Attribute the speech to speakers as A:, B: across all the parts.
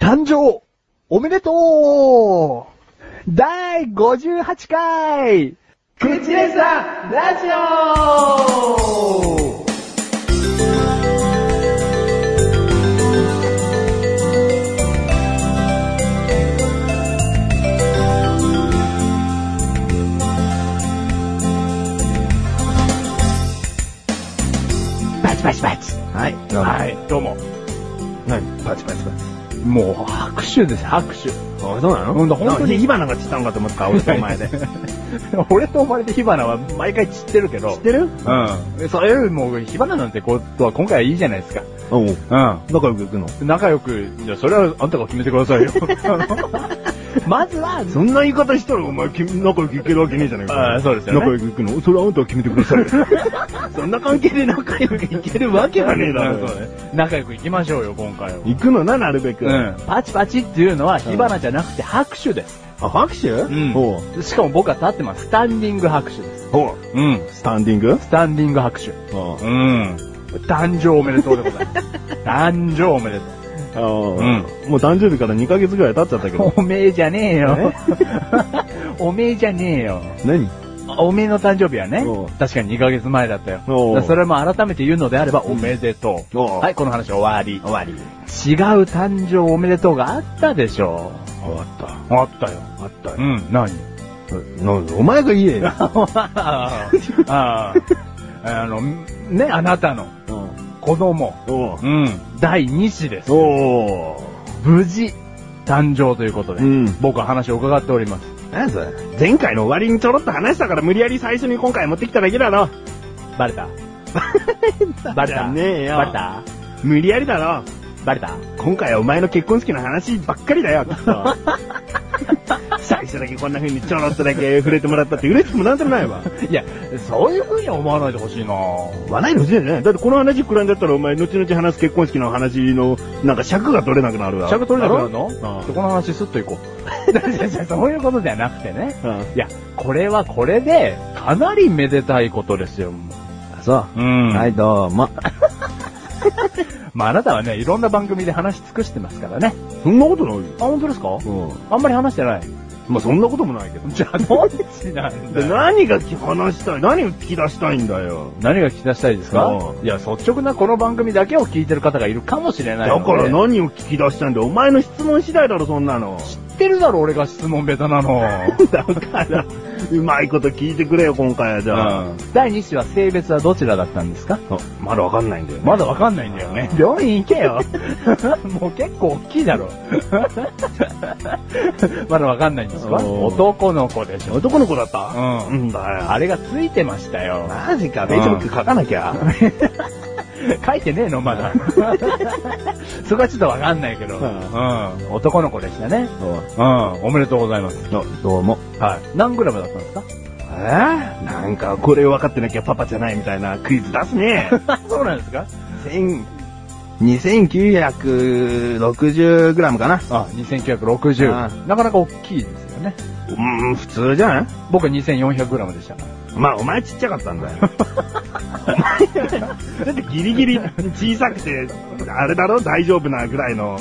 A: 誕生おめでとう第58回
B: 口でさラジオ
A: パチパチパチはい。
B: はい、どうも。何パチパチパチ。
A: もう拍手です、拍手。
B: あ、そうなの
A: うんだ本
B: 本
A: 当
B: 当
A: に
B: に火花が散ったのかと思った、俺とお前で。
A: 俺とお前で火花は 毎回散ってるけど。
B: てる
A: うん。それよりも火花なんてことは今回はいいじゃないですか。
B: うん。
A: うん。
B: 仲良く行くの
A: 仲良く、じゃあそれはあんたが決めてくださいよ。まずは、
B: そんな言い方したらお前、君仲良く行けるわけねえじゃないか。
A: ああそうですよね
B: 仲良く行くのそれはあんたが決めてく ださい。そんな関係で仲良く行けるわけがねえだ ろ。
A: そうね仲良く行きましょうよ、今回は。
B: 行くのな、なるべく。
A: パチパチっていうのは火花じゃなくて拍手です。
B: あ、拍手
A: ん
B: ほ
A: しかも僕は立ってます。スタンディング拍手です。
B: う。ほ
A: うん。
B: う。スタンディング
A: スタンディング拍手。
B: あ
A: うん。誕生おめでとうでございます。 誕生おめでと
B: あ。もう誕生日から2ヶ月ぐらい経っちゃったけど
A: う。。おめえじゃねえよ。 おめえじゃねえよ。
B: 何
A: おめえの誕生日はね
B: おう、
A: 確かに2ヶ月前だったよ。
B: お
A: だ
B: う
A: からそれも改めて言うのであれば、おめでとう。
B: おう
A: はい、この話終わり。
B: 終わり。
A: 違う誕生おめでとうがあったでしょ
B: 終わった。
A: う。あったよ。
B: あった
A: う
B: よ。
A: ん、 何
B: なんでお前が言えよ。
A: ああ、あの、ね、あなたの子供、
B: おう
A: うん、第2子です。
B: おう
A: 無事、誕生ということで、
B: うん
A: 僕は話を伺っております。
B: 何それ前回の終わりにちょろっと話したから無理やり最初に今回持ってきただけだろ。
A: バレた バレ
B: じゃ
A: た
B: ねえよ
A: バレた
B: 無理やりだろ。
A: バレた
B: 今回はお前の結婚式の話ばっかりだよ、きっと。 最初だけこんな風にちょろっとだけ触れてもらったって嬉しくもなんともないわ。
A: いや、そういう風には思わないでほしいな
B: 笑いのうちだよね。だってこの話膨らんだったらお前後々話す結婚式の話のなんか尺が取れなくなるわ。
A: 尺取れなくなるの
B: ああ
A: でこの話すっといこう。い やいやいやそういうことじゃなくてね。
B: あ
A: いや、これはこれで、かなりめでたいことですよ。
B: あそう。
A: うん
B: はい、どうも。
A: まああなたはね、いろんな番組で話し尽くしてますからね。
B: そんなことないよ。
A: あ、本当ですか
B: うん。
A: あんまり話してない。
B: まあ、そんなこともないけど。
A: じゃあ、どっちなん
B: で何が話したい何を聞き出したいんだよ。
A: 何が聞き出したいですか
B: うん
A: いや、率直なこの番組だけを聞いてる方がいるかもしれないの
B: だ
A: で。
B: から何を聞き出したいんだよ。お前の質問次第だろ、そんなの。
A: 知ってるだろ、俺が質問ベタな の。
B: だから、 うまいこと聞いてくれよ、今回はじゃあ。
A: 第2子は性別はどちらだったんですか
B: あまだわかんないんだよね、
A: まだわかんないんだよね。 病院行けよ。もう結構大きいだ ろ。まだわかんないんですか
B: うん
A: 男の子でしょ。
B: 男の子だった
A: うん
B: んだよ。
A: あれがついてましたよ。
B: マジか、フェイスブック書かなきゃ。
A: 書いてねえのまだ。 そこはちょっとわかんないけど、う
B: うん
A: ん。男の子でしたね。
B: そう
A: うん。おめでとうございます。
B: どどうも。
A: はい。何グラムだったんですか
B: えーなんか、これ分かってなきゃパパじゃないみたいなクイズ出す ね。
A: そうなんですか
B: 千2960グラムかな。
A: あ、2960。
B: あ
A: なかなか大きいですよね。
B: うーん、普通じゃん
A: 僕は2400グラムでした。
B: まあ、お前ちっちゃかったんだよ。お前だってギリギリ小さくて、あれだろ大丈夫なぐらいの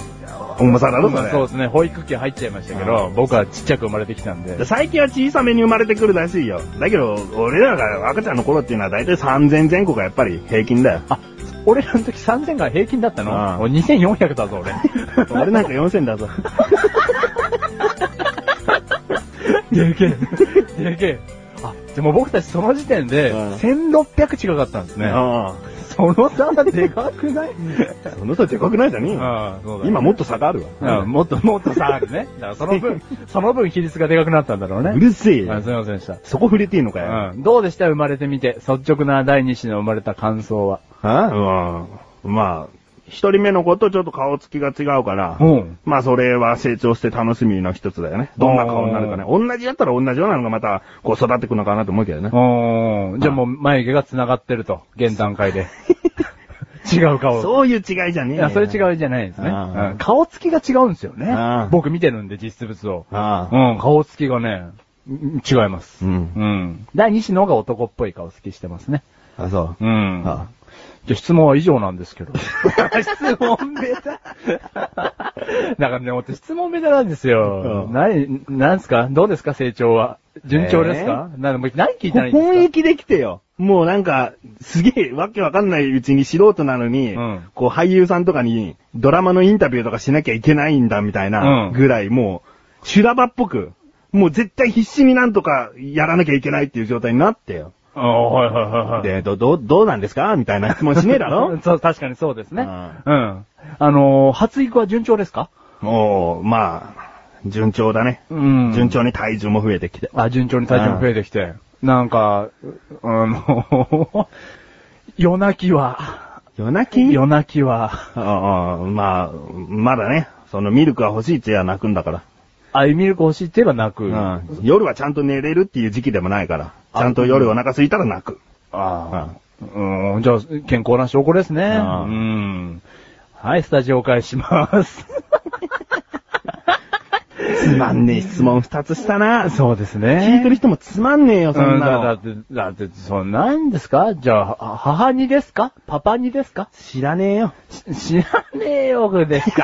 B: 重さだろそれ。
A: そうですね。保育器入っちゃいましたけど、僕はちっちゃく生まれてきたんで。
B: 最近は小さめに生まれてくるらしいよ。だけど、俺らが赤ちゃんの頃っていうのは大体3000前後がやっぱり平均だよ。
A: あ、俺らの時3000が平均だったの
B: ああ
A: 俺 ?2400 だぞ、俺。
B: 俺なんか4000だぞ。
A: でけえ。でけえ。あ、でも僕たちその時点で、
B: うん
A: 1600近かったんですね。
B: あ
A: その差がでかくない
B: あ。その差でかくないじゃねえよ。
A: ああ、そうだ。
B: 今もっと差があるわ。
A: うん、もっともっと差あるね。だからその 分、その分比率がでかくなったんだろう
B: う
A: ね。
B: るせえ
A: あ
B: よ。
A: すみませんでした。
B: そこ触れていいのかよ。
A: うん。どうでした生まれてみて。率直な第二子の生まれた感想は。
B: はうん。まあ、一人目の子とちょっと顔つきが違うから、
A: うん。
B: まあそれは成長して楽しみの一つだよね。どんな顔になるかね。同じやったら同じようなのがまた、こう育ってくのかなと思うけどね。
A: おーじゃあもう眉毛が繋がってると。現段階 で。違う顔。
B: そういう違いじゃねえ
A: いや、それ
B: う。
A: 違うじゃないですね。
B: ああ
A: うん顔つきが違うんですよね
B: ああ。
A: 僕見てるんで、実物を。
B: ああ。
A: うん、顔つきがね、うん違います。
B: うん。
A: うん。第二子の方が男っぽい顔つきしてますね。
B: あ、そう。
A: うん。
B: あ
A: じゃあ質問は以上なんですけど。
B: 質問ベタ。
A: なんかね、もっと質問ベタなんですよ。
B: うん
A: 何、なんすかどうですか成長は。順調ですか、なんでもう何聞いたらいいんで
B: 本
A: すか
B: 気できてよ。もうなんか、すげえ、わけわかんないうちに素人なのに、
A: うん
B: こう俳優さんとかにドラマのインタビューとかしなきゃいけないんだみたいな
A: うん
B: ぐらい、もう、修羅場っぽく、もう絶対必死になんとかやらなきゃいけないっていう状態になってよ。
A: ああ、はいはいはいはい。
B: で、ど、どう、どうなんですかみたいな質問しねえだろ
A: そう、確かにそうですね。
B: うん
A: うん。あのー発育は順調ですか
B: もう、まあ、順調だね。
A: うん
B: 順調に体重も増えてきて。
A: あ、順調に体重も増えてきて。なんか、あの、 夜泣きは、
B: 夜泣き
A: 夜泣きは、
B: ああ、まあ、まだね、そのミルクは欲しいって言えば泣くんだから。
A: あ、ミルク欲しいって言えば泣く。
B: うん夜はちゃんと寝れるっていう時期でもないから、ちゃんと夜お腹空いたら泣く。
A: ああ。うん、じゃあ、健康な証拠ですね。う
B: ああ
A: ん。はい、スタジオお返しします。
B: つまんねえ質問二つしたな。
A: そうです
B: 聞いて
A: ね。
B: る人もつまんねえよ、そんな
A: だっ
B: の。
A: て、だって、そう、なんですかじゃあ、は母にですかパパにですか
B: 知らねえよ。
A: し知らねえよ、これ です
B: か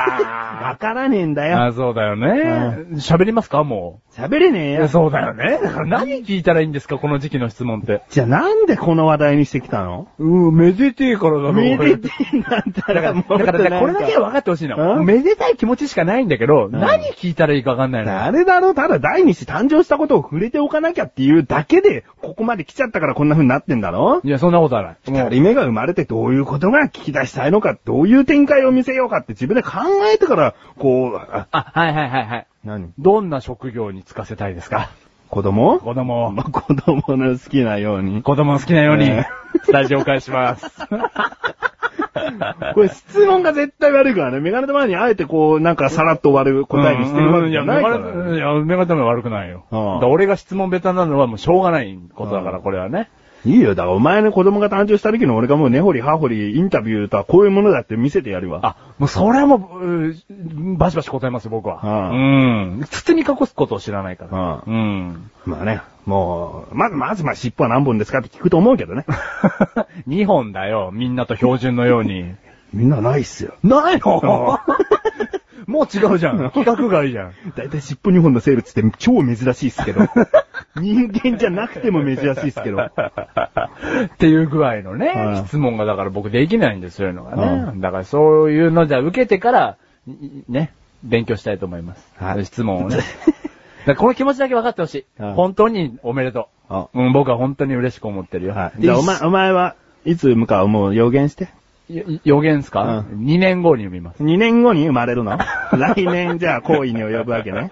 B: わからねえんだよ。
A: あ、そうだよね。喋りますかも
B: 喋れねえ
A: う。
B: よ。
A: そうだよね。 だから何聞いたらいいんですかこの時期の質問って。
B: じゃあなんでこの話題にしてきたの
A: うん、めでてえからだろ
B: めでて
A: え。
B: えなんだ
A: だから、だから、だからこれだけは分かってほしいの。
B: うん
A: めでたい気持ちしかないんだけど、
B: ん
A: 何聞いたらいいか分かんないの。
B: あれだろただ第二子誕生したことを触れておかなきゃっていうだけで、ここまで来ちゃったからこんな風になってんだろ
A: いや、そんなことはない。
B: 二人目が生まれてどういうことが聞き出したいのか、どういう展開を見せようかって自分で考えてから、こう、あ、
A: あ、はいはいはいはい。
B: 何
A: どんな職業に就かせたいですか
B: 子供
A: 子供を
B: まあ、子供の好きなように。
A: 子供の好きなように
B: ね、
A: スタジオ返し ます。
B: これ質問が絶対悪いからね。メガネ玉にあえてこう、なんかさらっと終わる答えにしてるわけじゃないから、
A: うんうんいや、目がため悪くないよ。
B: うん
A: だから俺が質問ベタなのはもうしょうがないことだから、
B: うん
A: これはね。
B: いいよ。だからお前の子供が誕生した時の俺がもう根掘り葉掘りインタビューとはこういうものだって見せてやるわ。
A: あ、もうそれはもううん、バシバシ答えますよ、僕は。
B: う
A: うん。包み隠すことを知らないから。
B: う
A: うん。
B: まあね、もう、まず、まずまあ尻尾は何本ですかって聞くと思うけどね。
A: 2本だよ、みんなと標準のように。
B: みんな ないっすよ。
A: ないの もう違うじゃん。企画外じゃん。
B: だいたい尻尾2本の生物って超珍しいっすけど。人間じゃなくても珍しいっすけど。
A: っていう具合のね、
B: はい
A: 質問がだから僕できないんです、そういうのがね。
B: う
A: だからそういうのじゃ受けてから、いいね、勉強したいと思います。
B: はい
A: 質問を ね。だからこの気持ちだけ分かってほしい。
B: はい
A: 本当におめでと
B: あ
A: う。うん、僕は本当に嬉しく思ってるよ。
B: はい。じゃあお前、お前はいつ産むかはもう予言して。
A: い予言ですか、
B: う
A: ?2 年後に読み ます。
B: 2年後に生まれるの来年じゃあ行為に及ぶわけね。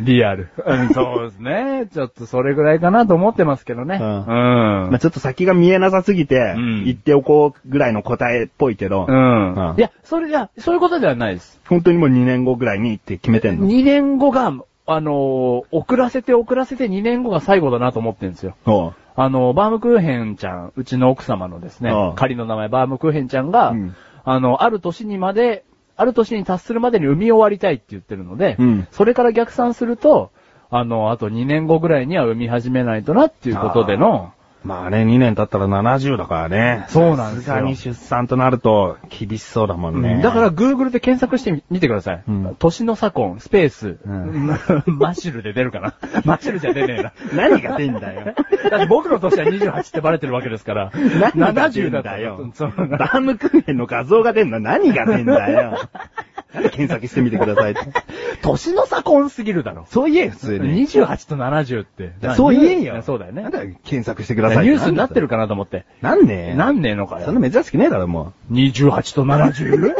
A: リアル。うん、そうですね。ちょっとそれぐらいかなと思ってますけどね。
B: うん
A: うん
B: まあちょっと先が見えなさすぎて
A: うん、
B: 言っておこうぐらいの答えっぽいけど、
A: うん
B: うん
A: いや、それじゃ、そういうことではないです。
B: 本当にもう2年後ぐらいにって決めてんの
A: 2年後が、あのー遅らせて遅らせて2年後が最後だなと思ってるんですよ。
B: おう
A: あのーバームクーヘンちゃん、うちの奥様のですね
B: ああ、
A: 仮の名前、バームクーヘンちゃんが、
B: うん
A: あの、ある年にまで、ある年に達するまでに産み終わりたいって言ってるので、
B: うん
A: それから逆算すると、あの、あと2年後ぐらいには産み始めないとなっていうことでの、
B: まあね、2年経ったら70だからね。
A: そうなんですよ
B: さすがに出産となると厳しそうだもんね。
A: だから、Google で検索してみ見てください。
B: うん
A: 年の左近、スペース、
B: う
A: マッシュルで出る かな。マッシュルじゃ出ねえな。
B: 何が出んだよ。
A: だって僕の年は28ってバレてるわけですから。
B: 何が出ん
A: った
B: だよ。
A: そ
B: バ
A: うなんだ
B: ームクーヘンの画像が出んの何が出んだよ。なんで検索してみてくださいって。
A: 年の差婚すぎるだろ。
B: そう言えよ、普通に。
A: 28と70って。
B: そう言えよ。
A: そうだよね
B: なん。だよ検索してくだ
A: だから
B: さい。
A: ニュースになってる。かなと思って。
B: なんねえ。
A: なんねえのか
B: そん
A: よ。
B: な珍しくねえだろ、も
A: 28と 70?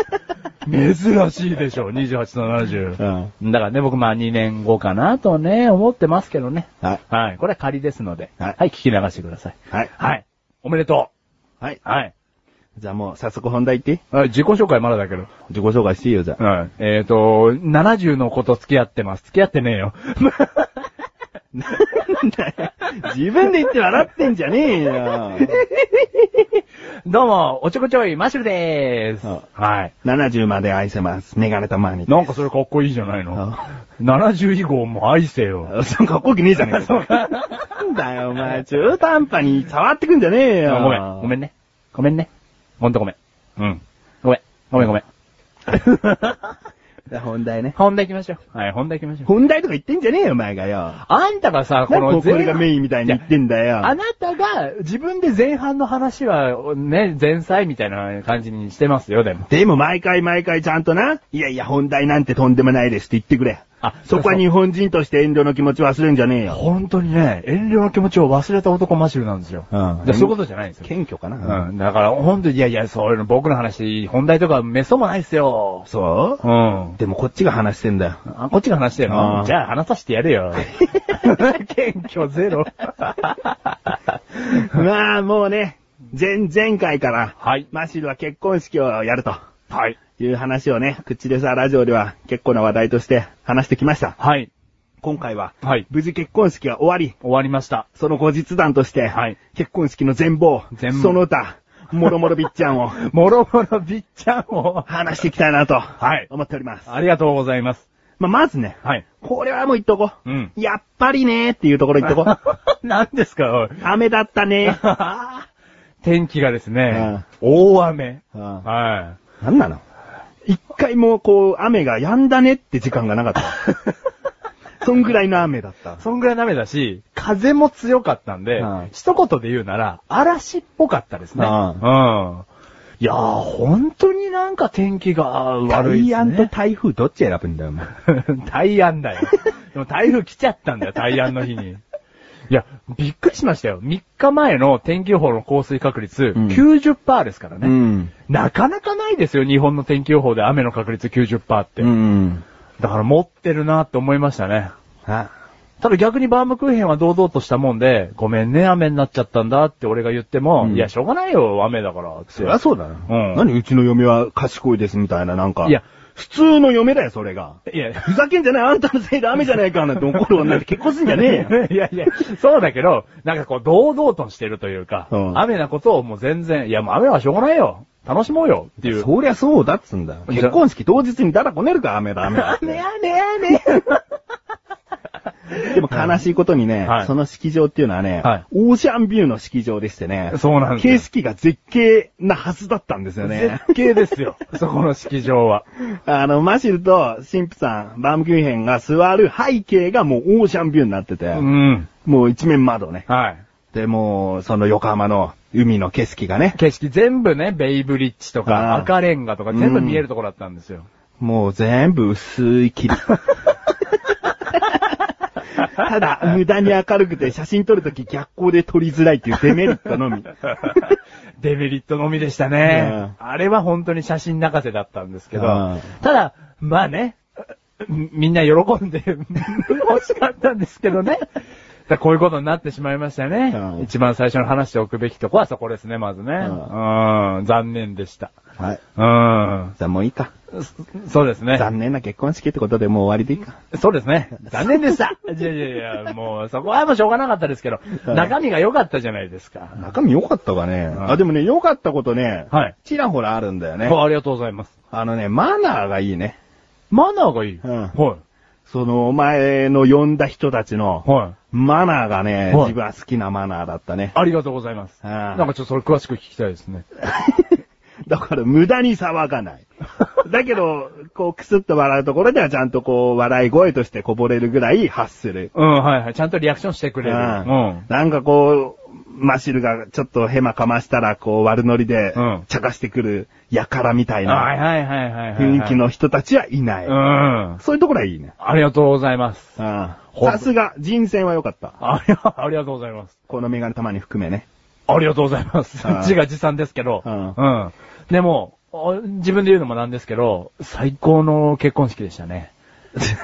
A: 珍しいでしょ、28と
B: う。う
A: 70。
B: ん。
A: だからね、僕まあ2年後かなとね、思ってますけどね。
B: はい。
A: はい。これは仮ですので。
B: はい
A: はい、聞き流してください。
B: はい。
A: はい。おめでと
B: はい。
A: う。はい。
B: じゃあもう、早速本題行っていい
A: あ自己紹介まだだけど。
B: 自己紹介していいよ、じゃあ。
A: はい。えっ、と、70の子と付き合ってます。付き合ってねえよ。
B: なんだよ自分で言って笑ってんじゃねえよ。
A: どうも、おちょこちょい、マッシュルでーす。
B: あ
A: はい。
B: 70まで愛せます。メガネたま に。
A: なんかそれかっこいいじゃないの。
B: あ
A: 70以降も愛せよ。
B: あそんかっこよくねえじゃね えか。なんだよ、お前。中途半端に触ってくんじゃねえよ。
A: ごめん、ごめ
B: ん。
A: んね。ごめんね。ほんとごめん。うん。ごめん。ごめんごめん。
B: じゃあ本題ね。
A: 本題行きましょう。はい、本題行きましょう。
B: 本題とか言ってんじゃねえよ、お前がよ。
A: あんたがさ、こ
B: なん
A: の
B: でこれがメインみたいに言ってんだよ。
A: あなたが自分で前半の話はね、前菜みたいな感じにしてますよ、でも。
B: でも毎回毎回ちゃんとな、いやいや本題なんてとんでもないですって言ってくれ。
A: あ
B: そこは日本人として遠慮の気持ち忘れんじゃねえよ。
A: 本当にね、遠慮の気持ちを忘れた男マシルなんですよ。
B: うん
A: でそういうことじゃないんですよ。
B: 謙虚かな。
A: うん。だから、本当に、いやいや、そういうの僕の話、本題とかメソもないっすよ。
B: そう
A: うん。
B: でもこっちが話してんだよ。
A: あ、こっちが話してる
B: あ
A: の
B: ー
A: じゃあ話させてやれよ。謙虚ゼロ。
B: まあもうね、前々回から、
A: はい。
B: マシルは結婚式をやると
A: はい。
B: いう話をね、口でさラジオでは結構な話題として話してきました。
A: はい。
B: 今回は、
A: はい。
B: 無事結婚式は終わり、
A: 終わりました。
B: その後日談として、
A: はい
B: 結婚式の全貌、
A: 全貌
B: その他、もろもろびっちゃ んを
A: もろもろびっちゃんを。
B: 話していきたいなと
A: はい。
B: 思っております。
A: ありがとうございます。
B: まあ、まずね、
A: はい。
B: これはもう言っとこう。
A: うん
B: やっぱりねーっていうところ言っと こう。
A: 何ですか、おい。
B: 雨だったね ー。
A: 天気がですね、大雨。
B: うん
A: は
B: なんなの一回もこう、雨が止んだねって時間がな かった。そんぐらいの雨だった
A: い。。そんぐらいの雨だし、風も強かったんで、
B: うん
A: 一言で言うなら、嵐っぽかったですね。
B: うん
A: うんいやー、本当になんか天気が悪いですね。
B: 台風どっち選ぶんだよ、お前。
A: 大安 だよ。でも台風来ちゃったんだよ、大安の日に。いや、びっくりしましたよ。3日前の天気予報の降水確率、
B: うん
A: 90%ですからね。
B: うん。
A: なかなかないですよ、日本の天気予報で雨の確率90%って。
B: うん。
A: だから持ってるなって思いましたね。
B: あ、
A: ただ逆にバームクーヘンは堂々としたもんで、ごめんね、雨になっちゃったんだって俺が言っても、
B: うん
A: いや、しょうがないよ、雨だからって。
B: そりゃそうだな。
A: うん
B: 何うちの嫁は賢いですみたいな、なんか。
A: いや、
B: 普通の嫁だよ、それが。
A: いや、
B: ふざけんじゃない、あんたのせいで雨じゃないかなんて怒る女って結婚すんじゃ ねえよ。
A: いやいや、そうだけど、なんかこう、堂々としてるというか、
B: うん
A: 雨なことをもう全然、いや、もう雨はしょうがないよ。楽しもうよっていう。
B: そりゃそうだっつうんだよ。
A: じゃ
B: 結婚式当日にだだこねるか、雨だ、 雨だって。
A: 雨雨
B: でも悲しいことにね、
A: はい
B: その式場っていうのはね、
A: はい
B: オーシャンビューの式場でしてね、
A: そうなんですよ
B: 景色が絶景なはずだったんですよね。
A: 絶景ですよ、そこの式場は。
B: あの、マシルと神父さん、バームクーヘンが座る背景がもうオーシャンビューになってて、
A: うん。
B: もう一面窓ね。
A: はい。
B: で、もう、その横浜の海の景色がね、
A: 景色全部ね、ベイブリッジとか、
B: あー
A: 赤レンガとか全部見えるところだったんですよ。
B: もう全部薄 い霧。ただ、無駄に明るくて写真撮るとき逆光で撮りづらいっていうデメリット のみ。
A: デメリットのみでしたね
B: ね。
A: あれは本当に写真泣かせだったんですけど
B: うん、
A: ただ、まあね、みみんな喜んで 欲しかったんですけどね。だからこういうことになってしまいましたね。
B: うん
A: 一番最初に話しておくべきとこはそこですね、まずね。
B: ん
A: うん、残念でした。
B: はい。
A: うん、
B: じゃあもういいか。
A: そそうですね。
B: 残念な結婚式ってことでもう終わりでいいか。
A: そうですね。残念で した。いやいやいや、もうそこはもうしょうがなかったですけど、
B: はい
A: 中身が良かったじゃないですか。
B: 中身良かったかね。
A: ん
B: あ、でもね、良かったことね、
A: はい
B: ちらほらあるんだよね。
A: ありがとうございます。
B: あのね、マナーがいいね。
A: マナーがいい。
B: うん
A: はい。
B: その、お前の呼んだ人たちの、
A: はい。
B: マナーがね、
A: はい
B: 自分は好きなマナーだったね。
A: ありがとうございます。
B: あ
A: な
B: あ
A: んかちょっとそれ詳しく聞きたいですね。
B: だから無駄に騒が ない。だけど、こう、くすっと笑うところではちゃんとこう、笑い声としてこぼれるぐらい発する。
A: うん、はいはい。ちゃんとリアクションしてくれる。う
B: うん
A: ん。
B: なんかこう、マシルがちょっとヘマかましたら、こう、悪ノリで
A: うん、
B: 茶化してくる、やからみたい
A: はい
B: な
A: はいはいはいはい。
B: 雰囲気。の人たちはいない。
A: うん。
B: そういうところはいいね。
A: ありがとうございます。ほん
B: さすが、人選は良かった。
A: ありが、ありがとうございます。
B: このメガネたまに含めね。
A: ありがとうございます
B: ああ。
A: 字が持参ですけど。
B: うん
A: うん。でも、あ自分で言うのもなんですけど、最高の結婚式でしたね。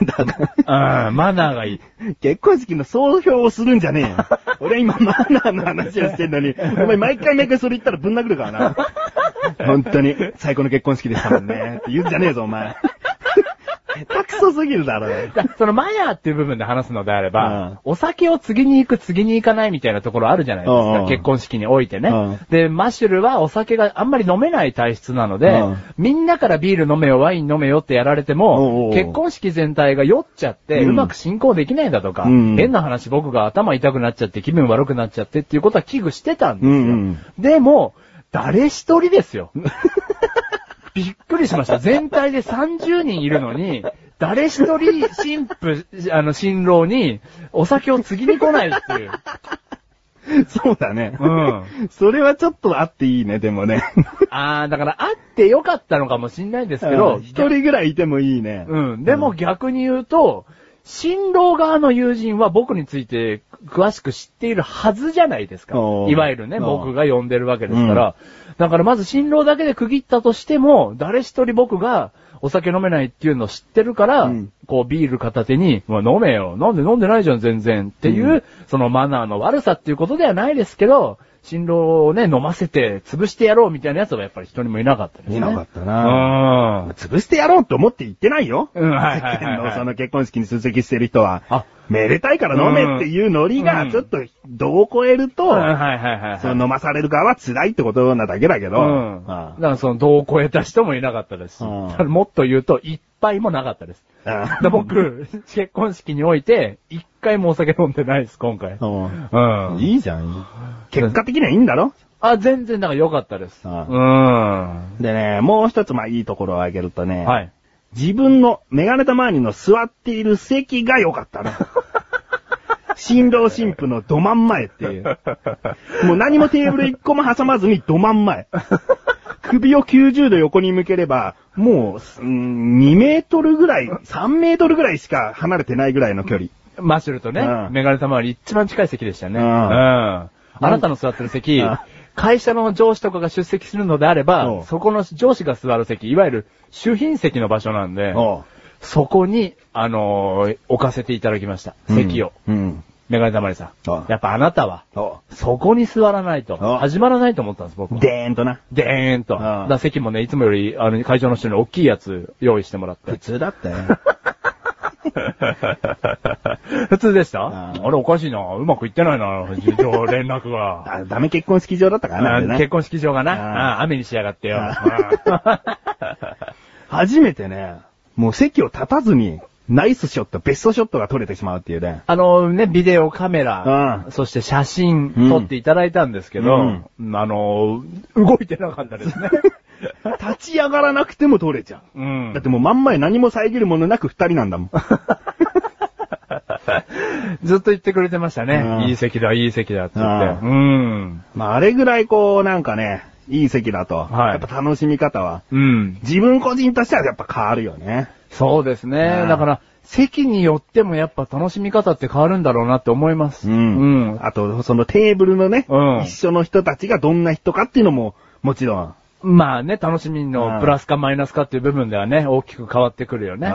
B: だから
A: うん、マナーがいい。
B: 結婚式の総評をするんじゃね えよ。俺今マナーの話をしてんのに、お前毎回毎回それ言ったらぶん殴るか らな。本当に、最高の結婚式でしたもんね。って言うんじゃねえぞ、お前。下手くそすぎるだろ。
A: だそのマナーっていう部分で話すのであれば、
B: うん
A: お酒を次に行く、次に行かないみたいなところあるじゃないですか。
B: うんうん
A: 結婚式においてね、
B: うん
A: で、マッシュルはお酒があんまり飲めない体質なので、
B: うん
A: みんなからビール飲めよ、ワイン飲めよってやられて
B: おうお
A: も、
B: う
A: 結婚式全体が酔っちゃって、
B: う
A: うんまく進行できないだとか、
B: うん
A: 変な話僕が頭痛くなっちゃって、気分悪くなっちゃってっていうことは危惧してたんですよ。
B: うん
A: でも、誰一人です よ。びっくりしました。全体で30人いるのに、誰一人、新婦、あの、新郎に、お酒を継ぎに来ないっていう。
B: そうだね。
A: うん。
B: それはちょっとあっていいね、でもね。
A: あー、だから、あってよかったのかもしんないんですけど、
B: 一人ぐらいいてもいいね。
A: うん。でも逆に言うと、新郎側の友人は僕について詳しく知っているはずじゃないですか。
B: おー
A: いわゆるね、
B: うん
A: 僕が呼んでるわけですから。だからまず新郎だけで区切ったとしても、誰一人僕がお酒飲めないっていうのを知ってるから、
B: うん
A: こうビール片手に、まあ、飲めよ。なんで飲んでないじゃん、全然。っていう、
B: うん
A: そのマナーの悪さっていうことではないですけど、新郎をね、飲ませて潰してやろうみたいなやつはやっぱり一人もいなかったですね。
B: いなかった
A: なうん。
B: 潰してやろうと思って言ってないよ。
A: うんはいはいはいはい
B: 世間のその結婚式に出席してる人は。
A: あ
B: めでたいから飲めっていうノリ
A: う
B: が、
A: ん
B: ちょっと、度を超えると、
A: はいはいはいはい。
B: その飲まされる側は辛いってことなだけだけど。
A: うん。だ
B: あ
A: からその、度を超えた人もいなかったですし、
B: うん
A: ただもっと言うと、一杯もなか ったです。だ
B: あ
A: から僕、結婚式において、一回もお酒飲んでないです、今回。うん。
B: いいじゃん。結果的にはいいんだろ
A: あ、全然、だから良かったです。
B: う
A: うんん。
B: でね、もう一つまあいいところを挙げるとね、
A: はい。
B: 自分のメガネた周りの座っている席が良かっ たね。新郎新婦のど真ん前って いう。もう何もテーブル一個も挟まずにど真ん前。首を90度横に向ければ、もう、うん2メートルぐらい、3メートルぐらいしか離れてないぐらいの距離。
A: マッシュルとね、
B: うん
A: メガネたまわり一番近い席でしたね。
B: う
A: うんん。あなたの座ってる席
B: うん、
A: 会社の上司とかが出席するのであれ
B: おう
A: ば、そこの上司が座る席、いわゆる主賓席の場所なんで、
B: おう
A: そこに、あのー置かせていただきました。席を。。
B: うん。
A: メガネたまりさん
B: ああ。
A: やっぱあなたは、
B: お
A: そこに座らないと、
B: ああ
A: 始まらないと思ったんです、僕
B: う
A: は。、
B: でーんとな。
A: でーんと。だ
B: ああ
A: から席もね、いつもより、あの、会場の人に大きいやつ用意してもら って。
B: 通だ ったよ。
A: 普通でした
B: あ
A: あ
B: あ
A: れおかしいな。うまくいってないな、事情連絡が。
B: あダメ結婚式場だったからなあれ
A: あ
B: ね。
A: 結婚式場がな、
B: あ
A: ああ雨にしやがってよ。
B: あ
A: ああ
B: 初めてね、もう席を立たずに、ナイスショット、ベストショットが撮れてしまうってい うね。
A: あのね、ビデオカメラ
B: う、ん
A: そして写真撮っていただいたんですけど、あの、動いてなかった ですね。
B: 立ち上がらなくても撮れちゃ
A: う
B: う。
A: ん
B: だってもう真ん前何も遮るものなく二人なんだもん。
A: ずっと言ってくれてました
B: うん
A: ね。いい席だ、いい席だって言って。
B: う
A: うん。
B: まああれぐらいこうなんかね、いい席だと、
A: はい
B: やっぱ楽しみ方は、
A: うん。
B: 自分個人としてはやっぱ変わるよね。
A: そうです
B: う
A: ね
B: ん。
A: だから、席によってもやっぱ楽しみ方って変わるんだろうなって思います。うん。
B: あと、そのテーブルのね、
A: うん
B: 一緒の人たちがどんな人かっていうのも、もちろん。
A: まあね、楽しみ
B: うん
A: のプラスかマイナスかっていう部分ではね、大きく変わってくるよね。
B: う
A: うん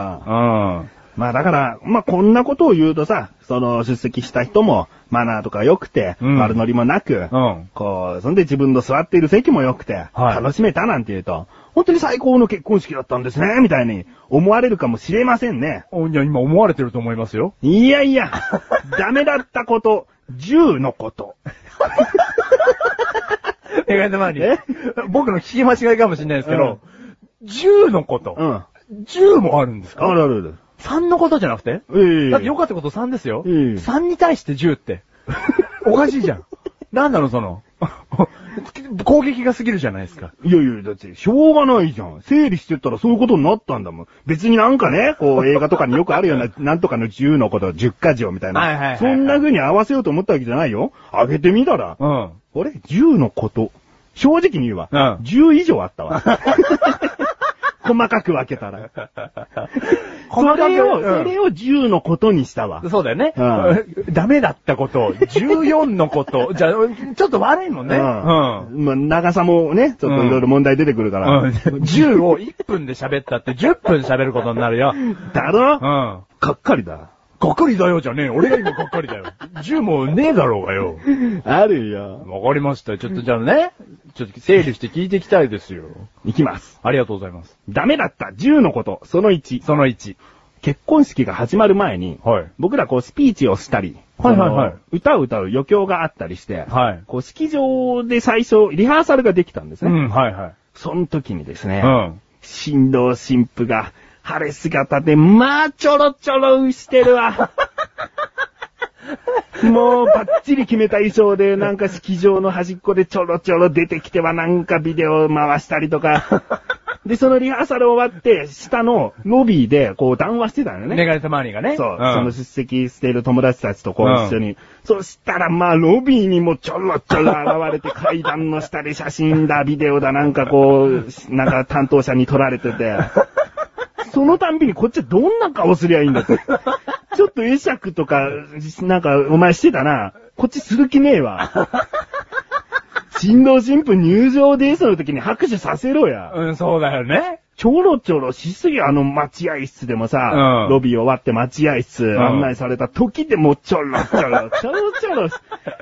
A: ん。
B: まあだから、まあこんなことを言うとさ、その出席した人もマナーとか良くて、
A: うん
B: 悪ノリもなく、
A: うん。
B: こう、そんで自分の座っている席も良くて、
A: はい
B: 楽しめたなんて言うと、本当に最高の結婚式だったんですね、みたいに思われるかもしれませんね。
A: おいや、今思われてると思いますよ。
B: い やいや、ダメだったこと、10のこと。
A: メガネ玉に
B: え。
A: 僕の聞き間違いかもしれないですけど、10のこと
B: う。ん。あ
A: 10もあるんです
B: るあ
A: か
B: るある。
A: ?3 のことじゃなくて
B: ええ
A: だって良かったこと3ですよ。
B: うん
A: 3に対して10って。おかしいじゃん。なんなのその。 攻撃が過ぎるじゃないですか。
B: いやいや、だって、しょうがないじゃん。整理してったらそういうことになったんだもん。別になんかね、こう映画とかによくあるよ うな、なんとかの10のこと、10か条みたいな。
A: はいはいはいはい
B: そんな風に合わせようと思ったわけじゃないよ。上げてみたら、
A: うん。
B: 俺、10のこと。正直に言うわ。
A: うん
B: 10以上 あったわ。細かく分けたら。
A: 細か
B: そ
A: く
B: れを、
A: うん
B: それを10のことにしたわ。
A: そうだよね。
B: う
A: ダメだったこと、14のこと、 じゃあ、ちょっと悪いもんね。うん。
B: まあ、長さもね、ちょっといろいろ問題出てくるから。
A: うん、10を1分で喋ったって10分喋ることになるよ。
B: だろ、
A: うん。
B: かっかりだ。
A: がっかりだよじゃねえよ。俺が今がっかりだよ。10もねえだろうがよ。
B: あるよ。
A: わかりました。ちょっとじゃあね、ちょっと整理して聞いていきたいですよ。
B: いきます。
A: ありがとうございます。
B: ダメだった10のこと、その1。
A: その1。
B: 結婚式が始まる前に、
A: はい
B: 僕らこうスピーチをしたり、
A: はいはいはい
B: その歌を歌う余興があったりして、
A: はい
B: こう式場で最初リハーサルができたんです
A: う
B: ね。
A: ん、はいは
B: その時にですね、
A: い。うん。
B: 新郎新婦が晴れ姿で、まあちょろちょろしてるわ。 もうバッチリ決めた衣装で、なんか式場の端っこでちょろちょろ出てきてはなんかビデオ回したりとか。で、そのリハーサル終わって、下のロビーでこう談話してたのね。
A: メガネタマーニーがね。
B: そう、
A: ん
B: その出席している友達たちとこ
A: うん
B: う一緒に。そしたらまあ、ロビーにもちょろちょろ現れて階段の下で写真だ、ビデオだ、なんかこう、なんか担当者に撮られ てて。そのたんびにこっちはどんな顔すりゃいいんだって。ちょっと会釈とか、なんかお前してたな。こっちする気ねえわ。新郎新婦入場ですの時に拍手させろや。
A: うん、そうだよね。
B: ちょろちょろしすぎ、あの待合室でもさ、
A: うん
B: ロビー終わって待合室
A: ん
B: 案内された時でもちょろちょ ろ、ちょろちょろ、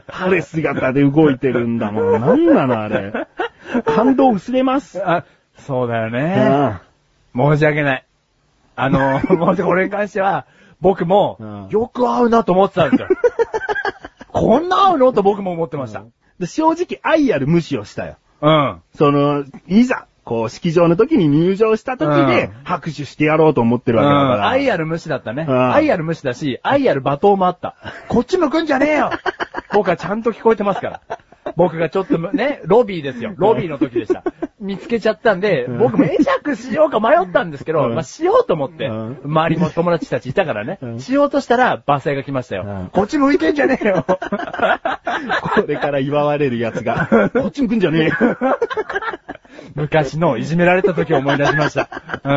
B: 晴れ姿で動いてるんだもん。なんなのあれ。感動薄れます。
A: あ、そうだよ
B: う
A: ね。
B: ん
A: 申し訳ない。あ の、もうこれに関しては、僕
B: うん
A: も、よく合うなと思ってた んですよ。こんな合うのと僕も思ってました。
B: で正直愛ある無視をしたよ。
A: うん。
B: その、いざ、こう、式場の時に入場した時で
A: うん
B: 拍手してやろうと思ってるわけだから。
A: 愛ある無視だったね。
B: うん
A: 愛ある無視だし、愛ある罵倒もあった。こっち向くんじゃねえ よ僕はちゃんと聞こえてますから。僕がちょっとむね、ロビーですよ。ロビーの時でした。見つけちゃったんで、
B: ん
A: 僕も会釈しようか迷ったんですけど、
B: うん
A: まあ、しようと思って、
B: うん
A: 周りも友達たちいたからね、
B: うん
A: しようとしたら、罵声が来ましたよ。
B: うん
A: こっち向いてんじゃねえ よ
B: これから祝われるやつが、こっち向くんじゃねえよ。
A: 昔のいじめられた時を思い出しました。う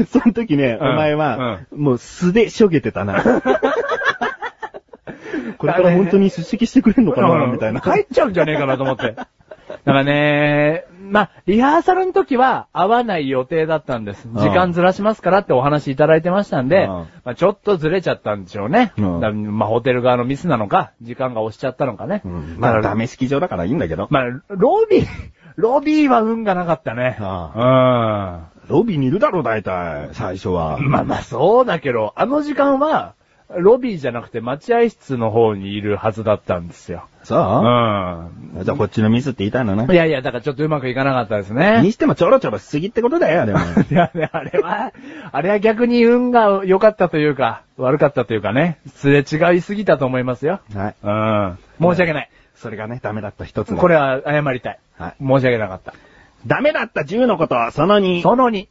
A: ん。
B: その時ね、
A: うん
B: お前は、もう素でしょげて たな。これから本当に出席してくれんのかな、みたいな。
A: 帰っちゃうんじゃねえかなと思って。だからね、まあ、リハーサルの時は会わない予定だったんです。
B: ん
A: 時間ずらしますからってお話いただいてましたんで、
B: うん
A: まあ、ちょっとずれちゃったんでしょうね。
B: うん
A: だまあ、ホテル側のミスなのか、時間が押しちゃったのかね。
B: うんまだダメ式場だからいいんだけど。
A: まあ、ロビー、 ロビーは運がなかったね。
B: ロビーにいるだろ、大体、最初は
A: うん。。まあまあ、そうだけど、あの時間は、ロビーじゃなくて待合室の方にいるはずだったんですよ。
B: さ
A: うん。
B: あじゃあこっちのミスって言いたいの
A: い
B: ね。
A: やいや、だからちょっとうまくいかなかったですね。
B: にしてもちょろちょろしすぎってことだ よ、でも。
A: いやね、あれは、あれは逆に運が良かったというか、悪かったというかね、すれ違いすぎたと思いますよ。
B: はい。
A: うん。申し訳ない。
B: それがね、ダメだった一つの
A: これは謝りたい。
B: はい
A: 申し訳なかった。
B: ダメだった10のこと、その2。
A: その2。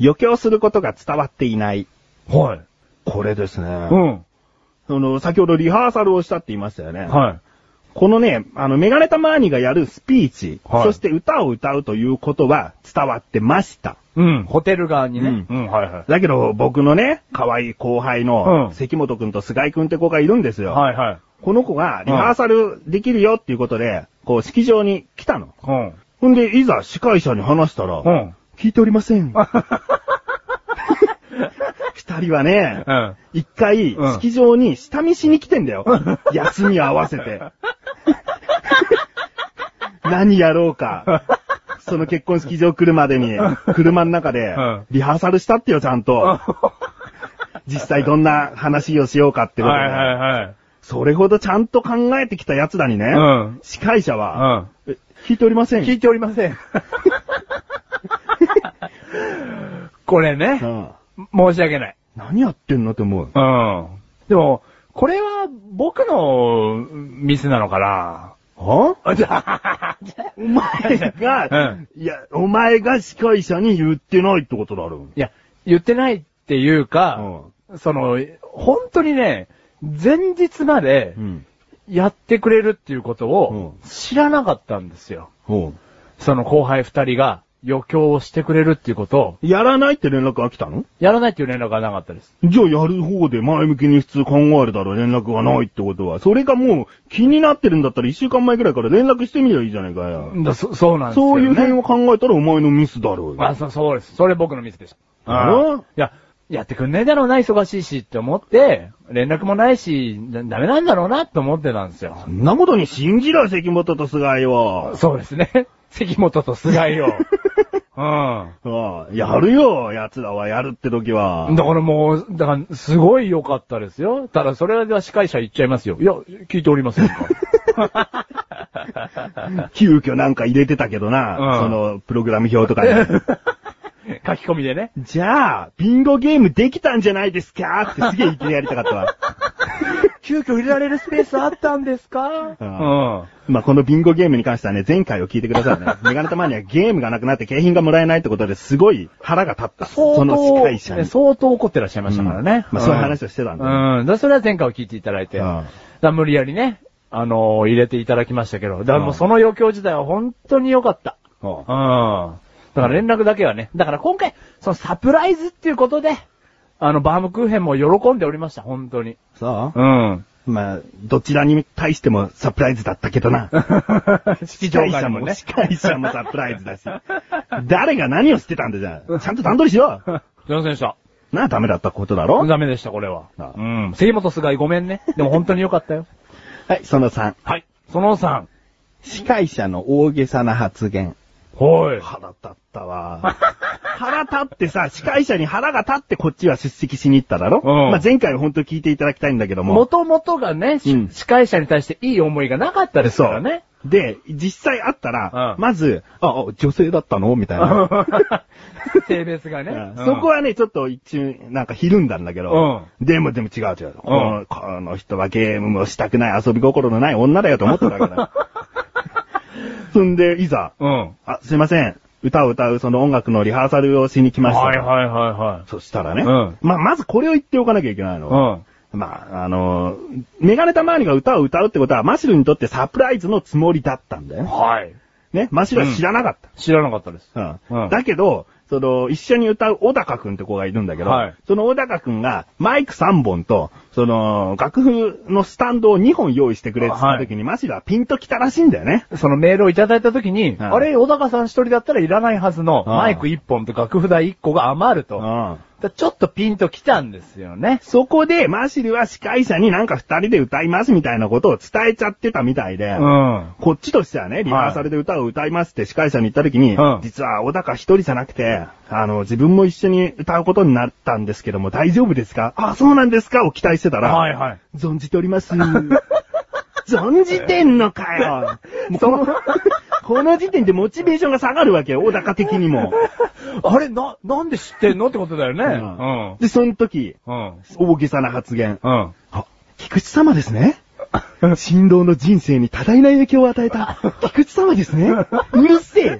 B: 余興することが伝わっていない。
A: はい。
B: これですね。
A: うん。
B: その、先ほどリハーサルをしたって言いましたよね。
A: はい。
B: このね、あの、メガネタマーニがやるスピーチ、
A: はい
B: そして歌を歌うということは伝わってました。
A: うん。ホテル側にね。。
B: うん
A: はいはい。
B: だけど、僕のね、可愛い後輩
A: う
B: の、
A: ん
B: 関本くんと菅井くんって子がいるんですよ。
A: はいはい。
B: この子が、リハーサルできるよっていうことで、こう、式場に来たの。
A: うん。
B: ほんで、いざ司会者に話したら、
A: うん。
B: 聞いておりま せん。二人は ね、
A: うん。
B: 一回
A: う、ん
B: 式場に下見しに来てん だよ。休み合わせて。 何やろうか。その結婚式場来るまでに、車の中で
A: うん、
B: リハーサルしたってよ、ちゃんと。実際どんな話をしようかってこと
A: はいはい
B: で。
A: はい。
B: それほどちゃんと考えてきたやつだにね、
A: うん
B: 司会者
A: う
B: は、
A: ん。
B: え聞いておりません。
A: 聞いておりません。 これね、
B: うん
A: 申し訳ない。
B: 何やってんのって思
A: う
B: う。
A: ん。でも、これは僕のミスなのかな。
B: は
A: あじゃあ
B: お前が、
A: うん
B: いや、お前が司会者に言ってないってことだろ。
A: いや、言ってないっていうか、
B: う
A: その、本当にね、前日まで
B: ん。
A: やってくれるっていうことを
B: う
A: 知らなかったんですよ。
B: うん。
A: その後輩二人が余興をしてくれるっていうことを、
B: やらないって連絡が来たの
A: やらないっていう連絡がなかったです。
B: じゃあやる方で前向きに普通考えるだろう連絡がないってことは。それがもう気になってるんだったら一週間前くらいから連絡してみりゃいいじゃないかよ。
A: だそそうなんですよ、ね。
B: そういう点を考えたらお前のミスだろう
A: あ、
B: よ。
A: そそうです。それ僕のミスでした。
B: うん
A: いや、やってくんねえだろうな、忙しいしって思って、連絡もないし、だダメなんだろうなって思ってたんですよ
B: そ。んなことに信じろ、関本と菅井は。
A: そうです ね。関本と菅井 を。うん。
B: ああやるよ、奴らはやるって時は。
A: だからもう、だから、すごい良かったですよ。ただ、それは司会者言っちゃいますよ。いや、聞いておりません か。
B: 急遽なんか入れてたけどな、
A: うん
B: その、プログラム表とかに。
A: 書き込みでね。
B: じゃあ、ビンゴゲームできたんじゃないですかってすげえ言ってやりたかったわ。
A: 急遽入れられるスペースあったんですか
B: あ
A: うん。
B: まあ、このビンゴゲームに関してはね、前回を聞いてください ね。メガネたまにはゲームがなくなって景品がもらえないってことですごい腹が立った。
A: 相当、
B: その司会者
A: ね
B: に。
A: 相当怒ってらっしゃいましたからね。
B: うんまあそういう話をしてたんだね
A: うん。だからそれは前回を聞いていただいて。
B: うん
A: だから無理やりね、あのー入れていただきましたけど。だからもうその余興自体は本当に良かった。
B: ほう
A: うん。だから連絡だけはね。だから今回、そのサプライズっていうことで、あの、バームクーヘンも喜んでおりました、本当に。
B: そう
A: うん。
B: まあ、どちらに対してもサプライズだったけどな。
A: 視聴者にもね
B: 司。会者もサプライズだし。誰が何を知ってたんだじゃあ。ちゃんと段取りしろ。
A: すいませんでした。
B: なあ、ダメだったことだろ
A: ダメでした、これは。
B: あ
A: うん。杉本菅井ごめんね。でも本当に良かったよ。
B: はい、その3。
A: はい。その3。
B: 司会者の大げさな発言。
A: はい。
B: 腹立った わ。腹立ってさ、司会者に腹が立ってこっちは出席しに行っただろ、
A: うん
B: まあ、前回は本当聞いていただきたいんだけども。
A: もともとがね、し
B: うん
A: 司会者に対していい思いがなかったですからね。
B: そう。で、実際会ったら、
A: うん
B: まず、あ、あ女性だったのみたいな。
A: 性別がね。
B: うんそこはね、ちょっと一応、なんかひるんだんだけど、でもでも違う違う、この。この人はゲームもしたくない遊び心のない女だよと思ってるわけだよ。 そんで、いざ、
A: うん。
B: あ、すいません、歌を歌うその音楽のリハーサルをしに来ました。
A: はいはいはいは
B: そしたらね、
A: うん
B: まあ、まずこれを言っておかなきゃいけないの。
A: い。うん。
B: まあ、あの、メガネたまわりが歌を歌うってことは、マシルにとってサプライズのつもりだったんだよね。
A: はい。
B: ね、マシルは知らなかった。
A: 知らなかったです。
B: うん
A: うん
B: だけど、その、一緒に歌う小高くんって子がいるんだけど、
A: はい
B: その小高くんがマイク3本と、その、楽譜のスタンドを2本用意してくれって言った時に、マシルはピンと来たらしいんだよね。
A: そのメールをいただいたときに、
B: ん
A: あれ、小高さん一人だったらいらないはずの、
B: うん
A: マイク一本と楽譜台一個が余ると。だか
B: ん。
A: らちょっとピンと来たんですよね。
B: そこで、マシルは司会者になんか二人で歌いますみたいなことを伝えちゃってたみたいで、
A: ん。
B: こっちとしてはね、リハーサルで歌を歌いますって司会者に言った時に、
A: うん
B: 実は小高一人じゃなくて、あの、自分も一緒に歌うことになったんですけども、大丈夫ですかあ、そうなんですかを期待してたら、
A: はいはい。
B: 存じてお ります。存じてんのか よ。もうこの、この時点でモチベーションが下がるわけよ、小高的にも。
A: あれ、な、なんで知ってんのってことだよね。
B: うんで、その時、
A: うん。
B: 大げさな発言。
A: うん。うん。
B: あ、菊池様ですね。 振動の人生に多大な影響を与 えた、菊池様ですね。うるせえ。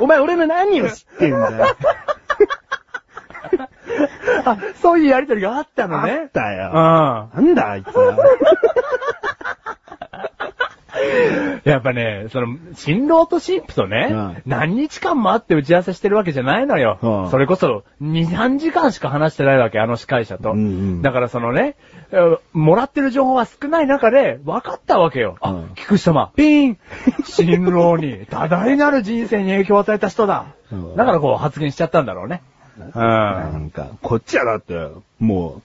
B: お前俺の何を知ってんだよ。
A: あ、そういうやりとりがあったの
B: あ
A: ね
B: っ。たよ。
A: う
B: なんだあいつは。
A: ん。やっぱね、その、新郎と新婦とね、
B: うん
A: 何日間も会って打ち合わせしてるわけじゃないのよ。
B: うん
A: それこそ、2、3時間しか話してないわけ、あの司会者と。
B: うんうん
A: だからそのね、えーもらってる情報は少ない中で、分かったわけよ。あ、
B: うん
A: 菊池様、ピーン新郎に多大なる人生に影響を与えた人だ。
B: うん
A: だからこう発言しちゃったんだろうね。うん
B: なんか、こっちはだって、もう、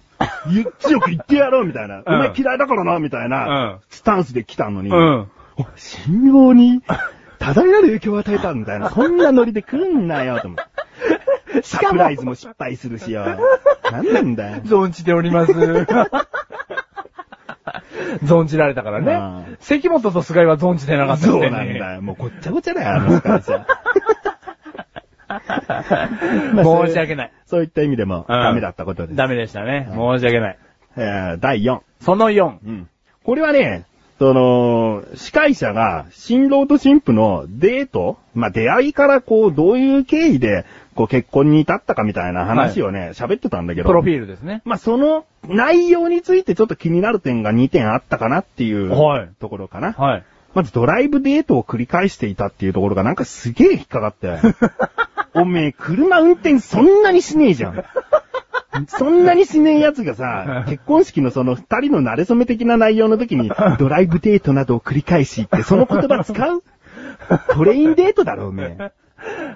B: ゆ強く言ってやろうみたいな。お前嫌いだからな、みたいな、
A: うん
B: スタンスで来たのに、
A: うん。
B: お信用に、多大なる影響を与えたみたいな、そんなノリで来んなよ、と思って。サプライズも失敗するしよ。なんなんだよ。
A: 存じており ます。存じられたから
B: あ
A: ね
B: あ。
A: 関本と菅井は存じてなかった
B: そう
A: みたいに
B: なんだよ。もうごっちゃごちゃだよ、あの会社。
A: 申し訳ない。
B: そういった意味でも、
A: うん
B: ダメだったことです。
A: ダメでしたね。申し訳ない。
B: えー第4。
A: その4。
B: これはね、その、司会者が、新郎と新婦のデートまあ、出会いからこう、どういう経緯で、こう、結婚に至ったかみたいな話をね、喋、ってたんだけど。
A: プロフィールですね。
B: まあ、その内容についてちょっと気になる点が2点あったかなっていう
A: はい
B: ところかな。
A: はい。
B: まずドライブデートを繰り返していたっていうところがなんかすげえ引っかかっ たよ。おめえ車運転そんなにしねえじゃん。そんなにしねえ奴 がさ、結婚式のその二人の慣れ初め的な内容の時に、ドライブデートなどを繰り返しって、その言葉使うトレインデートだろ、おめえ。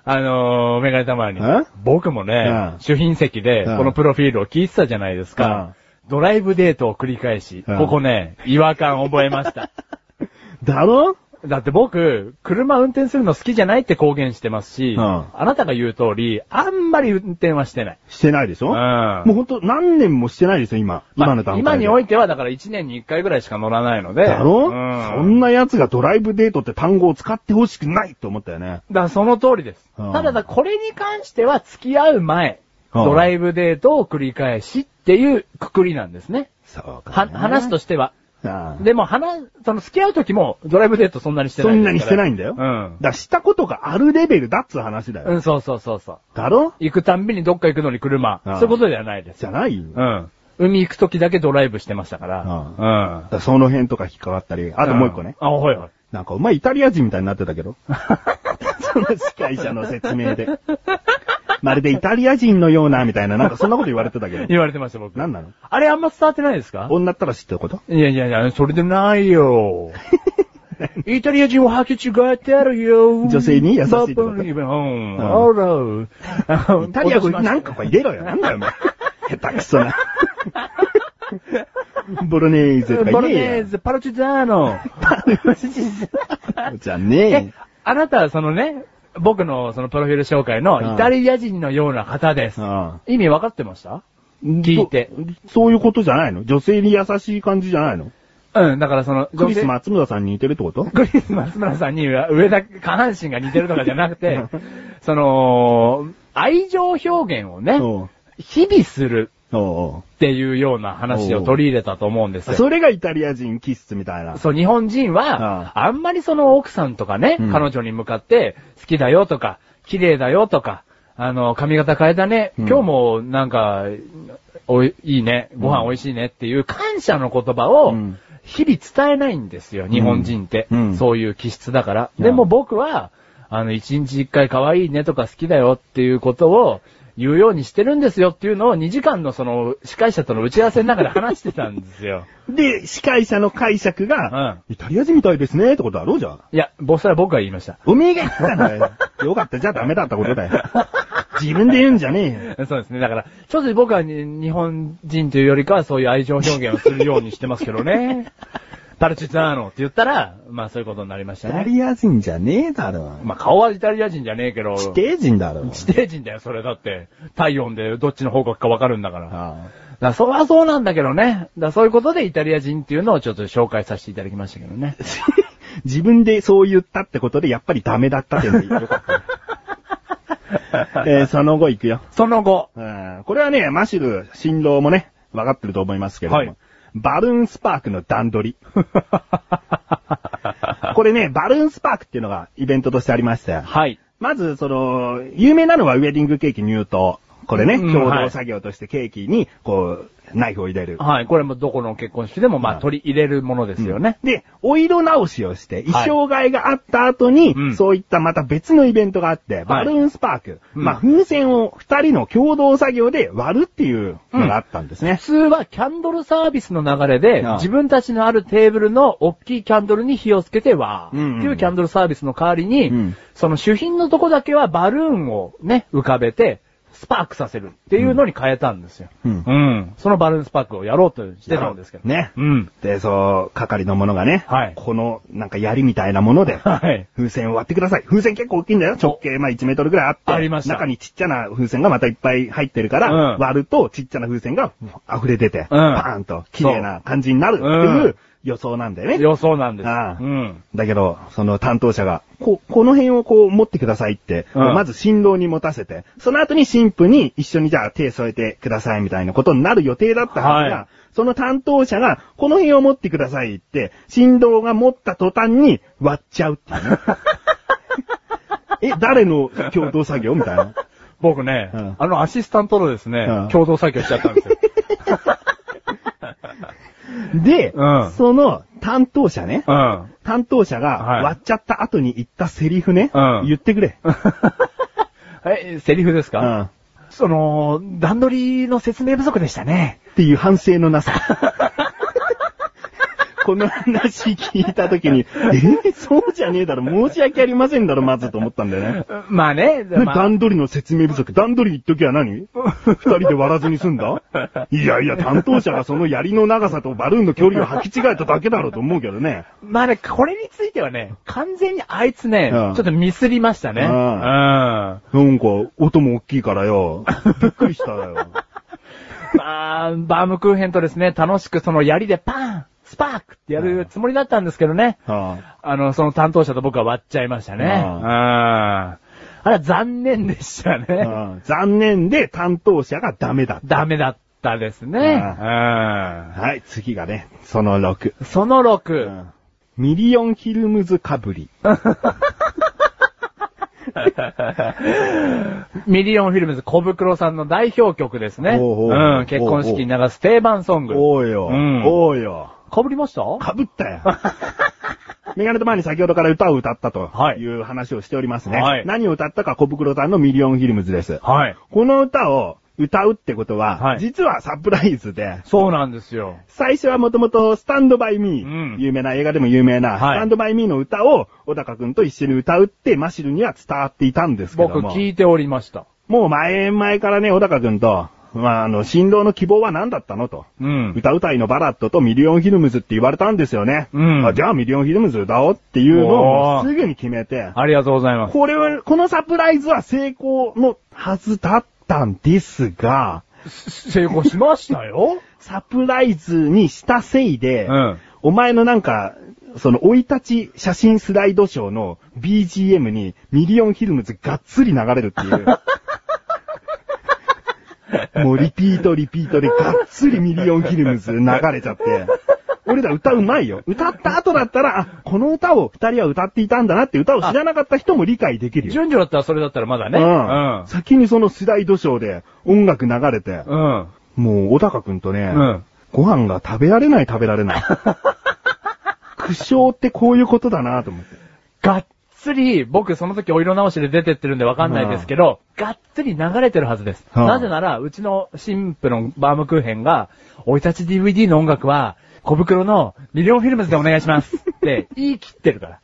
A: あのー、メガネたまに
B: え。
A: 僕も
B: う
A: ね
B: ん、
A: 主賓席で、
B: うん
A: このプロフィールを聞いてたじゃないですか。ドライブデートを繰り返し、
B: うん
A: ここね、違和感覚えました。
B: だろ
A: だって僕、車運転するの好きじゃないって公言してますし、
B: うん
A: あなたが言う通り、あんまり運転はしてない。
B: してないでしょ、もうほんと何年もしてないですよ、今。今の段階で。
A: まあ今においては、だから1年に1回ぐらいしか乗らないので。
B: だろ、
A: うん、
B: そんな奴がドライブデートって単語を使ってほしくないと思ったよね。
A: だからその通りです。
B: うん
A: ただだ、これに関しては付き合う前
B: うん
A: ドライブデートを繰り返しっていうくくりなんですね。
B: そうか、
A: は、話と
B: し
A: しては。
B: て。ああ
A: でも、話、その付き合う時もドライブデートそんなにしてない
B: そんなにしてないんだよ。
A: う
B: だ
A: ん。
B: からしたことがあるレベルだっつう話だよ。
A: うん、そうそうそうそう。
B: だろ
A: 行くたんびにどっか行くのに車。
B: う
A: そ
B: ん
A: ういうことではないです。
B: じゃないよ。
A: う
B: だか
A: ん。海行く時だけドライブしてましたから。うん。
B: らその辺とか引っかかったり、あともう一個ね。
A: あ、はいはい。
B: なんかお前イタリア人みたいになってた けど。その司会者の説明で。まるでイタリア人のような、みたいな、なんかそんなこと言われてたけど。
A: 言われてました、僕。
B: なんなの
A: あれあんま伝わってないですか
B: 女ったら知ってこと
A: いやいやいや、それでないよ。イタリア人を履き違えてあるよ。
B: 女性に優しいってこと
A: バブリーうん。あら。
B: イタリア語なんかこれ入れろよ。なんだよ、お前。下手く そな。ボロネーゼとか
A: ボロ
B: 言
A: ネ
B: え
A: ーゼ、パルチザーノ。
B: よ。じゃね
A: え、あなたはそのね、僕のそのプロフィール紹介
B: うん
A: のイタリア人のような方です
B: え。。
A: 意味分かってました
B: うん
A: 聞いて。
B: そそういうことじゃないの女性に優しい感じじゃないの
A: うん、だからその、
B: クリス
A: マ
B: 松村さんに似てるってこと
A: クリス松村さんには上だけ、下半身が似てるとかじゃなくて、その、愛情表現をね、
B: おう
A: 日々する
B: おうおう
A: っていうような話を取り入れたと思うんですよ。
B: それがイタリア人気質みたいな。
A: そう、日本人は、あんまりその奥さんとかね、
B: うん
A: 彼女に向かって、好きだよとか、綺麗だよとか、あの、髪型変えたね、
B: うん
A: 今日もなんか、おい、いいね、ご飯美味しいねっていう感謝の言葉を
B: うん、
A: 日々伝えないんですよ、日本人って。
B: うん
A: そういう気質だから。
B: うん
A: でも僕は、あの、一日一回可愛いねとか好きだよっていうことを、言うようにしてるんですよっていうのを2時間のその司会者との打ち合わせの中で話してたんですよ。
B: で、司会者の解釈が、イタリア人みたいですねってことだろうじゃん。
A: いや、僕それは僕が言いました。
B: おめえが言ったんだよ。 よかった、じゃあダメだったことだよ。自分で言うんじゃね
A: そうですね。だから、ちょっと僕はに日本人というよりかはそういう愛情表現をするようにしてますけどね。パルチザーノって言ったら、まあそういうことになりまし
B: え
A: た
B: よ。イタ
A: ね。
B: リア人じゃねえだろ。
A: まあ顔はイタリア人じゃねえけど。
B: 地底人だろ。
A: 地底人だよ、それだって。体温でどっちの方角かわかるんだから。だか
B: あ
A: らそれはそうなんだけどね。だからそういうことでイタリア人っていうのをちょっと紹介させていただきましたけどね。
B: あ 自分でそう言ったってことで、やっぱりダメだったっていうのがよか った。えーその後行くよ。
A: その後。
B: うんこれはね、マシル、新郎もね、分かってると思いますけれども、
A: はい
B: バルーンスパークの段取り。 これね、バルーンスパークっていうのがイベントとしてありましたよ。
A: はい。
B: まず、その、有名なのはウェディングケーキ入刀。これね、
A: うん
B: 共
A: は
B: 同
A: い
B: 作業としてケーキに、こう、ナイフを入れる。
A: はい。これもどこの結婚式でもま
B: は
A: あ
B: い
A: 取り入れるものですよね。
B: で、お色直しをして、衣
A: はい
B: 装替えがあった後に、
A: うん
B: そういったまた別のイベントがあって、バルーンスパーク。
A: うん
B: まあ、風船を二人の共同作業で割るっていうのがあったんですね
A: 普。通はキャンドルサービスの流れで
B: ああ、
A: 自分たちのあるテーブルの大きいキャンドルに火をつけてわ
B: うんうんうん
A: ーっていうキャンドルサービスの代わりに、
B: うん
A: その主品のとこだけはバルーンをね、浮かべて、スパークさせるっていうのに変えたんですよ。
B: うん
A: うんそのバルーンスパークをやろうとしてたんですけど。
B: ね。
A: うん。
B: で、そう、係の者がね、
A: はい
B: この、なんか槍みたいなもの で、
A: はい。
B: 風船を割ってください。風船結構大きいんだよ。直径、まあ1メートルぐらいあって。
A: ありました
B: 中にちっちゃな風船がまたいっぱい入ってるから、
A: うん
B: 割るとちっちゃな風船が溢れ出て、パーンと綺麗な感じになるっていう予想なんだよね。
A: 予想なんです。
B: ああ
A: うん。
B: だけど、その担当者が、こ、この辺をこう持ってくださいって、
A: うん
B: まず新郎に持たせて、その後に新婦に一緒にじゃあ手添えてくださいみたいなことになる予定だったはずが、
A: はい
B: その担当者が、この辺を持ってくださいって、新郎が持った途端に割っちゃうって いうね。え、誰の共同作業みたいな。
A: 僕ね、
B: うん
A: あのアシスタントのですね、
B: うん
A: 共同作業しちゃったんですよ。
B: で、
A: うん
B: その担当者ね、
A: うん。
B: 担当者が
A: はい
B: 割っちゃった後に言ったセリフね、
A: うん
B: 言ってくれ。
A: え、セリフですか
B: うん
A: その、段取りの説明不足でしたね。
B: っていう反省のなさ。 この話聞いたときに、えそうじゃねえだろ、申し訳ありませんだろ、まずと思ったんだよね。
A: まあね、
B: ね
A: まあ、
B: 段取りの説明不足。段取り言っときは何二人で割らずに済んだいやいや、担当者がその槍の長さとバルーンの距離を履き違えただけだろうと思うけどね。
A: まあね、これについてはね、完全にあいつね、
B: うん
A: ちょっとミスりましたね。
B: う
A: うんん。
B: なんか、音も大きいからよ。びっくりした よ。
A: まあ、バームクーヘンとですね、楽しくその槍でパーンスパークってやるつもりだったんですけどね。
B: はあ
A: あの、その担当者と僕は割っちゃいましたね。
B: う
A: うんん。ああれは残念でしたね。
B: うん残念で担当者がダメだった。
A: ダメだったですね。う
B: はい、次がね、その6。
A: ん。その6。
B: ミリオンヒルムズかぶり。
A: ミリオンフィルムズ小袋さんの代表曲ですね。
B: おうおう
A: うん、結婚式に流す定番ソング。
B: おうよ、
A: うん
B: おうよ。
A: かぶり ました
B: かぶったよ。 メガネと前に先ほどから歌を歌ったと
A: はい
B: いう話をしておりますね。
A: はい
B: 何を歌ったか小袋さんのミリオンヒルムズです。
A: はい。
B: この歌を歌うってことは、
A: はい
B: 実はサプライズで、
A: そうなんですよ。
B: 最初はもともとスタンドバイミ
A: う
B: ー、
A: ん
B: 有名な映画でも有名な、
A: はい
B: スタンドバイミーの歌を小高くんと一緒に歌うってマシルには伝わっていたんですけど
A: 僕
B: も。
A: 聞いておりました。
B: もう前々からね、小高くんと、まあ、あの、新郎の希望は何だったのと。
A: うん。
B: 歌うたいのバラットとミリオンヒルムズって言われたんですよね。
A: うん
B: あじゃあミリオンヒルムズ歌おうっていうのを
A: おー
B: すぐに決めて、
A: ありがとうございます。
B: これは、このサプライズは成功のはずだったんですが、
A: 成功しましたよ。
B: サプライズにしたせいで、
A: うん
B: お前のなんか、その、追い立ち写真スライドショーの BGM にミリオンヒルムズがっつり流れるっていう。もうリピートリピートでがっつりミリオンヒルムズ流れちゃって。俺ら歌うまいよ。歌った後だったら、あ、この歌を二人は歌っていたんだなって歌を知らなかった人も理解できるよ。
A: 順序だったらそれだったらまだね。
B: うん。先にそのスライドショーで音楽流れて、
A: うん。うん。
B: もう、小高くんとね、
A: うん
B: ご飯が食べられない食べられ ない。苦笑ってこういうことだなと思って。
A: がっつり、僕その時お色直しで出てってるんでわかんないですけど、がっつり流れてるはずです。
B: うん
A: なぜなら、うちの新婦のバームクーヘンが、おいたち DVD の音楽は、小袋のミリオンフィルムズでお願いします って言い切ってるか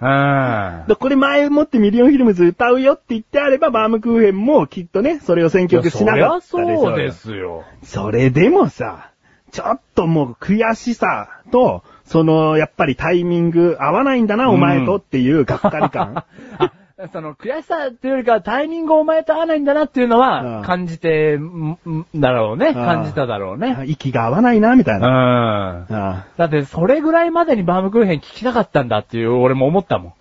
A: ら。うん。
B: でこれ前もってミリオンフィルムズ歌うよって言ってあれば、バームクーヘンもきっとね、それを選曲しながったでしょ
A: そりゃ
B: よ
A: そうですよ。
B: それでもさ、ちょっともう悔しさと、その、やっぱりタイミング合わないんだな、お前とっていうがっかり 感。
A: あその、悔しさっていうよりかはタイミングをお前と合わないんだなっていうの
B: うん
A: は、感じて、んんだろうね。感じただろうね。
B: 息が合わないな、みた
A: う
B: いな。
A: ん。
B: あ
A: だって、それぐらいまでにバームクーヘン聞きたかったんだっていう、俺も思った もん。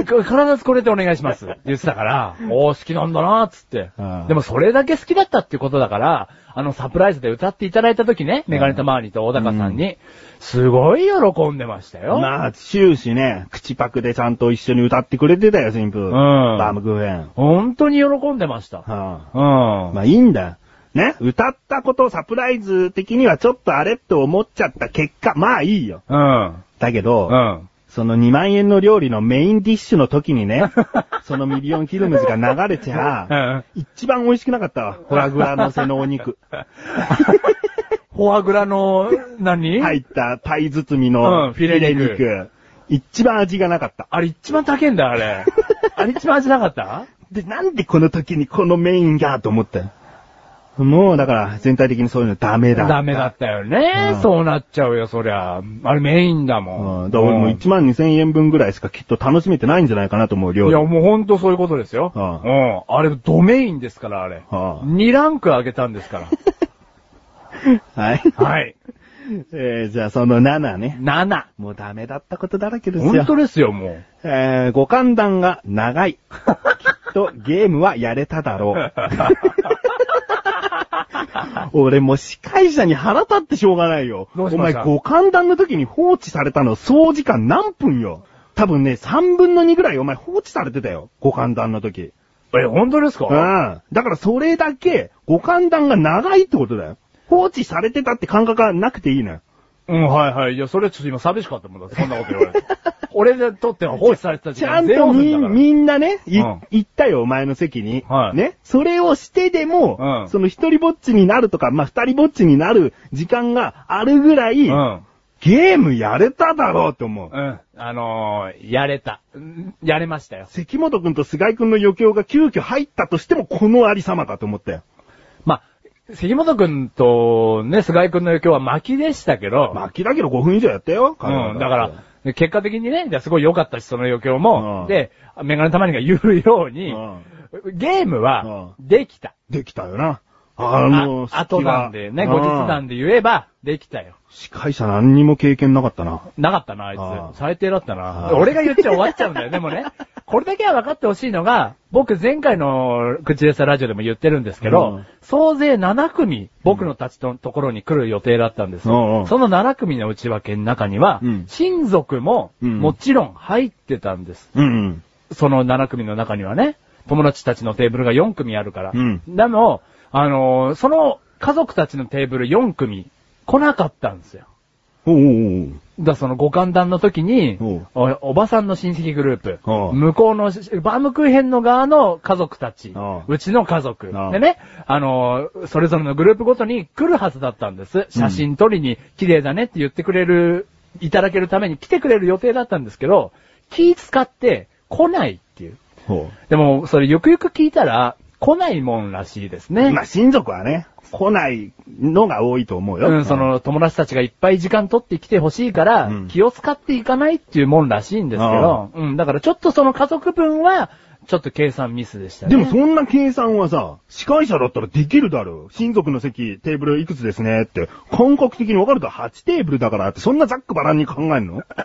A: 必ずこれでお願いし ます。って言ってたから、おー、好きなんだなーっつって
B: うん。
A: でも、それだけ好きだったっていうことだから、あの、サプライズで歌っていただいた時ね、メガネタマーニーと小高さんに、すごい喜んでましたよ。
B: まあ、終始ね、口パクでちゃんと一緒に歌ってくれてたよ、新婦。うんバームクーヘン。
A: 本当に喜んでました。
B: は
A: うん。
B: あ、まあいいんだよ。ね歌ったことをサプライズ的にはちょっとあれって思っちゃった結果、まあいいよ。
A: うん。
B: だけど、
A: うん。
B: その2万円の料理のメインディッシュの時にね、 そのミリオンキルムズが流れちゃ、一番美味しくなかったわ。フォラグラの背のお肉。
A: フォアグラの何、
B: 入ったパイ包み
A: う
B: の
A: んフィレ肉
B: 一番味がなかった。
A: あれ一番高いんだ、あ れ。あれ一番味なかった
B: で、なんでこの時にこのメインがと思ったよもうだから全体的にそういうのダメだ。
A: ダメだったよね、
B: うん
A: そうなっちゃうよ、そりゃ。あれメインだも。
B: うんん。だから俺も
A: うん
B: 1万2千円分ぐらいしかきっと楽しめてないんじゃないかなと思う
A: い
B: 料理。
A: や、もうほんとそういうことですよ。
B: う
A: うんん。あれ、ドメインですから、あれ。
B: うん
A: 2ランク上げたんですか
B: はい。
A: ら。はい。
B: えー、じゃあその7ね。
A: 7。
B: もうダメだったことだらけですよ。
A: 本当ですよ、もう。
B: えー、ご勘断が長い。きっとゲームはやれただ ろう。俺もう司会者に腹立ってしょうがないよ。
A: どうし
B: お
A: ま
B: 前
A: した
B: ご勘断の時に放置されたの総時間何分よ。多分ね、3分の2ぐらいお前放置されてたよ。ご勘断の時。
A: え、本当ですか
B: うん。だからそれだけ、ご勘断が長いってことだよ。放置されてたって感覚はなくていいのよ。
A: うん、はいはい。いや、それちょっと今寂しかったもんだって。そんなこと言わ れて。俺でとっては放置されてた時
B: ちゃ
A: 間
B: ん
A: ゼ
B: と
A: ロ分
B: み
A: だから
B: ん、みんなね、い
A: うん
B: 行ったよ、お前の席に。
A: はい
B: ね。それをしてでも、
A: うん
B: その一人ぼっちになるとか、まあ、二人ぼっちになる時間があるぐらい、
A: うん。
B: ゲームやれただろうと思う。
A: うん。あのー、やれた。うんやれましたよ。
B: 関本くんと菅井くんの余興が急遽入ったとしても、このありさまかと思ったよ。
A: まあ、関本くんとね、菅井くんの影響は巻きでしたけど、
B: まあ、明らけど5分以上やったよ。彼ら
A: うん、だから、、で結果的にね、じゃあすごい良かったし、その余興も、
B: うん
A: で、メガネたまにが言うように、
B: うん
A: ゲームは、できた。
B: できたよな。あの、
A: あ後なんでね、後日談
B: で。
A: で言えば、できたよ。
B: 司会者何にも経験なかったな。
A: なかったな、あ
B: あ
A: い
B: ー
A: つ。最低だった
B: あ
A: な。
B: ー
A: 俺が言っちゃ終わっちゃうんだよ。でも ね、これだけは分かってほしいのが、僕前回の口でさラジオでも言ってるんですけど、
B: うん
A: 総勢7組、僕のたちのところに来る予定だったんですよ、
B: うんうん
A: その7組の内訳の中には、
B: うん
A: 親族も、
B: うん
A: もちろん入ってたんです。
B: うん
A: その7組の中にはね、友達たちのテーブルが4組あるから。
B: うん
A: なの、あのーその家族たちのテーブル4組来なかったんですよ。
B: うん。おう
A: だからそのご歓談の時に
B: おう、
A: おおばさんの親戚グループ、
B: おう
A: 向こうのバームクーヘンの側の家族たち
B: お、う
A: うちの家族
B: おう
A: でね、あのーそれぞれのグループごとに来るはずだったんです。写真撮りに綺麗だねって言ってくれる、いただけるために来てくれる予定だったんですけど、気使って来ないっていう。
B: おう。おう
A: でも、それよくよく聞いたら、来ないもんらしいですね。
B: まあ、親族はね、来ないのが多いと思うよ。
A: うん、その友達たちがいっぱい時間取ってきてほしいから、
B: うん
A: 気を使っていかないっていうもんらしいんですけど、うん、だからちょっとその家族分は、ちょっと計算ミスでしたね。
B: でもそんな計算はさ、司会者だったらできるだろう。親族の席、テーブルいくつですねって、感覚的にわかると8テーブルだからって、そんなざっくばらんに考えんの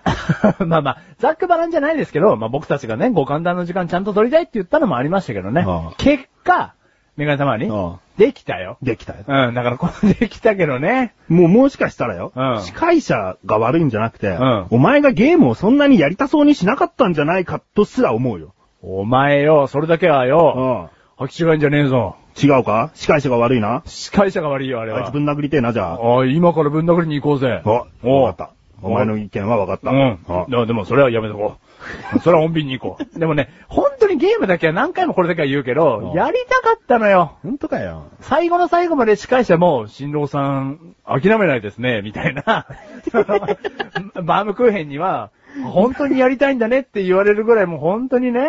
A: まあまあ、ざっくばらんじゃないですけど、まあ僕たちがね、ご簡単の時間ちゃんと取りたいって言ったのもありましたけどね。
B: ああ
A: 結果、メガネ様に、
B: ああ
A: できたよ。
B: できたよ。
A: うん、だからこれできたけどね。
B: もうもしかしたらよ、
A: うん
B: 司会者が悪いんじゃなくて、
A: ん
B: お前がゲームをそんなにやりたそうにしなかったんじゃないかとすら思うよ。
A: お前よ、それだけはよ、履き違いんじゃねえぞ。
B: 違うか司会者が悪いな。
A: 司会者が悪いよ、あれ
B: あい
A: は
B: つ。ぶん殴りてえな、じゃあ。
A: ああ、今からぶん殴りに行こうぜ。
B: お、わかった。お前の意見はわかった。
A: うん。
B: あ
A: でもそれはやめとこ う。それは穏便に行こう。でもね、本当にゲームだけは何回もこれだけは言うけど、
B: うん
A: やりたかったのよ。
B: ほんとかよ。
A: 最後の最後まで司会者も、新郎さん、諦めないですね、みたいな。 そのバームクーヘンには、本当にやりたいんだねって言われるぐらいもう本当にね、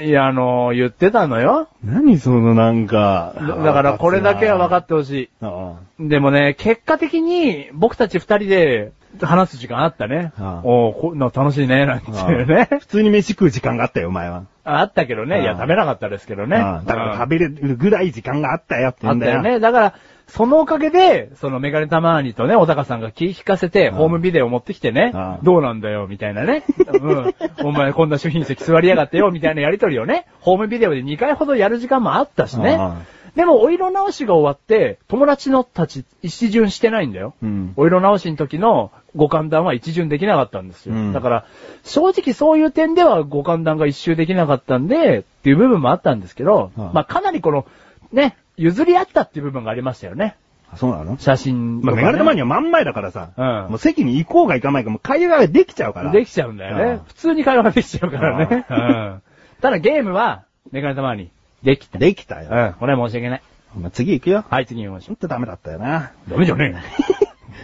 A: いや、あの、言ってたのよ。
B: 何そのなんか。
A: だだからこれだけは分かってほし
B: た。ああ
A: い。でもね、結果的に僕たち二人で話す時間あったね。
B: ああ
A: おうこな楽しいね、なんていう ね。
B: 普通に飯食う時間があったよ、お前は。
A: ああったけど
B: あ
A: ね。
B: あ
A: いや、食べなかったですけどね。
B: うんだから
A: うん
B: 食べれるぐらい時間があったよって
A: あ
B: 言う
A: っ
B: ん
A: た
B: だよ。
A: よね。だから、そのおかげで、そのメガネたまーにとね、小高さんが気引かせて、
B: ああ
A: ホームビデオ持ってきてね
B: ああ、
A: どうなんだよ、みたいなね。 うん。お前こんな主賓席座りやがってよ、みたいなやりとりをね、ホームビデオで2回ほどやる時間もあったしね
B: ああ。
A: でも、お色直しが終わって、友達のたち一巡してないんだよ。
B: うん。
A: お色直しの時のご勘談は一巡できなかったんですよ。
B: うん
A: だから、正直そういう点ではご勘談が一周できなかったんで、っていう部分もあったんですけど、
B: はい
A: まあかなりこの、ね、譲り合ったっていう部分がありましたよね。
B: あそうなの
A: 写真と
B: ま
A: かね、
B: あ、メガネ玉には真ん前だからさ、
A: うん
B: もう席に行こうが行かないか、もう会話ができちゃうから。
A: できちゃうんだよね
B: うん。
A: 普通に会話ができちゃうからね。うんただゲームは、メガネ玉に、できた。
B: できた
A: う
B: よ。
A: ん。これは申し訳ない。
B: まあ、次行くよ。
A: はい、次行きまし
B: ち
A: ょ
B: ょっとダメだったよな。
A: う。ダメじゃね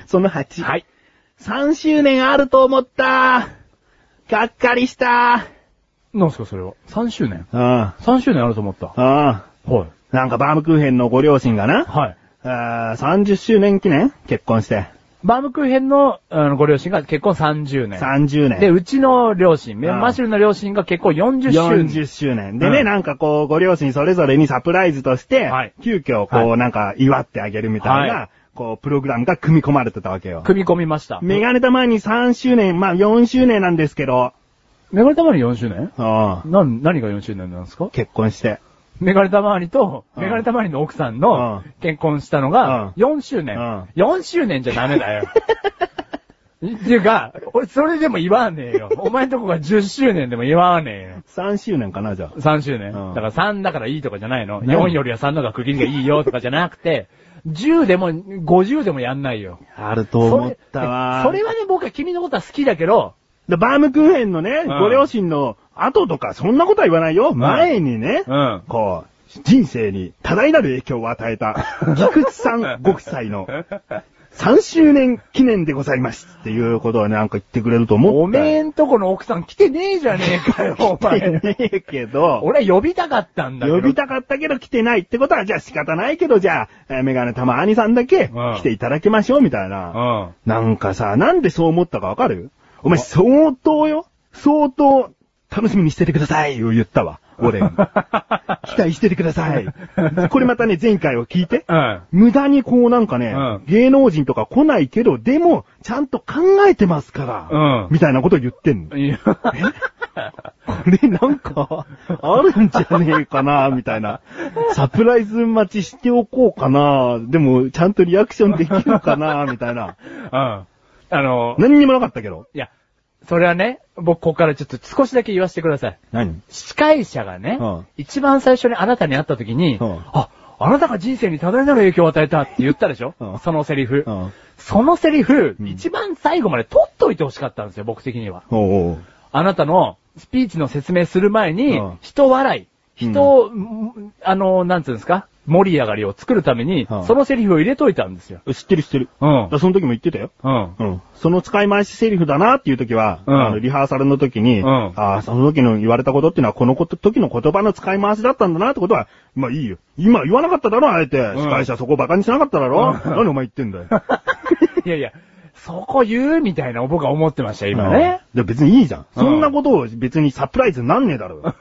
B: その
A: え。
B: 8。
A: はい。
B: 3周年あると思ったがっかりした
A: なんすか、それは。3周年。
B: うん。
A: 3周年あると思った。
B: うん。
A: はい。
B: なんかバームクーヘンのご両親がな、
A: はい。
B: あー30周年記念結婚して。
A: バームクーヘンのあのご両親が結婚30年。
B: 30年。
A: で、うちの両親、メ
B: ああ
A: ンマシュルの両親が結婚40周年。
B: 40周年。でね、
A: うん
B: なんかこう、ご両親それぞれにサプライズとして、
A: はい
B: 急遽こう、
A: は
B: なんか祝ってあげるみたいな、
A: は
B: こう、プログラムが組み込まれてたわけよ。
A: 組み込みました。
B: メガネたまに3周年、まあ4周年なんですけど、
A: メガネたまわり4周年
B: うん
A: なん、何が4周年なんですか
B: 結婚して。
A: メガネたまわりと、
B: うん
A: メガネたまわりの奥さん
B: う
A: の
B: ん
A: 結婚したのが
B: う
A: 4周年。4周年じゃダメ だよ。っていうか、俺それでも言わねえよ。お前んとこが10周年でも言わねえよ。
B: 3周年かな、じゃ
A: 3周年。
B: うん
A: だから3だからいいとかじゃないの。
B: 何
A: 4よりは3の方が区切りがいいよとかじゃなくて、10でも50でもやんないよ。
B: あ。あると思ったわ。
A: それそれはね、僕は君のことは好きだけど、
B: でバームクーヘンの
A: う
B: ね、
A: ん
B: ご両親の後とか、そんなことは言わないよ。前にね、
A: うん
B: こう、人生に多大なる影響を与え た、菊池さんご夫妻の、3周年記念でございますっていうことはね、なんか言ってくれると思った。
A: おめえんとこの奥さん来てねえじゃねえか よ、お
B: 来て
A: 前。
B: ねえけど、
A: 俺は呼びたかったんだけど。
B: 呼びたかったけど来てないってことは、じゃあ仕方ないけど、じゃあ、えーメガネたま兄さんだ
A: う
B: け
A: ん
B: 来ていただきましょうみたいな。
A: うん。
B: なんかさ、なんでそう思ったかわかるお前相当よ相当楽しみにしててくださいを言ったわ。 俺。期待しててください。これまたね、前回を聞いて。
A: うん。
B: 無駄にこうなんかね、
A: うん
B: 芸能人とか来ないけど、でも、ちゃんと考えてますから、
A: うん
B: みたいなことを言ってんの。
A: いや、
B: これなんか、あるんじゃねえかな、みたいな。サプライズ待ちしておこうかな、でも、ちゃんとリアクションできるかな、みたいな。
A: うん。あの、
B: 何にもなかったけど。
A: いや、それはね、僕ここからちょっと少しだけ言わせてください。
B: 何
A: 司会者がね、
B: うん
A: 一番最初にあなたに会った時に、
B: うん
A: あ、あなたが人生に多大なる影響を与えたって言ったでしょ、
B: うん
A: そのセリフ。
B: うん
A: そのセリフ、
B: うん
A: 一番最後まで取っといてほしかったんですよ、僕的には。
B: おうおう
A: あなたのスピーチの説明する前に
B: うん、
A: 人笑い、人を、んあの、なんつうんですか盛り上がりを作るために、
B: うん
A: そのセリフを入れといたんですよ。
B: え知ってる知ってる。
A: うん
B: だからその時も言ってたよ。
A: うん。
B: うん。その使い回しセリフだなっていう時は、
A: うん
B: あの、リハーサルの時に、
A: うん
B: ああ、その時の言われたことっていうのは、このこと、時の言葉の使い回しだったんだなってことは、まあいいよ。今言わなかっただろ、あえて。
A: ん
B: 司会者そこバカにしなかっただろ。
A: うん
B: 何お前言ってん だよ。
A: いやいや、そこ言うみたいな僕は思ってましたよ、今ね。
B: うん。で別にいいじゃん。
A: うん
B: そんなことを別にサプライズなんねえだ ろ。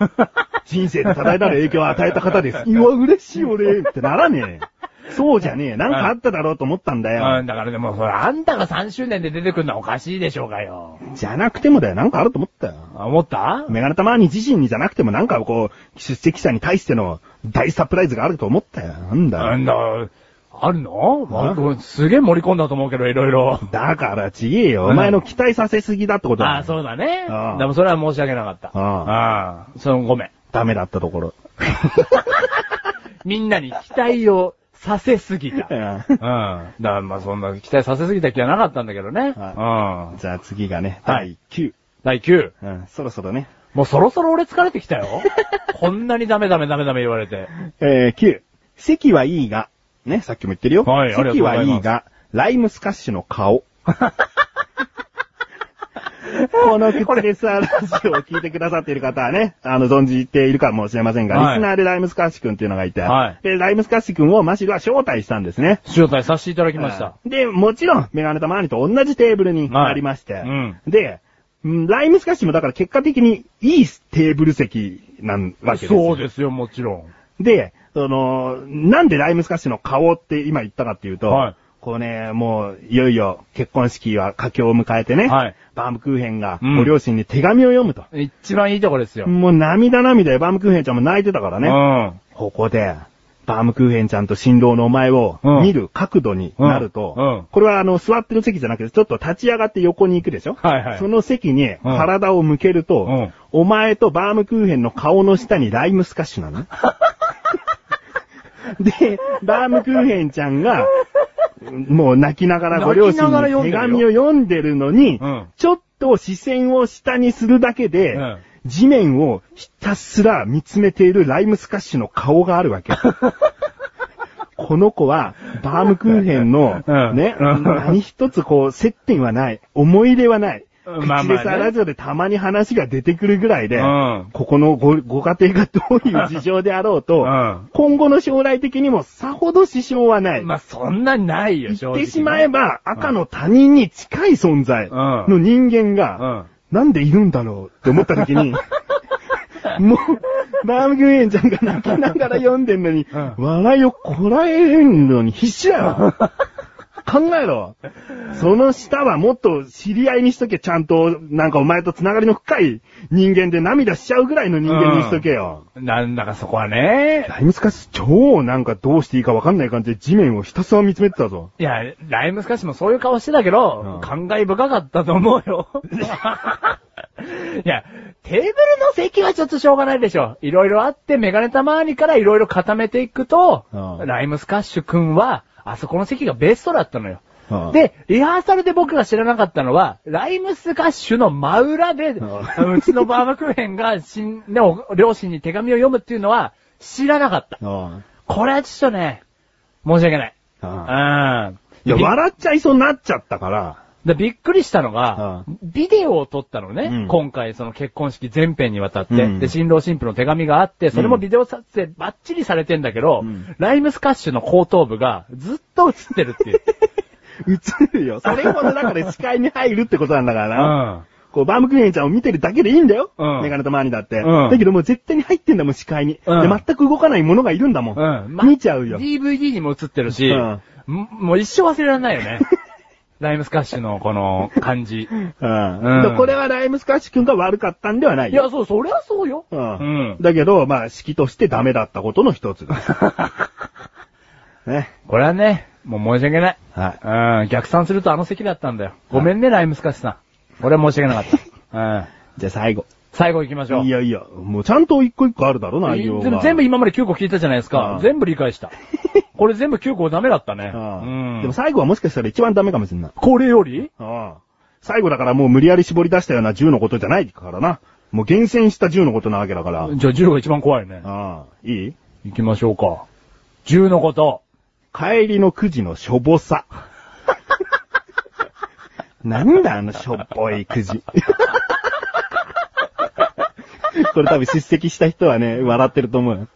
B: 人生で多大なる影響を与えた方です。 うわ、嬉しい俺ってならねえ。そうじゃねえ。なんかあっただろうと思ったんだ
A: うん、
B: よ。
A: だからでも、それあんたが3周年で出てくるのはおかしいでしょうがよ。
B: じゃなくてもだよ。なんかあると思ったよ。
A: あ思った
B: メガネたまに自身にじゃなくてもなんかこう、出席者に対しての大サプライズがあると思ったよ。なんだ
A: な
B: よ。
A: んだ、あるの僕すげえ盛り込んだと思うけど、いろいろ。
B: だからちげえよ。お前の期待させすぎだってことだよ
A: ああ、そうだね。
B: ああ
A: でもそれは申し訳なかった。
B: あ
A: ああ。そのごめ ん。
B: ダメだったところ。
A: みんなに期待をさせすぎた。
B: う
A: うん。だ
B: ん
A: からまあそんな期待させすぎた気はなかったんだけどね。うん。
B: じゃあ次がね、
A: は
B: 第
A: い
B: 9。
A: 第9。
B: うん、そろそろね。
A: もうそろそろ俺疲れてきた よ。こんなにダメダメダメダメ言われて。
B: えー、9。席はいいが、ね、さっきも言ってるよ。
A: はいありがと
B: 席
A: うござい
B: は
A: ます
B: いいが、ライムスカッシュの 顔。この靴でさ、ラジオを聞いてくださっている方はね、あの、存じているかもしれませんが、
A: はい
B: リスナーでライムスカッシュ君っていうのがいて、
A: はい
B: で、ライムスカッシュ君をマシルは招待したんですね。
A: 招待させていただきました。
B: で、もちろん、メガネたまにと同じテーブルに
A: はい
B: ありまして、
A: うん
B: で、うんライムスカッシュもだから結果的にいいテーブル席なんわけですよ。
A: そうですよ、もちろん。
B: で、その、なんでライムスカッシュの顔って今言ったかっていうと、
A: はい
B: こうね、もう、いよいよ結婚式は佳境を迎えてね、
A: はい
B: バームクーヘンが
A: うん
B: ご両親に手紙を読むと。
A: 一番いいとこですよ。
B: もう涙涙でバームクーヘンちゃんも泣いてたからね。
A: うん。
B: ここで、バームクーヘンちゃんと新郎のお前を
A: うん
B: 見る角度になると、
A: うんうん
B: これはあの、座ってる席じゃなくて、ちょっと立ち上がって横に行くでしょ
A: はいはい
B: その席に体を向けると、
A: うん
B: お前とバームクーヘンの顔の下にライムスカッシュなの。 で、バームクーヘンちゃんが、もう泣きながらご両親
A: 泣きながら
B: に
A: 読んで
B: 手
A: るよ
B: 紙を読んでるのに、
A: うん
B: ちょっと視線を下にするだけで、
A: うん
B: 地面をひたすら見つめているライムスカッシュの顔があるわ け。この子は、バームクーヘンの、
A: うん
B: ね、
A: うん
B: 何一つこう、接点はない、思い出はない。
A: うんまあまあね
B: 口でさ、ラジオでたまに話が出てくるぐらいで、
A: うん
B: ここのご、ご家庭がどういう事情であろうと、
A: うん
B: 今後の将来的にもさほど支障はない。
A: まあ、そんなにないよ、正
B: 言っ
A: 直ね。
B: てしまえば、赤の他人に近い存在の人間
A: う
B: が、
A: ん。
B: なんでいるんだろうって思った時 に、もう、バームクーヘンちゃんが泣きながら読んでんのに、
A: うん
B: 笑いをこらえるのに必死だ よ。考えろ。その下はもっと知り合いにしとけ、ちゃんと、なんかお前とつながりの深い人間で涙しちゃうぐらいの人間にしとけよ。
A: なんだかそこはね。
B: ライムスカッシュ超なんかどうしていいかわかんない感じで地面をひたすら見つめてたぞ。
A: いや、ライムスカッシュもそういう顔してたけど、
B: うん
A: 感慨深かったと思う よ。いや、テーブルの席はちょっとしょうがないでしょ。いろいろあって、メガネたまわりからいろいろ固めていくと、
B: うん
A: ライムスカッシュくんは、あそこの席がベストだったのよ。
B: うん
A: で、リハーサルで僕が知らなかったのは、ライムスカッシュの真裏で、
B: うん
A: うちのバームクーヘンが、しん、ね、お両親に手紙を読むっていうのは、知らなかった。
B: あ
A: これはちょっとね、申し訳ない。
B: あ。
A: うん。
B: いや、
A: び
B: 笑っちゃいそうになっちゃったから。
A: でびっくりしたのが、
B: う
A: ビデオを撮ったのね、
B: うん
A: 今回その結婚式全編にわたって、
B: うん
A: で、新郎新婦の手紙があって、それもビデオ撮影バッチリされてんだけど、
B: うん
A: ライムスカッシュの後頭部がずっと映 ってるっていう。
B: 映るよ。それほどだから視界に入るってことなんだから
A: う
B: な。
A: ん。
B: こう、バームクーヘンちゃんを見てるだけでいいんだよ。
A: うん
B: メガネとマーニだって。
A: うん
B: だけどもう絶対に入ってんだもん、視界に。
A: うん
B: で、全く動かないものがいるんだもん。
A: うん
B: 見ちゃうよ。
A: DVD にも映ってるし、
B: うん
A: ももう一生忘れられないよ ね。ライムスカッシュのこの感じ。
B: うん。
A: うん
B: でこれはライムスカッシュ君が悪かったんではない
A: い
B: よ。
A: や、そう、そりゃそうよ。
B: うん。
A: うん
B: だけど、まあ、式としてダメだったことの一つだ。ね。
A: これはね、もう申し訳ない。
B: はい。
A: うん、逆算するとあの席だったんだよ。ごめんね、ライムスカッシュさん。俺は申し訳なか った。うん。
B: じゃあ最後。
A: 最後行きましょう。
B: いやいや、もうちゃんと一個一個あるだろ、内容
A: 全
B: が。
A: 部全部今まで9個聞いたじゃないですか。
B: うん
A: 全部理解した。これ全部9個ダメだったね。
B: うん。
A: う
B: で
A: ん
B: も。最後はもしかしたら一番ダメかもしれない。
A: これより
B: うん。最後だからもう無理やり絞り出したような銃のことじゃないからな。もう厳選した銃のことなわけだから。
A: じゃあ10が一番怖いね。
B: うん。いい
A: 行きましょうか。10の こと。
B: 帰りのくじのしょぼさ。 なんだあのしょっぽいくじ。 これ多分叱責した人はね、笑ってると思うよ。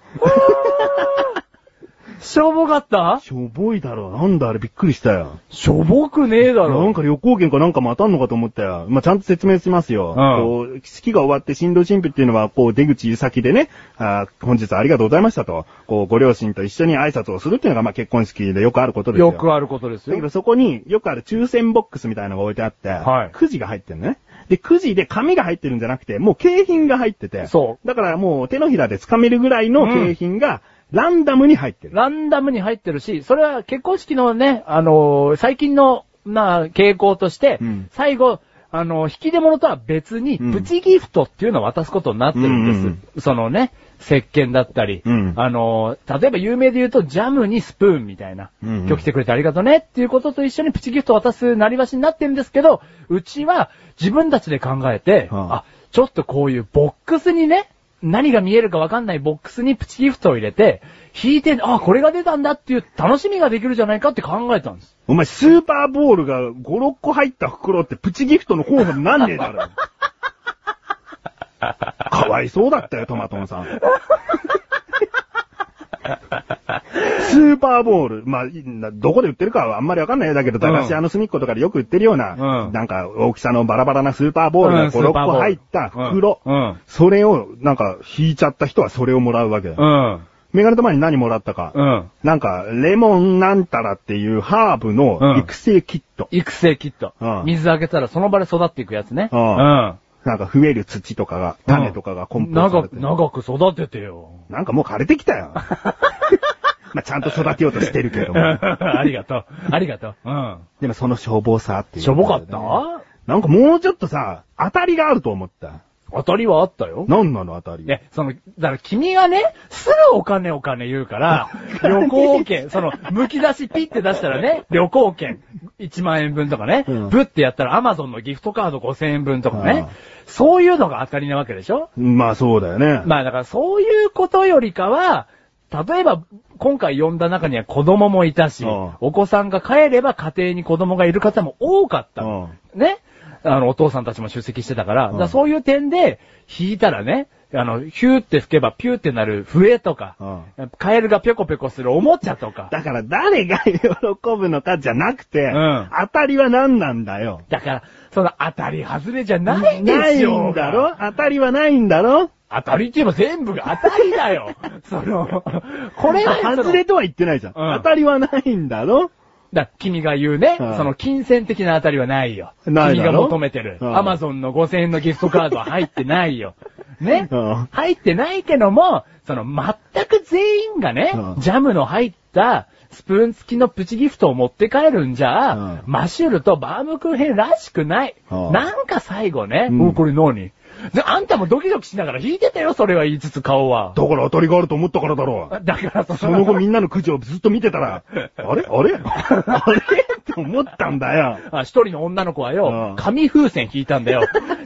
A: しょぼかった
B: しょぼいだろ。なんだあれびっくりしたよ。
A: しょぼくねえだろ。
B: なんか旅行券かなんかも当たんのかと思ったよ。まあ、ちゃんと説明しますよ。
A: う
B: こう式が終わって新郎新婦っていうのは、こう、出口先でね、あー本日はありがとうございましたと、こう、ご両親と一緒に挨拶をするっていうのが、まあ、結婚式でよくあることですよ。
A: よくあることです
B: だけど
A: よ。
B: そこによくある抽選ボックスみたいなのが置いてあって、
A: はい
B: くじが入ってるのね。で、くじで紙が入ってるんじゃなくて、もう景品が入ってて。。
A: そう
B: だからもう手のひらで掴めるぐらいの景品が、ランダムに入ってる。
A: ランダムに入ってるし、それは結婚式のね、あのー最近の、な、傾向として、
B: うん
A: 最後、あのー引き出物とは別に、
B: うん
A: プチギフトっていうのを渡すことになってるんです。
B: うんうん
A: そのね、石鹸だったり、
B: うん
A: あのー例えば有名で言うと、ジャムにスプーンみたいな、
B: うんうん
A: 今日来てくれてありがとうねっていうことと一緒にプチギフトを渡すなりわしになってるんですけど、うちは自分たちで考えて、
B: はあ
A: あちょっとこういうボックスにね、何が見えるかわかんないボックスにプチギフトを入れて、引いて、あ、これが出たんだっていう楽しみができるじゃないかって考えたんです。
B: お前、スーパーボールが5、6個入った袋ってプチギフトの候補になんねえだ ろ。かわいそうだったよ、トマトンさん。スーパーボール。まあいいな、どこで売ってるかはあんまりわかんないよだけど、駄菓子屋の隅っことかでよく売ってるような、
A: うん
B: なんか大きさのバラバラなスーパーボールが5、6個入った袋。
A: うん。
B: それを、なんか、引いちゃった人はそれをもらうわけだよ。
A: うん。
B: メガネと前に何もらったか。
A: うん。
B: なんか、レモンなんたらっていうハーブ
A: うん
B: の育成キット。
A: 育成キット。
B: うん
A: 水あげたらその場で育っていくやつね。
B: うん
A: ん
B: なんか増える土とかが、種とかがコンポートさ
A: 長
B: れて
A: く、
B: る
A: 長く育ててよ。
B: なんかもう枯れてきた よ。まあちゃんと育てようとしてるけども。
A: ありがとう。ありがとう。うん。
B: でもそのしょぼさっていう、
A: しょぼかった
B: なんかもうちょっとさ、当たりがあると思った。
A: 当たりはあったよ。
B: なんなの当たり。
A: ね、その、だから君がね、すぐお金お金言う から、旅行券、その、剥き出しピッて出したら ね、旅行券1万円分とかね、
B: うん
A: ブッてやったら Amazon のギフトカード5000円分とか
B: う
A: ね
B: ん、
A: そういうのが当たりなわけでしょ
B: まあそうだよね。
A: まあだからそういうことよりかは、例えば、今回呼んだ中には子供もいたし、
B: うん
A: お子さんが帰れば家庭に子供がいる方も多かった。
B: うん
A: ね。あの、お父さんたちも出席してたから、だ
B: ん
A: からそういう点で、引いたらね、あの、ヒューって吹けばピューってなる笛とか、カエルがぴょこぴょこするおもちゃとか。
B: だから誰が喜ぶのかじゃなくて、
A: ん
B: 当たりは何なんだよ。
A: だから、その当たり外れじゃないんで
B: な
A: す
B: い
A: よ。
B: んだろ当たりはないんだろ
A: 当たりって言えば全部が当たりだ よ。その、これが、
B: 外れとは言ってないじゃん。
A: うん
B: 当たりはないんだろ
A: だ、君が言うね、
B: うん
A: その金銭的なあたりはないよ。
B: ない
A: 君
B: だろ
A: が求めてる。
B: うん
A: アマゾンの5000円のギフトカードは入ってないよ。ね、
B: うん
A: 入ってないけども、その全く全員がね、
B: うん
A: ジャムの入ったスプーン付きのプチギフトを持って帰るんじゃ、
B: うん
A: マシュルとバームクーヘンらしくない。
B: うん
A: なんか最後ね、
B: うん
A: おこれ何で、あんたもドキドキしながら弾いてたよ、それは言いつつ顔は。
B: だから当たりがあると思ったからだ ろう。
A: だからそ
B: その後みんなのくじをずっと見てたら、あれあれあれって思ったんだよ。
A: あ、一人の女の子は
B: う
A: よ
B: ん、
A: 紙風船引いたん だよ。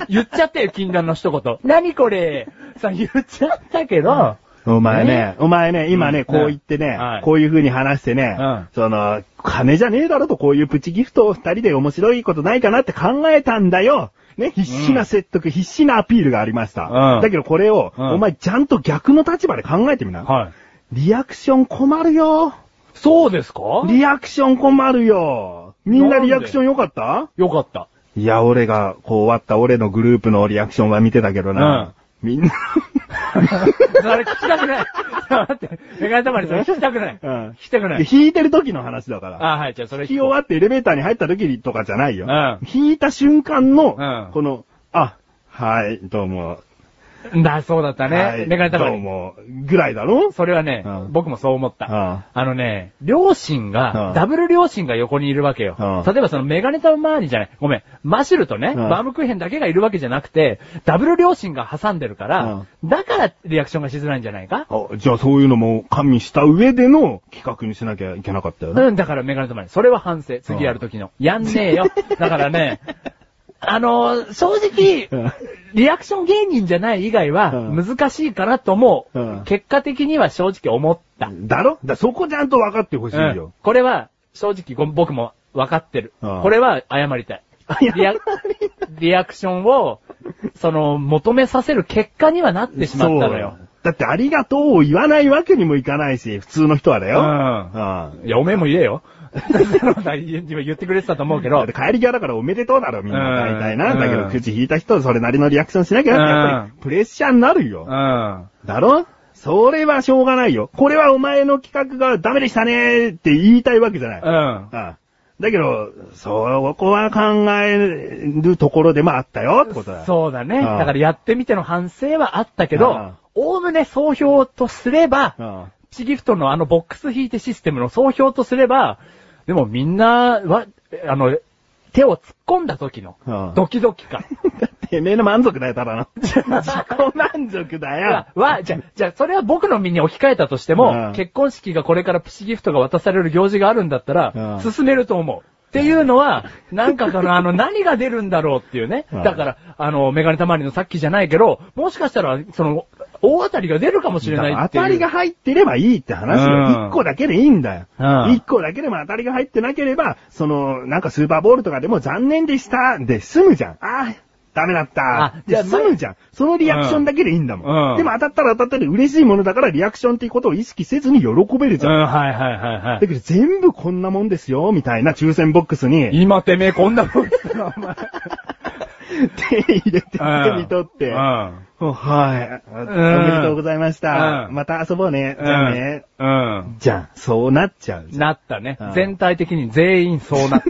A: 言っちゃったよ、禁断の一言。何これさ、言っちゃったけど、
B: お前ね、お前ね、今
A: う
B: ね、
A: ん
B: こう言ってね、
A: はい
B: こういう風に話してね、
A: うん
B: その、金じゃねえだろとこういうプチギフトを二人で面白いことないかなって考えたんだよ。ね、必死な説得、必死なアピールがありました。
A: うん
B: だけどこれを、
A: うん
B: お前ちゃんと逆の立場で考えてみな。
A: はい。
B: リアクション困るよ。
A: そうですか
B: リアクション困るよ。みんなリアクション良かった
A: よかった。
B: いや、俺が、こう終わった俺のグループのリアクションは見てたけどな。みん な
A: あれ聞きたくない。待って、メガネたまりそれ聞きたくない。
B: うん
A: 聞きたくない。
B: 弾いてる時の話だから。
A: あ、はい、じゃあそれ
B: 弾き終わってエレベーターに入った時とかじゃないよ。
A: うん
B: 弾いた瞬間の
A: う、ん
B: この、あ、はい、どうも。
A: だ、そうだった
B: は
A: ね
B: い。
A: メガネたま
B: どう
A: り。
B: も。ぐらいだろ
A: それはね、
B: うん
A: 僕もそう思った。
B: うん
A: あのね、両親が、
B: うん
A: ダブル両親が横にいるわけよ。
B: うん
A: 例えばそのメガネタ周りじゃない、ごめん、マシュルとね、
B: うん
A: バームクーヘンだけがいるわけじゃなくて、ダブル両親が挟んでるから、だからリアクションがしづらいんじゃないか
B: あじゃあそういうのも加味した上での企画にしなきゃいけなかったよね。
A: うん、だからメガネとまり。それは反省。次やるときの。やんねえ よ。だからね、あのー正直
B: うん、
A: リアクション芸人じゃない以外は、
B: うん
A: 難しいかなと思う、
B: うん
A: 結果的には正直思った。
B: だろだそこちゃんと分かってほしい
A: うん
B: よ。
A: これは、正直ご僕も分かってる。
B: うん
A: これは謝りたい。リアリアクションを、その、求めさせる結果にはなってしまったのよ
B: そう。。だってありがとうを言わないわけにもいかないし、普通の人はだよ。
A: うん
B: うん
A: いや、おめえも言えよ。 今言ってくれてたと思うけ
B: だ
A: ど
B: って、帰り際だからおめでとうだろ、みんな。
A: うん
B: 大体な。
A: うん
B: だけど、口引いた人、それなりのリアクションしなきゃなって、やっぱりプレッシャーになる
A: う
B: よ。
A: ん。
B: だろそれはしょうがないよ。これはお前の企画がダメでしたねーって言いたいわけじゃない。
A: うん。
B: ああだけど、そこは考えるところでもあったよってことだ。
A: そうだね。
B: ああ
A: だからやってみての反省はあったけ
B: あ
A: ど
B: あ、
A: おおむね総評とすれば、
B: あ
A: ピチギフトのあのボックス引いてシステムの総評とすれば、でもみんなは、あの、手を突っ込んだ時の
B: ああ、
A: ドキドキ感。
B: あ。てめえの満足だよ、た だの。自己満足だよ
A: は。、はじゃ、じゃ、それは僕の身に置き換えたとして
B: あ
A: も
B: あ、
A: 結婚式がこれからプチギフトが渡される行事があるんだった
B: あ
A: ら、
B: あ
A: 進めると思う。っていうのは、なんかその、あの、何が出るんだろうっていうね。
B: ああ
A: だから、あの、メガネたまりのさっきじゃないけど、もしかしたら、その、大当たりが出るかもしれないって
B: 当
A: いう。
B: たりが入ってればいいって話
A: う
B: よ。
A: ん
B: 一個だけでいいんだよ。
A: うん
B: 一個だけでも当たりが入ってなければ、その、なんかスーパーボールとかでも残念でしたで済むじゃん。ああ、ダメだった
A: あ。じ
B: で
A: ゃあ
B: 済むじゃん。そのリアクションだけでいいんだ
A: う
B: も
A: んうん
B: ん。でも当たったら当たったで嬉しいものだからリアクションっていうことを意識せずに喜べるじ
A: う
B: ゃん。
A: ん、はいはいはいは
B: だ
A: い。
B: けど全部こんなもんですよ、みたいな抽選ボックスに、
A: 今てめえこんな もんっつうのお前。
B: 手入れて、手に取って、
A: うん。
B: も
A: うん
B: うはい、お
A: ん
B: めでとうございました。
A: うん
B: また遊ぼうね。じゃあね。。
A: うん。
B: じゃん。そうなっち ゃうじゃん。
A: なったね
B: うん。
A: 全体的に全員そうな っ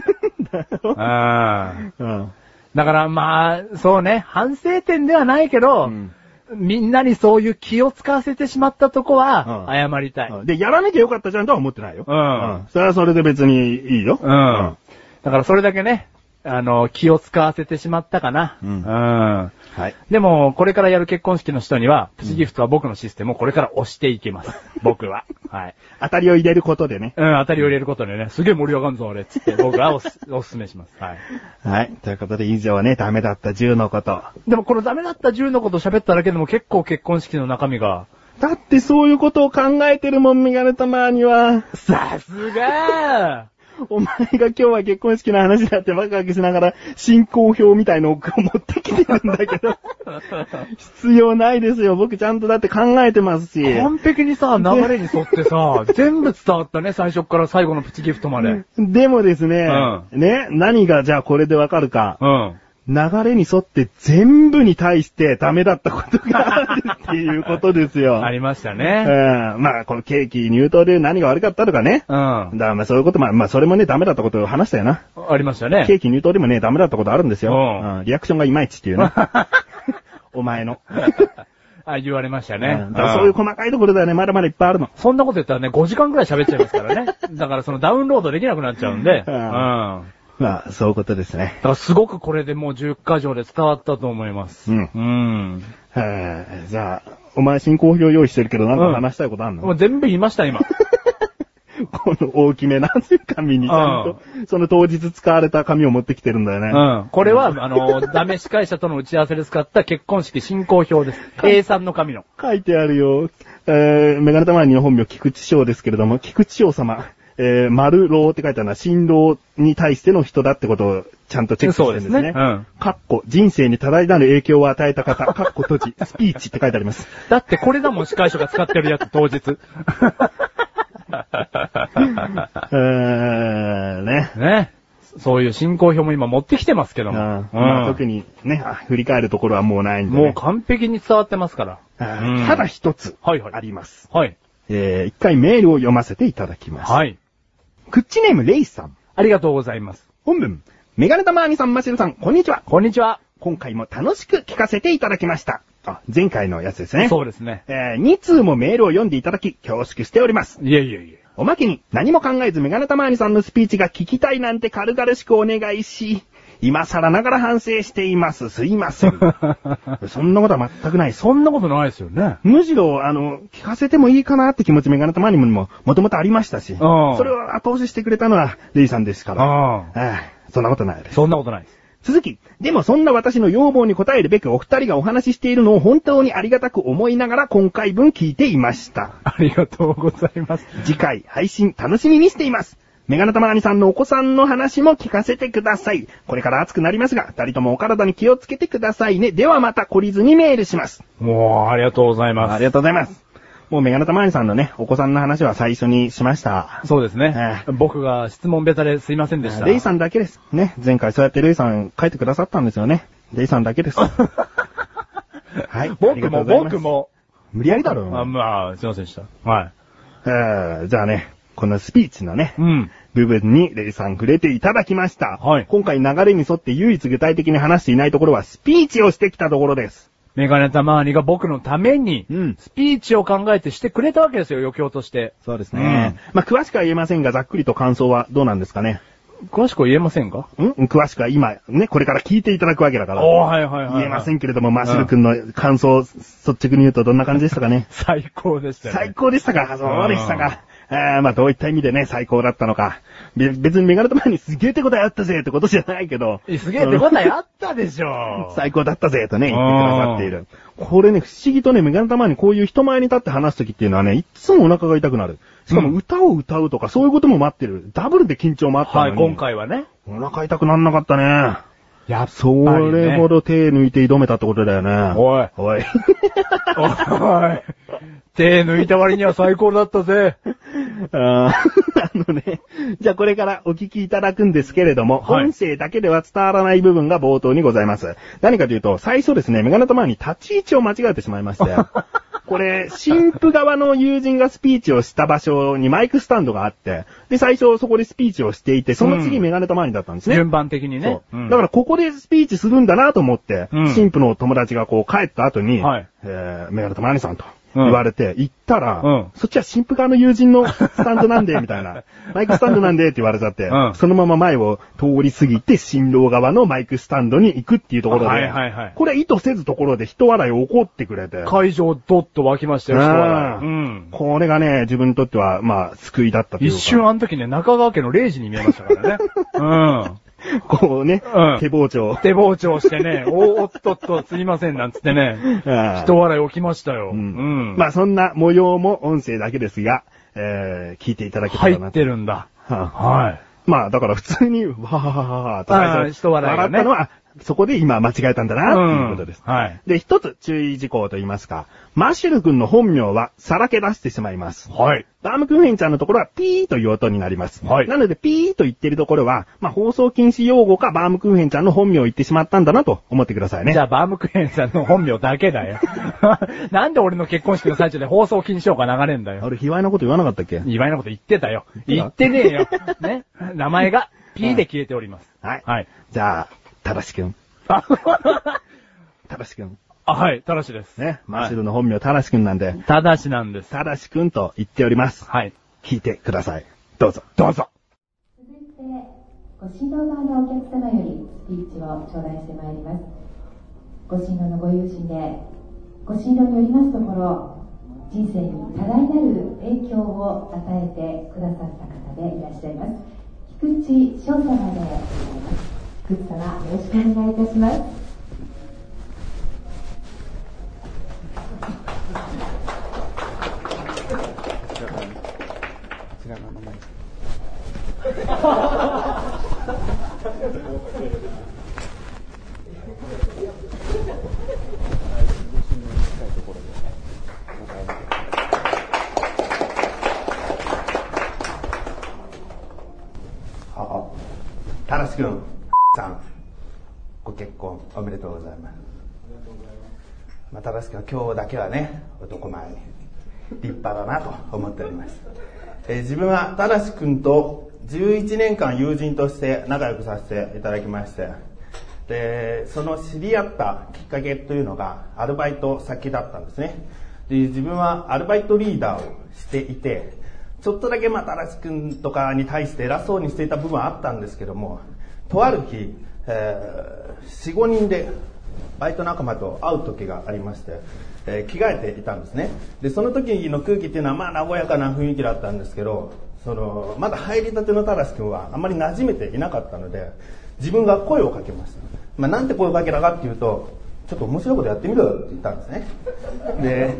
A: た。うん。
B: うん。
A: だからまあ、そうね、反省点ではないけど、
B: うん
A: みんなにそういう気を使わせてしまったとこは、
B: う
A: 謝りたい。うん。
B: で、やらなきゃよかったじゃんとは思ってないよ。
A: うん
B: それはそれで別にいいよ。は
A: だからそれだけね、あの、気を使わせてしまったかな。
B: うん
A: うん
B: い。
A: でも、これからやる結婚式の人には、プチギフトは僕のシステムをこれから押していき ます。僕は。はい。
B: 当たりを入れることでね。
A: うん、当たりを入れることでね、すげえ盛り上がるぞ、俺、つ って僕はおす、おすすめします。はい。
B: はい。ということで以上はね、ダメだった10のこと。
A: でも、このダメだった10のこと喋っただけでも結構結婚式の中身が、
B: だってそういうことを考えてるもん、メガネたまには。
A: さすがー
B: お前が今日は結婚式の話だってワクワクしながら進行表みたいのを持ってきてるんだけ ど。必要ないですよ。僕ちゃんとだって考えてますし。
A: 完璧にさ、流れに沿って さ、全部伝わったね、最初から最後のプチギフトまで。うん。
B: でもですね、
A: う
B: ね、何がじゃあこれでわかるか。流れに沿って全部に対してダメだったことがあるっていうことですよ。
A: ありました
B: う
A: ね。
B: ん。まあ、このケーキ入刀で何が悪かったとかね。
A: うん。あ
B: だからまあそういうこと、まあ、まあそれもね、ダメだったことを話したよな。
A: りましたね
B: ケ。ーキ入刀でもね、ダメだったことあるんですよ。
A: うん
B: うんリアクションがいまいちっていうね。 お前の。
A: あ、言われました
B: う
A: ね。
B: んだからそういう
A: うん
B: 細かいところだよね、まだまだいっぱいあるの。
A: そんなこと言ったらね、5時間くらい喋っちゃいますから ね。だからそのダウンロードできなくなっちゃうんで。
B: う
A: うんん。だ
B: まあ、そういうことですね。
A: からすごくこれでもう10箇条で伝わったと思います。
B: うん
A: うん。
B: はいじゃあ、お前進行表用意してるけど、なんか話したいことあんの、
A: もう全部言いました、今。
B: この大きめな紙にちゃんと、その当日使われた紙を持ってきてるんだよね。
A: うん。これは、あの、ダメ司会者との打ち合わせで使った結婚式進行表です。A3 の紙の。
B: 書いてあるよ。えー、メガネタマニの本名、菊池翔ですけれども、菊池翔様、えー、丸老って書いてあるのは、新郎に対しての人だってことをちゃんとチェックしてるんですね。
A: そうですねうん
B: かっこ、人生に多大なる影響を与えた方、かっこ閉じ、 スピーチって書いてあります。
A: だってこれだもん、司会者が使ってるやつ、当日。
B: えー、ね。
A: ね。そういう進行表も今持ってきてますけども。
B: うんまあ
A: うん
B: 特にね、あ振り返るところはもうないんで、ね。
A: もう完璧に伝わってますから。
B: あ
A: うん
B: ただ一つ、
A: はいはい
B: あります。
A: はい。
B: えー、一回メールを読ませていただきます。
A: はい。
B: クッチネームレイさん。
A: ありがとうございます。
B: 本文。メガネタマーニさん、マシルさん、こんにちは。
A: こんにちは。
B: 今回も楽しく聞かせていただきました。あ、前回のやつですね。
A: そうですね。
B: えー、2通もメールを読んでいただき、恐縮しております。
A: いえいえいえ。
B: おまけに、何も考えずメガネタマーニさんのスピーチが聞きたいなんて軽々しくお願いし、今更ながら反省しています。すいま せん。そんなことは全くないです。
A: そんなことないですよね。
B: むしろ、あの、聞かせてもいいかなって気持ちメガネタマーニも、もともとありましたし、そ
A: ん
B: れを後押ししてくれたのは、レイさんですから。あ
A: ああ。
B: あそんなことないです。
A: そんなことないです。
B: 続き、でもそんな私の要望に応えるべくお二人がお話ししているのを本当にありがたく思いながら今回分聞いていました。
A: ありがとうございます。
B: 次回配信楽しみにしています。メガネたまーにさんのお子さんの話も聞かせてください。これから暑くなりますが、二人ともお体に気をつけてくださいね。ではまた懲りずにメールします。
A: もう、ありがとうござい
B: あ
A: ま
B: りがとうございます。もうメガネたまーにさんのね、お子さんの話は最初にしました。
A: す。そうですね
B: え。え
A: 僕が質問ベタですいませんでした。
B: レイさんだけです。ね、前回そうやってレイさん書いてくださったんですよね。レイさんだ けです。はい。あり
A: 僕
B: がとう
A: も、
B: ございます
A: 僕。も。
B: 無理やりだろ。
A: あまあ、すいませんでした。はい。
B: えーじゃあね、このスピーチのね、
A: うん。
B: 部分にレイさん触れていただきました。
A: はい
B: 今回流れに沿って唯一具体的に話していないところはスピーチをしてきたところです。
A: メガネたまわりが僕のために
B: うん、
A: スピーチを考えてしてくれたわけですよ、余興として。
B: そうですね。まあ、詳しくは言えませんが、ざっくりと感想はどうなんですかね。
A: 詳しくは言えませんか
B: ん詳しくは今、ね、これから聞いていただくわけだから。
A: おーはいはいはいはい。
B: 言えませんけれども、マシル君の感想、率直に言うとどんな感じでしたかね
A: 最高でしたよね。
B: 最高でしたかそうでしたか。えー、まあ、どういった意味でね、最高だったのか。べ別にメガネと前にすげえってことあったぜってことじゃないけど。
A: えすげえってことやったでしょ
B: 最高だったぜ、とね、言ってくださっている。これね、不思議とね、メガネたまにこういう人前に立って話すときっていうのはね、いっつもお腹が痛くなる。しかも
A: うん
B: 歌を歌うとか、そういうことも待ってる。ダブルで緊張もあったの
A: はい、
B: に。
A: 今。回はね。
B: お腹痛くなんなかったね。
A: やっ
B: そ
A: ぱりね
B: れほど手抜いて挑めたってことだよね。
A: おい
B: お
A: お
B: い。
A: い。手抜いた割には最高だったぜ。
B: あーあのね、じゃあこれからお聞きいただくんですけれども、
A: はい
B: 音声だけでは伝わらない部分が冒頭にございます。何かというと、最初ですね、メガネと前に立ち位置を間違えてしまいまして、 これ、新婦側の友人がスピーチをした場所にマイクスタンドがあって、で、最初そこでスピーチをしていて、その次
A: うん
B: メガネと前にだったんですね。
A: 順番的にねう
B: そ。う。
A: ん
B: だから、ここでスピーチするんだなと思って、
A: うん
B: 新婦の友達がこう帰った後に、
A: はい
B: えー、メガネとマネさんと
A: うん
B: 言われて、行ったら、
A: うん
B: そっちは新婦側の友人のスタンドなんで、みた いな。マイクスタンドなんでって言われちゃって、
A: うん
B: そのまま前を通り過ぎて、新郎側のマイクスタンドに行くっていうところで、
A: はいはいはい
B: これは意図せずところで人笑いを起こってくれて、
A: 会場ドッと沸きましたよ、人は。
B: あ
A: う
B: ー
A: ん。
B: これがね、自分にとっては、まあ、救いだったという
A: 一
B: か。
A: 瞬あの時ね、中川家の0時に見えました からね。うん。
B: こうね、
A: うん
B: 手包丁。
A: 手包丁してね、 おーおっとっと、すいません、なんつってね、
B: うん
A: 人笑い起きましたよ。う
B: うん
A: ん。
B: まあそんな模様も音声だけですが、えー、聞いていただけた
A: 入
B: らな
A: ってるんだ。
B: はあ
A: はい。
B: まあだから普通に、わははははと
A: あ
B: か
A: ー人笑いがね
B: 笑ったのは、そこで今間違えたんだな、ということです。
A: うんはい
B: で、一つ注意事項と言いますか、マッシュル君の本名はさらけ出してしまいます。
A: はい。
B: バームクーヘンちゃんのところはピーという音になります。
A: はい
B: なのでピーと言ってるところは、まあ放送禁止用語かバームクーヘンちゃんの本名を言ってしまったんだなと思ってくださいね。
A: じゃあ、バームクーヘンさんの本名だけだ よ。なんで俺の結婚式の最中で放送禁止用が流れんだよ。
B: あれ、卑猥なこと言わなかったっけ
A: 意外なこと言ってたよ。言ってねえよ。ね。名前が P で消えております。
B: はい。
A: はい。
B: じゃあ、ただしくん。
A: あ、
B: ただしくん。
A: あはい、ただしです。
B: ね、マッシュ
A: は
B: ルの本名、ただしくんなんで
A: い、ただしなんです。
B: ただしくんと言っております。
A: はい。
B: 聞いてください。どうぞ。
A: どうぞ。
C: 続いて、ご新郎側のお客様よりスピーチを頂戴してまいります。ご新郎のご友人で、ご新郎によりますところ、人生に多大なる影響を与えてくださった方でいらっしゃいます。菊池翔様でございます。菊池様、よろしくお願いいたします。
B: あタラス君、さん、ご結婚おめでとうございます。まあ、タラス君は今日だけはね、男前に立派だなと思っております。えー自分はタラス君と11年間友人として仲良くさせていただきまして、で、その知り合ったきっかけというのがアルバイト先だったんですね。で、自分はアルバイトリーダーをしていて、ちょっとだけまあ、タラシ君とかに対して偉そうにしていた部分はあったんですけども、とある日、えー、4、5人でバイト仲間と会う時がありまして、えー着替えていたんですね。で、その時の空気っていうのはまあ、和やかな雰囲気だったんですけど、その、まだ入りたてのタラシ君はあまり馴染めていなかったので、自分が声をかけました。まあ、なんて声をかけたかっていうと、ちょっと面白いことやってみろよって言ったんですね。で、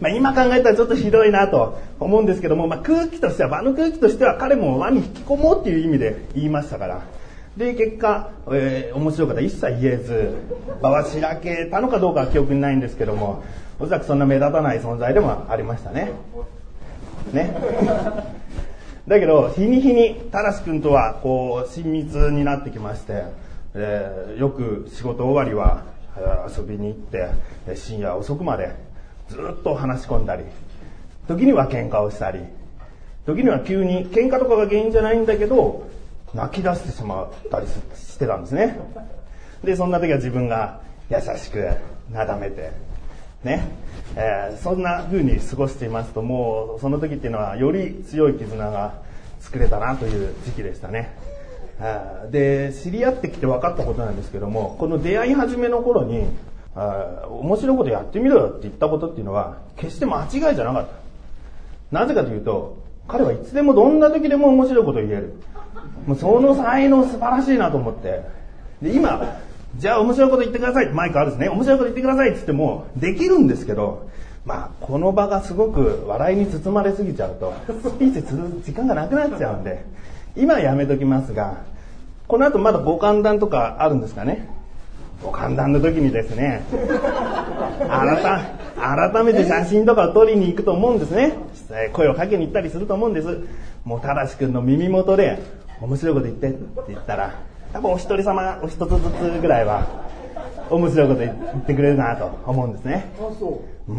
B: まあ、今考えたらちょっとひどいなと思うんですけども、まあ、空気としては、場の空気としては彼も輪に引き込もうっていう意味で言いましたから。で、結果、えー面白いことは一切言えず、場はしらけたのかどうかは記憶にないんですけども、おそらくそんな目立たない存在でもありましたね。ね。だけど、日に日に、タラシ君とは、こう、親密になってきまして、えーよく仕事終わりは、えー遊びに行って、えー深夜遅くまで、ずっと話し込んだり、時には喧嘩をしたり、時には急に、喧嘩とかが原因じゃないんだけど、泣き出してしまったりししてたんですね。で、そんな時は自分が優しく、なだめて、ね、えーそんな風に過ごしていますと、もうその時っていうのはより強い絆が作れたなという時期でしたね。あーで、知り合ってきて分かったことなんですけども、この出会い始めの頃に、あー面白いことやってみろよって言ったことっていうのは、決して間違いじゃなかった。なぜかというと、彼はいつでもどんな時でも面白いことを言える。もうその才能素晴らしいなと思って。で、今、じゃあ面白いこと言ってください。マイクあるんですね。面白いこと言ってくださいって言っても、できるんですけど、まあ、この場がすごく笑いに包まれすぎちゃうと、スピーチする時間がなくなっちゃうんで、今はやめときますが、この後まだご歓談とかあるんですかねご歓談の時にですね、改改めて写真とかを撮りに行くと思うんですね。えー声をかけに行ったりすると思うんです。もう、ただし君の耳元で、面白いこと言ってって言ったら、多分お一人様、お一つずつぐらいは、面白いこと言ってくれるなと思うんですね。うん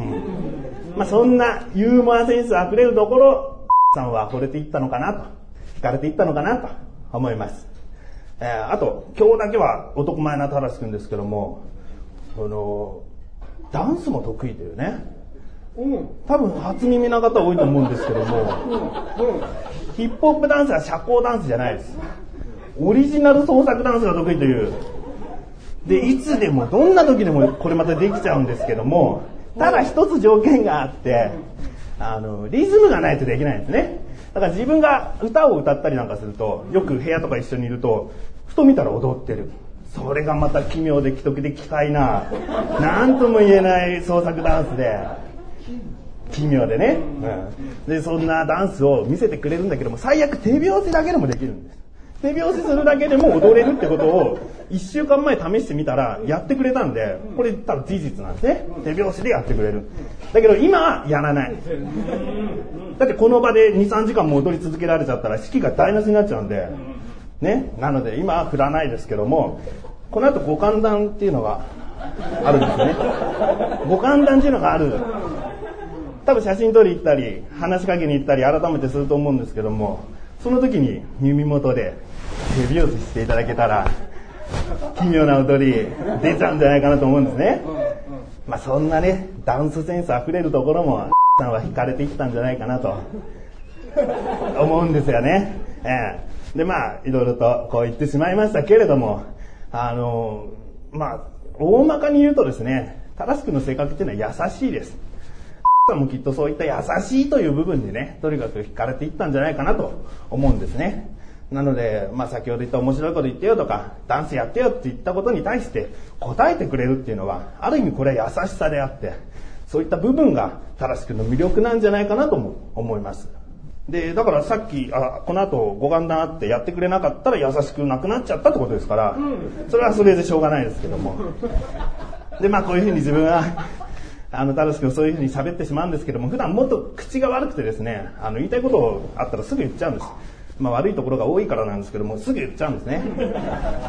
B: まあ、そんなユーモアセンスあふれるところ、さんは惚れていったのかなと、惹かれていったのかなと思います。えーあと、今日だけは男前なタラス君ですけども、その、ダンスも得意というね、多分初耳な方多いと思うんですけども、ヒップホップダンスは社交ダンスじゃないです。オリジナル創作ダンスが得意という、で、いつでも、どんな時でもこれまたできちゃうんですけども、ただ一つ条件があって、あの、リズムがないとできないんですね。だから自分が歌を歌ったりなんかすると、よく部屋とか一緒にいると、ふと見たら踊ってる。それがまた奇妙で奇特で奇怪な、なんとも言えない創作ダンスで、奇妙でね、うんでそんなダンスを見せてくれるんだけども最悪手拍子だけでもできるんです手拍子するだけでも踊れるってことを1週間前試してみたらやってくれたんでこれ多分事実なんですね手拍子でやってくれるだけど今はやらないだってこの場で23時間も踊り続けられちゃったら式が台無しになっちゃうんでねなので今は振らないですけどもこの後五感談っていうのがあるんですね五感談っていうのがある多分写真撮り行ったり話しかけに行ったり改めてすると思うんですけどもその時に耳元で手拍子していただけたら奇妙な踊り出ちゃうんじゃないかなと思うんですね、まあ、そんなねダンスセンスあふれるところもさんは惹かれていったんじゃないかなと思うんですよね。ええ、で、まあ、いろいろとこう言ってしまいましたけれども、あの、まあ、大まかに言うとですね、タラス君の性格っていうのは優しいです。さんもきっとそういった優しいという部分にね、とにかく惹かれていったんじゃないかなと思うんですね。なので、まあ先ほど言った面白いこと言ってよとか、ダンスやってよって言ったことに対して答えてくれるっていうのは、ある意味これは優しさであって、そういった部分がタラス君の魅力なんじゃないかなとも思います。で、だからさっき、あこの後、ご勘談あってやってくれなかったら優しくなくなっちゃったってことですから、それはそれでしょうがないですけども。で、まあこういうふうに自分は、あの、タラス君そういうふうに喋ってしまうんですけども、普段もっと口が悪くてですね、あの、言いたいことあったらすぐ言っちゃうんです。
D: まあ、悪いところが多いからなんですけどもすぐ言っちゃうんですね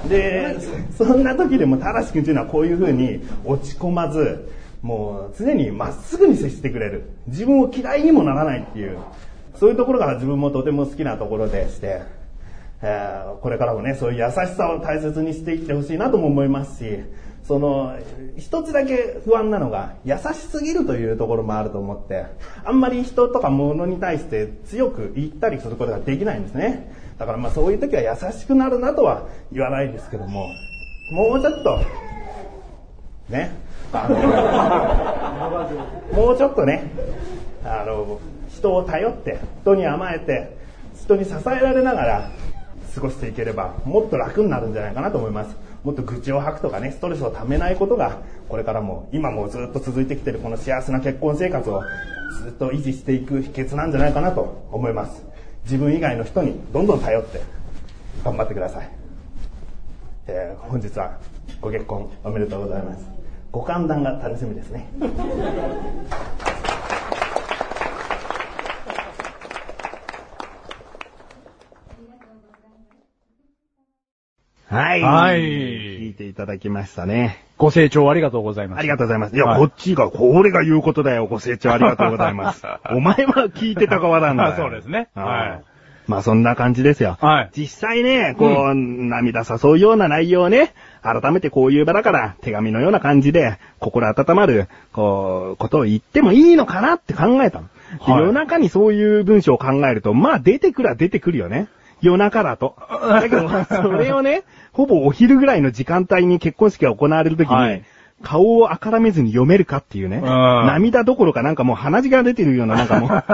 D: でそそんな時でも正君というのはこういうふうに落ち込まずもう常にまっすぐに接してくれる自分を嫌いにもならないっていうそういうところが自分もとても好きなところでしてえーこれからもね、そういう優しさを大切にしていってほしいなとも思いますし、その、一つだけ不安なのが、優しすぎるというところもあると思って、あんまり人とか物に対して強く言ったりすることができないんですね。だからまあそういう時は優しくなるなとは言わないんですけども、もうちょっと、ね、あの、もうちょっとね、あの、人を頼って、人に甘えて、人に支えられながら過ごしていければ、もっと楽になるんじゃないかなと思います。もっと愚痴を吐くとかね、ストレスをためないことが、これからも、今もずっと続いてきてるこの幸せな結婚生活をずっと維持していく秘訣なんじゃないかなと思います。自分以外の人にどんどん頼って、頑張ってください。えー本日はご結婚おめでとうございます。ご歓談が楽しみですね。
B: はい。
A: はい
B: 聞いていただきましたね。
A: ご清聴ありがとうございます。
B: ありがとうございます。いや、
A: はい
B: こっちが、これが言うことだよ。ご清聴ありがとうござ います。お前は聞いてた側なんだよ。
A: あそうですねは
B: はいい。まあそんな感じですよ。
A: はい
B: 実際ね、こう、涙誘うような内容をね、改めてこういう場だから、手紙のような感じで、心温まる、こう、ことを言ってもいいのかなって考えたの。で
A: はい
B: 夜中にそういう文章を考えると、まあ出てくるは出てくるよね。夜中だと。だけ ど、それをね、ほぼお昼ぐらいの時間帯に結婚式が行われるときに、
A: はい
B: 顔をあからめずに読めるかっていうね。
A: ん
B: 涙どころかなんかもう鼻血が出てるようななんかも う、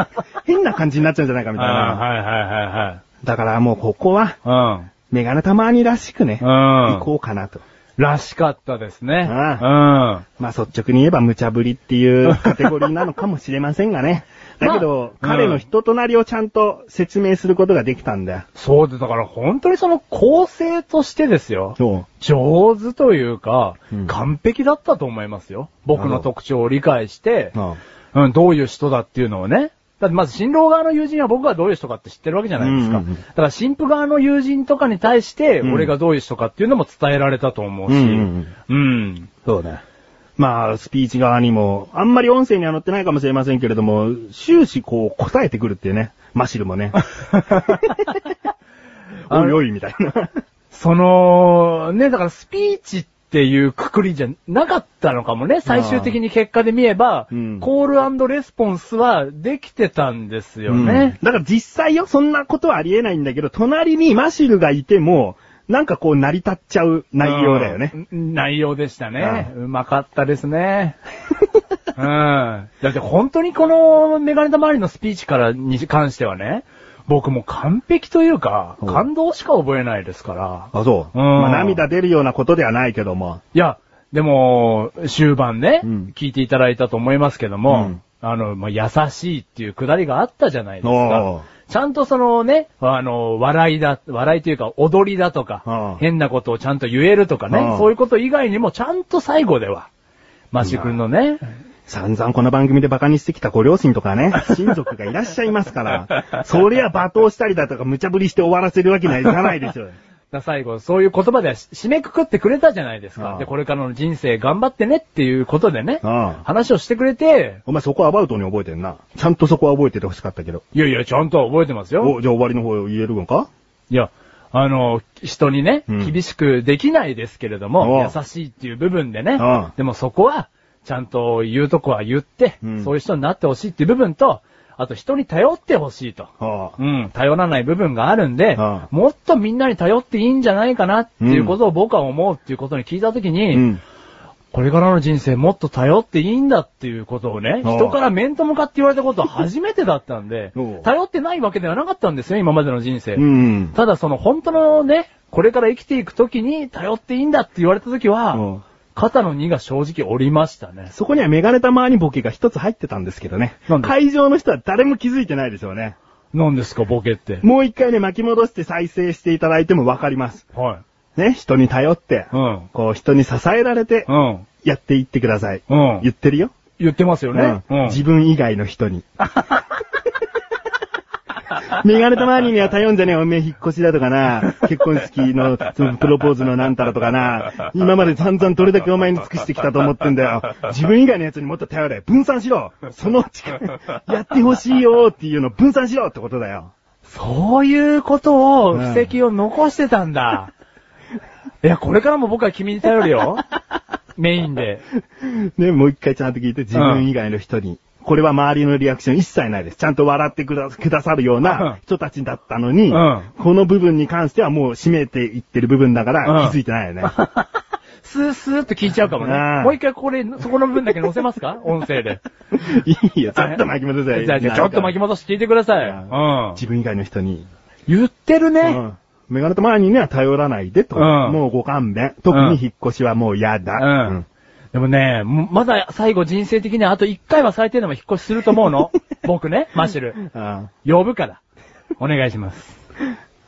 B: 変な感じになっちゃうんじゃないかみたい
A: あ
B: な。
A: ー
B: だからもうここは、
A: はいはいはいはい。
B: メガネたまにらしくね、
A: うん
B: 行こうかなと。
A: らしかったですね。
B: あ
A: うん。
B: まあ率直に言えば無茶ぶりっていうカテゴリーなのかもしれませんがね。だけど、
A: まあ
B: 彼の人となりをちゃんと説明することができたんだよ。
A: そうで、だから本当にその構成としてですよ。
B: そ
A: 上手というか、
B: うん
A: 完璧だったと思いますよ。僕の特徴を理解して、
B: あ
A: うん、どういう人だっていうのをね。だってまず新郎側の友人は僕がどういう人かって知ってるわけじゃないですか。
B: うんうんうん
A: だから新婦側の友人とかに対して、
B: うん
A: 俺がどういう人かっていうのも伝えられたと思うし、
B: うん
A: うん
B: そうね。まあ、スピーチ側にも、あんまり音声には載ってないかもしれませんけれども、終始こう答えてくるっていうね、マシルも ね。おいおい、みたいな。
A: その、ね、だからスピーチっていうくくりじゃなかったのかもね。最終的に結果で見れば、
B: うん
A: コールレスポンスはできてたんですよ
B: うん
A: ね。
B: だから実際よ、そんなことはありえないんだけど、隣にマシルがいても、なんかこう成り立っちゃう内容だよね。
A: うん。内容でしたね。うまかったですね。 うん。だって本当にこのメガネた周りのスピーチからに関してはね、僕もう完璧というか、
B: うん
A: 感動しか覚えないですから。
B: あ、そう
A: うん
B: まあ涙出るようなことではないけども。
A: いや、でも、終盤ね、
B: うん
A: 聞いていただいたと思いますけども、
B: うん
A: あの、まあ、優しいっていうくだりがあったじゃないです
B: お
A: か
B: う。
A: ちゃんとそのね、あの、笑いだ、笑いというか踊りだと
B: あ
A: か
B: あ、
A: 変なことをちゃんと言えるとか
B: あ
A: ね
B: あ、
A: そういうこと以外にもちゃんと最後では、マシ君のね、
B: 散々この番組でバカにしてきたご両親と かね、親族がいらっしゃいますから、そりゃ罵倒したりだとか無茶ぶりして終わらせるわけにはいかない でしょう。
A: だ最後、そういう言葉ではし締めくくってくれたじゃないです
B: あ
A: か。
B: あ
A: で、これからの人生頑張ってねっていうことでね、
B: ああ
A: 話をしてくれて、
B: お前そこはアバウトに覚えてんな。ちゃんとそこは覚えてて欲しかったけど。
A: いやいや、ちゃんと覚えてますよ。
B: お、じゃあ終わりの方言えるのか
A: いや、あの、人にね、
B: うん
A: 厳しくできないですけれど
B: お
A: も
B: う、
A: 優しいっていう部分でね
B: うん、
A: でもそこは、ちゃんと言うとこは言って、
B: うん
A: そういう人になってほしいっていう部分と、あと人に頼ってほしいと。
B: はあ
A: うん、頼らない部分があるんで、
B: うん
A: もっとみんなに頼っていいんじゃないかなっていうことを僕は思うっていうことに聞いたときに、
B: うん。
A: これからの人生もっと頼っていいんだっていうことをね、
B: おう
A: 人から面と向かって言われたことは初めてだったんで
B: おう、
A: 頼ってないわけではなかったんですよ、今までの人生。
B: うん。
A: ただその本当のね、これから生きていくときに頼っていいんだって言われたとき
B: う
A: は
B: ん、
A: 肩の荷が正直折りましたね。
B: そこにはメガネたまわにボケが一つ入ってたんですけどね
A: なん。で
B: 会場の人は誰も気づいてないでしょうね。
A: 何ですか、ボケって。
B: もう一回ね、巻き戻して再生していただいてもわかります。
A: はい。
B: ね、人に頼って、
A: うん。
B: こう人に支えられて
A: う、ん。
B: やっていってください。
A: うん
B: 言ってるよ。
A: 言ってますよね。
B: うん
A: うん
B: 自分以外の人に。メガネたまにには頼んじゃねえ。おめえ引っ越しだとかな。結婚式の、そのプロポーズのなんたらとかな。今まで散々どれだけお前に尽くしてきたと思ってんだよ。自分以外のやつにもっと頼れ。分散しろ。その力、やってほしいよっていうの分散しろってことだよ。
A: そういうことを、
B: うん
A: 布石を残してたんだ。いや、これからも僕は君に頼るよ。メインで。
B: ね、もう一回ちゃんと聞いて、自分以外の人に。これは周りのリアクション一切ないです。ちゃんと笑ってくだくださるよう
A: うん
B: な人たちだったのに、
A: うん
B: この部分に関してはもう締めていってる部分だか
A: う
B: ら
A: ん
B: 気づいてない よね。
A: スースーって聞いちゃうかもね
B: うん。
A: もう一回これ、そこの部分だけ載せますか音声で。
B: いい よ、ちょっと巻き戻せ。
A: じゃあ、ちょっと巻き戻して聞いてください。う
B: うん
A: ん。
B: 自分以外の人に。
A: 言ってるね。
B: うんメガネと周りには頼らないでと。
A: うん
B: もうご勘弁。特に引っ越しはもう嫌だ。
A: うん
B: うん
A: でもね、まだ最後人生的にはあと一回は最低でも引っ越しすると思う の。僕ね、マシュル。
B: あ
A: 呼ぶから。お願いします。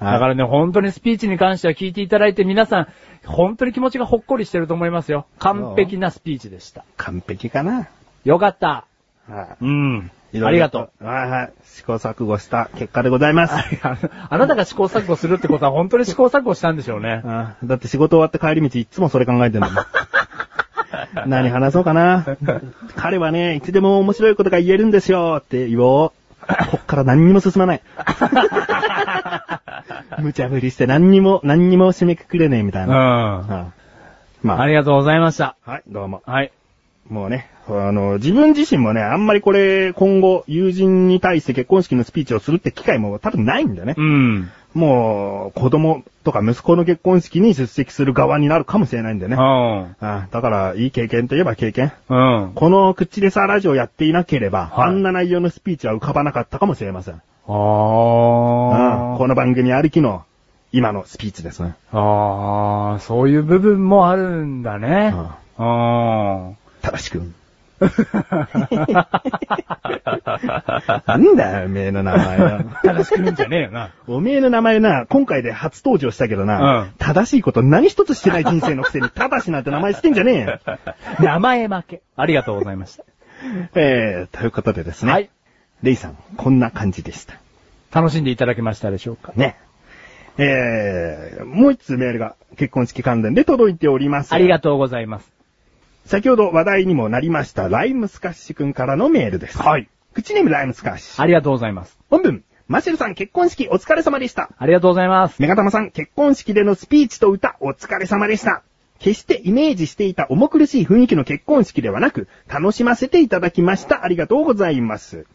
B: あ
A: だからね、本当にスピーチに関しては聞いていただいて皆さん、本当に気持ちがほっこりしてると思いますよ。完璧なスピーチでした。
B: 完璧かな。
A: よかった。
B: は
A: うん。
B: いいろいろ
A: ありがとう。。
B: はいはい。試行錯誤した結果でございます。
A: あ あなたが試行錯誤するってことは本当に試行錯誤したんでしょうね。
B: ああだって仕事終わって帰り道いつもそれ考えてんだもん。 何話そうかな。彼はね、いつでも面白いことが言えるんですよって言おう。こっから何にも進 まない。無茶振りして何にも、何にも締めくくれねえみた
A: う
B: い
A: ん。
B: な。
A: あ
B: ああまあ、
A: りがとうございました。
B: はい、どうも。
A: はい。
B: もうね、あの、自分自身もね、あんまりこれ、今後、友人に対して結婚式のスピーチをするって機会も多分ないんだね。
A: うん。
B: もう、子供とか息子の結婚式に出席する側になるかもしれないんだよね。
A: うん。
B: あだから、いい経験といえば経験。
A: うん。
B: この口でさラジオやっていなければ、
A: はい
B: あんな内容のスピーチは浮かばなかったかもしれません。うん
A: あ
B: この番組ありきの、今のスピーチですね。
A: ああ、そういう部分もあるんだね。うん。
B: 正しくん。なんだよ、おめえの名前は。
A: 正しくるんじゃねえよな。
B: おめえの名前な、今回で初登場したけどな、
A: うん
B: 正しいこと何一つしてない人生のくせに、正しなんて名前してんじゃねえ よ。
A: 名前負け。ありがとうございました。
B: えー、ということでですね。
A: はい。
B: レイさん、こんな感じでした。
A: 楽しんでいただけましたでしょうか。
B: ね。えー、もう一つメールが結婚式関連で届いております。
A: ありがとうございます。
B: 先ほど話題にもなりました、ライムスカッシュくんからのメールです。
A: はい。
B: 口ネームライムスカッシュ。
A: ありがとうございます。
B: 本文、マシェルさん結婚式お疲れ様でした。
A: ありがとうございます。
B: メガタマさん結婚式でのスピーチと歌お疲れ様でした。決してイメージしていた重苦しい雰囲気の結婚式ではなく、楽しませていただきました。ありがとうございます。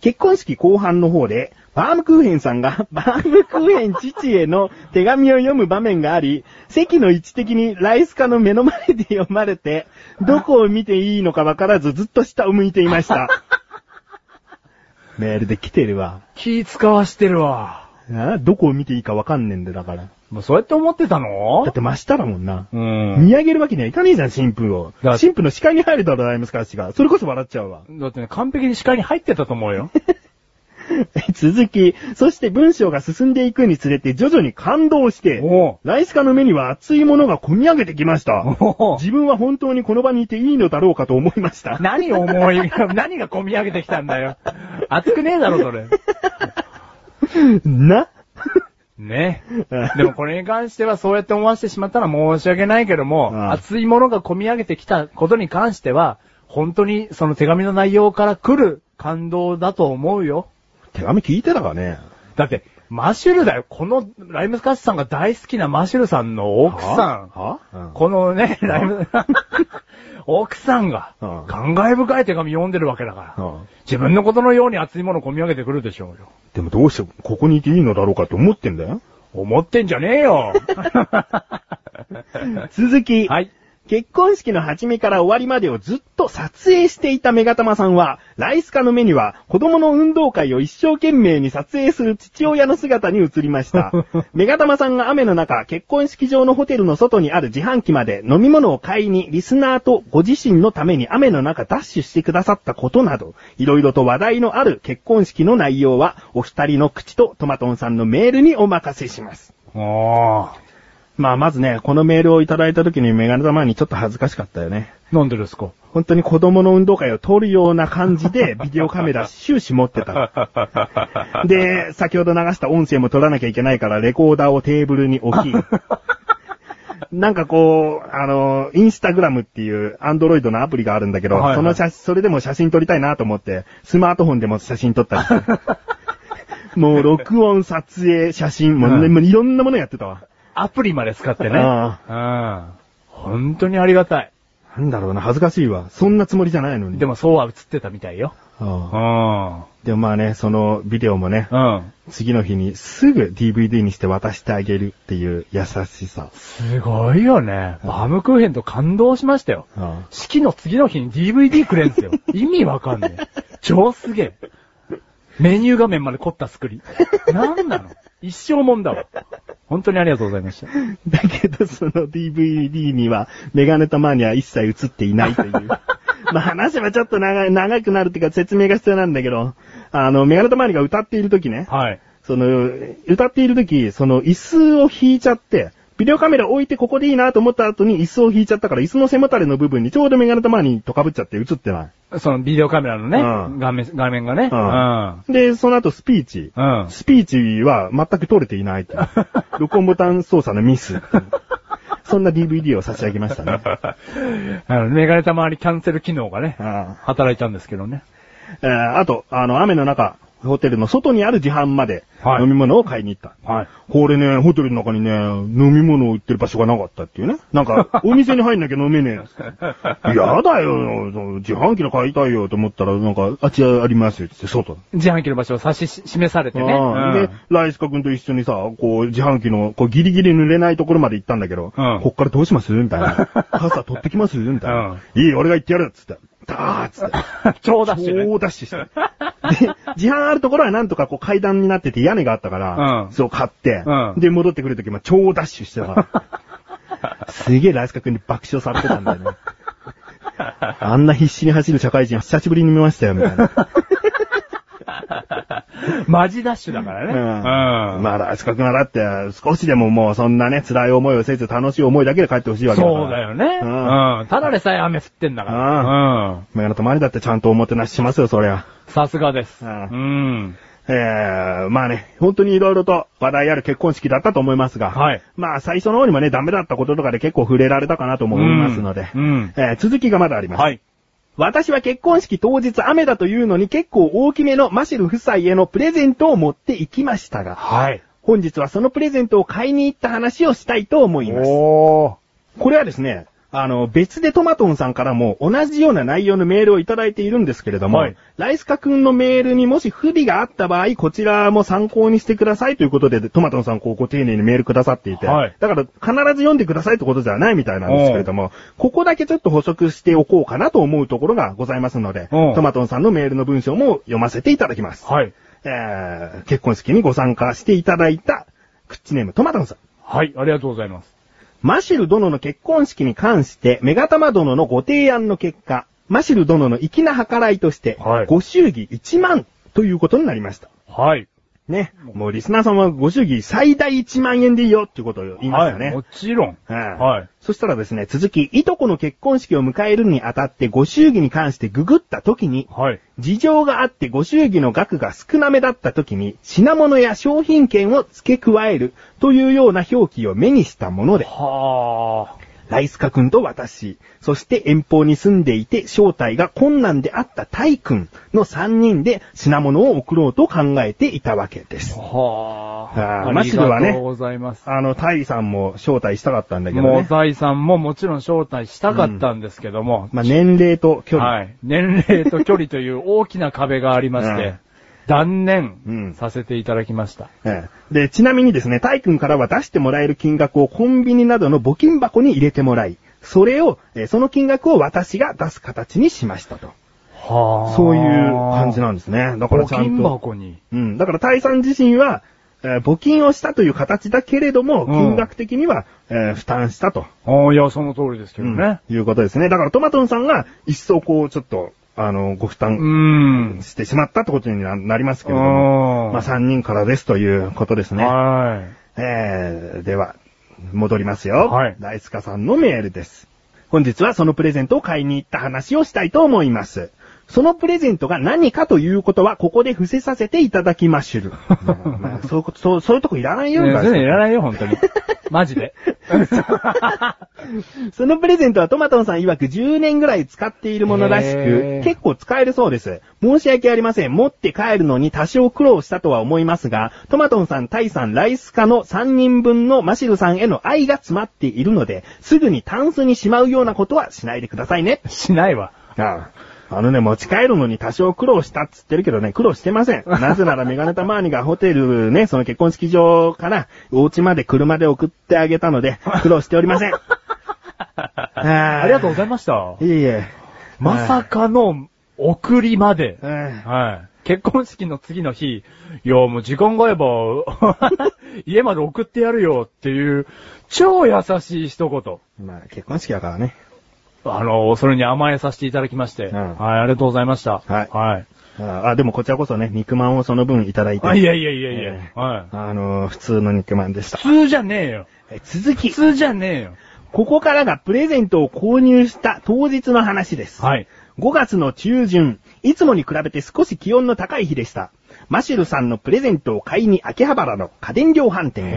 B: 結婚式後半の方で、バームクーヘンさんが、 バームクーヘン父への手紙を読む場面があり、席の位置的にライスカの目の前で読まれて、どこを見ていいのかわからずずっと下を向いていました。メールで来てるわ。
A: 気使わしてるわ。
B: ああどこを見ていいかわかんねえんだよだから。
A: もうそうやって思ってたの
B: だって真下だもんな。
A: うん。
B: 見上げるわけにはいかねえじゃん、神父を。
A: だ
B: 神父の視界に入るだろ、ライムスカッシュが。それこそ笑っちゃうわ。
A: だってね、完璧に視界に入ってたと思う よ。
B: 続き、そして文章が進んでいくにつれて徐々に感動して、
A: お
B: ライスカの目には熱いものが込み上げてきました。
A: お
B: 自分は本当にこの場にいていいのだろうかと思いました。
A: 何を思い、何が込み上げてきたんだよ。熱くねえだろ、それ。
B: な
A: ね。でもこれに関してはそうやって思わせてしまったのは申し訳ないけども、
B: うん
A: 熱いものが込み上げてきたことに関しては、本当にその手紙の内容から来る感動だと思うよ。
B: 手紙聞いてたかね
A: だって、マシュルだよ。この、ライムスカッシュさんが大好きなマシュルさんの奥さん。
B: はは
A: このね、ライ ム、奥さんが、
B: うん
A: 感慨深い手紙読んでるわけだから、
B: うん
A: 自分のことのように熱いもの込み上げてくるでしょうよ。
B: でもどうしてここにいていいのだろうかと思ってんだよ。
A: 思ってんじゃねえよ
B: 続き、
A: はい。
B: 結婚式の始めから終わりまでをずっと撮影していたメガタマさんは、ライスカの目には子供の運動会を一生懸命に撮影する父親の姿に映りました。 メガタマさんが雨の中、結婚式場のホテルの外にある自販機まで飲み物を買いにリスナーとご自身のために雨の中ダッシュしてくださったことなど、いろいろと話題のある結婚式の内容は、お二人の口とトマトンさんのメールにお任せします。
A: おー。
B: まあまずね、このメールをいただいた時にメガネ玉にちょっと恥ずかしかったよね。
A: なんでですか
B: 本当に子供の運動会を撮るような感じ でビデオカメラ終始持ってた。 で、先ほど流した音声も撮らなきゃいけないからレコーダーをテーブルに 置き。なんかこう、あの、インスタグラムっていうアンドロイドのアプリがあるんだけど、
A: はいはい
B: その写それでも写真撮りたいなと思って、スマートフォンでも写真撮ったりして。 もう録音、撮影、写真、もうね
A: うん
B: もういろんなものやってたわ。
A: アプリまで使ってね。
B: あ
A: うん。本当にありがたい。
B: なんだろうな、恥ずかしいわ。そんなつもりじゃないのに。
A: でもそうは映ってたみたいよ。
B: ああ
A: ん。
B: でもまあね、そのビデオもね、
A: うん。
B: 次の日にすぐ DVD にして渡してあげるっていう優しさ。
A: すごいよね。バームクーヘンと感動しましたよ。
B: あ
A: 式の次の日に DVD くれんす よ。意味わかんねえ。超すげえ。メニュー画面まで凝った作り。なんなの一生もんだわ。本当にありがとうございました。
B: あだけどその DVD にはメガネたまには一切映っていないと いう。まあ話はちょっと長い、長くなるっていうか説明が必要なんだけど、あの、メガネたまにが歌っている時ね、
A: はい。
B: その、歌っている時、その椅子を引いちゃって、ビデオカメラ置いてここでいいなと思った後に椅子を引いちゃったから椅子の背もたれの部分にちょうどメガネたまにとかぶっちゃって映ってない。
A: そのビデオカメラのね、
B: うん
A: 画面、画面がね。
B: うんで、その後スピーチ。
A: うん。うん。
B: スピーチは全く取れていないって いう。録音ボタン操作のミスっていう。そんな DVD を差し上げましたね。
A: あの、メガネたまわりキャンセル機能がね、
B: あ
A: 働いたんですけどね。
B: えーあと、あの、雨の中、ホテルの外にある自販まで
A: はい
B: 飲み物を買いに行った。
A: はい。
B: これね、ホテルの中にね、飲み物を売ってる場所がなかったっていうね。なん か、お店に入んなきゃ飲めねえ。やだよ、その自販機の買いたいよと思ったら、なんか、あっちありますよって言って、外。
A: 自販機の場所を指し示されてね。
B: ああ
A: うん
B: で、ライスカ君と一緒にさ、こう、自販機の、こう、ギリギリ濡れないところまで行ったんだけど、
A: うん
B: こっからどうしますみたい な。傘取ってきますみたいな。いい、俺が行ってやるっつって。ダーっつって。
A: 超ダッシュね。
B: 超ダッシュして。で、自販あるところはなんとかこう階段になってて屋根があったから、
A: うん
B: そう買って、
A: うん
B: で、戻ってくるときも超ダッシュしてた。すげえライスカ君に爆笑されてたんだよ ね。あんな必死に走る社会人久しぶりに見ましたよ、みたいな。
A: マジダッシュだからね。
B: うん。
A: うん
B: まあ、ライスカ君はだって、少しでももうそんなね、辛い思いをせず楽しい思いだけで帰ってほしいわけだから。
A: そうだよね。
B: うん。
A: うん。ただでさえ雨降ってんだから。うん。
B: メガネとマリだってちゃんとおもてなししますよ、そりゃ。
A: さすがです。
B: う
A: うんん。
B: ええまあね、本当に色々と話題ある結婚式だったと思いますが。
A: はい
B: まあ、最初の方にもね、ダメだったこととかで結構触れられたかなとも思いますので。
A: うん。
B: えー続きがまだあります。
A: はい。
B: 私は結婚式当日雨だというのに結構大きめのマシル夫妻へのプレゼントを持って行きましたが、
A: はい。
B: 本日はそのプレゼントを買いに行った話をしたいと思います。
A: お
B: これはですね、あの、別でトマトンさんからも同じような内容のメールをいただいているんですけれども、
A: はい
B: ライスカ君のメールにもし不備があった場合、こちらも参考にしてくださいということで、トマトンさんこうご丁寧にメールくださっていて、
A: はい
B: だから必ず読んでくださいってことじゃないみたいなんですけれども、ここだけちょっと補足しておこうかなと思うところがございますので、
A: うん
B: トマトンさんのメールの文章も読ませていただきます。
A: はい。
B: えー結婚式にご参加していただいた、クッチネームトマトンさん。
A: はい。ありがとうございます。
B: マシル殿の結婚式に関して、メガタマ殿のご提案の結果、マシル殿の粋な計らいとして、
A: はい
B: ご祝儀1万ということになりました。
A: はい。
B: ね。もうリスナーさんはご祝儀最大1万円でいいよっていうことを言いました
A: は
B: ね
A: も。ちろん。
B: うん
A: はい。
B: そしたらですね、続き、いとこの結婚式を迎えるにあたってご祝儀に関してググった時に、
A: はい。
B: 事情があってご祝儀の額が少なめだった時に、品物や商品券を付け加えるというような表記を目にしたもので、
A: は
B: ライスカ君と私、そして遠方に住んでいて招待が困難であったタイ君の3人で品物を送ろうと考えていたわけで
A: あ。
B: す。
A: は
B: あー
A: あ。
B: マシルは
A: あり
B: ね
A: がとうございます。
B: あの、タイさんも招待したかったんだけど
A: もう
B: ね。
A: 財産ももちろん招待したかったんですけども、
B: まあ、年齢と距離。
A: はい。年齢と距離という大きな壁がありま し
B: うん
A: て、断
B: う
A: 念
B: ん
A: させていただきました。
B: ええで、ちなみにですね、タイ君からは出してもらえる金額をコンビニなどの募金箱に入れてもらい、それを、えーその金額を私が出す形にしましたと。
A: は
B: そういう感じなんですね。だから
A: 募
B: ちゃん
A: 金
B: と。
A: 箱に。
B: うん。だから、タイさん自身は、えー募金をしたという形だけれども、
A: ん
B: 金額的には、えー負担したと、
A: ああ、いや、その通りですけど
B: うん
A: ね。
B: いうことですね。だから、トマトンさんが、一層こう、ちょっと、あの、ご負
A: うー
B: 担
A: ん。
B: してしまったってことにななりますけれども、
A: うん
B: まあ、3人からですということですね。
A: は
B: えー、では、戻りますよ。
A: はい
B: 大塚さんのメールです。本日はそのプレゼントを買いに行った話をしたいと思います。そのプレゼントが何かということは、ここで伏せさせていただきまし ゅる。まあそういうこと、そう、そういうとこいらないよ、
A: ね全
B: 大塚さん
A: 然いらないよ、本当 に。マジで。
B: そのプレゼントはトマトンさん曰く10年ぐらい使っているものらし
A: へ
B: く
A: ー、
B: 結構使えるそうです。申し訳ありません。持って帰るのに多少苦労したとは思いますが、トマトンさん、タイさん、ライスカの3人分のマシルさんへの愛が詰まっているので、すぐにタンスにしまうようなことはしないでくださいね。
A: しないわ。
B: ああ。あのね、持ち帰るのに多少苦労したっつってるけどね、苦労してませ ん。なぜならメガネタマーニがホテルね、その結婚式場からお家まで車で送ってあげたので、苦労しておりませ ん。あ
A: ありがとうござい
B: ま
A: ました
B: す。。いえいえ。
A: まさかの送りまで。
B: うん
A: はい。結婚式の次の日、いや、もう時間があれば、 家まで送ってやるよっていう、超優しい一言。
B: まあ、結婚式だからね。
A: あの、それに甘えさせていただきまして。
B: うん
A: はい、ありがとうございました。
B: はい
A: はい。
B: ああ、でもこちらこそね、肉まんをその分いただいて。
A: あ、いやいやいやいや。
B: ええ
A: はい。
B: あのー、普通の肉まんでした。
A: 普通じゃねえよ。
B: え続き
A: 普。通じゃねえよ。
B: ここからがプレゼントを購入した当日の話です。
A: はい。
B: 5月の中旬、いつもに比べて少し気温の高い日でした。マシルさんのプレゼントを買いに秋葉原の家電量販店へ。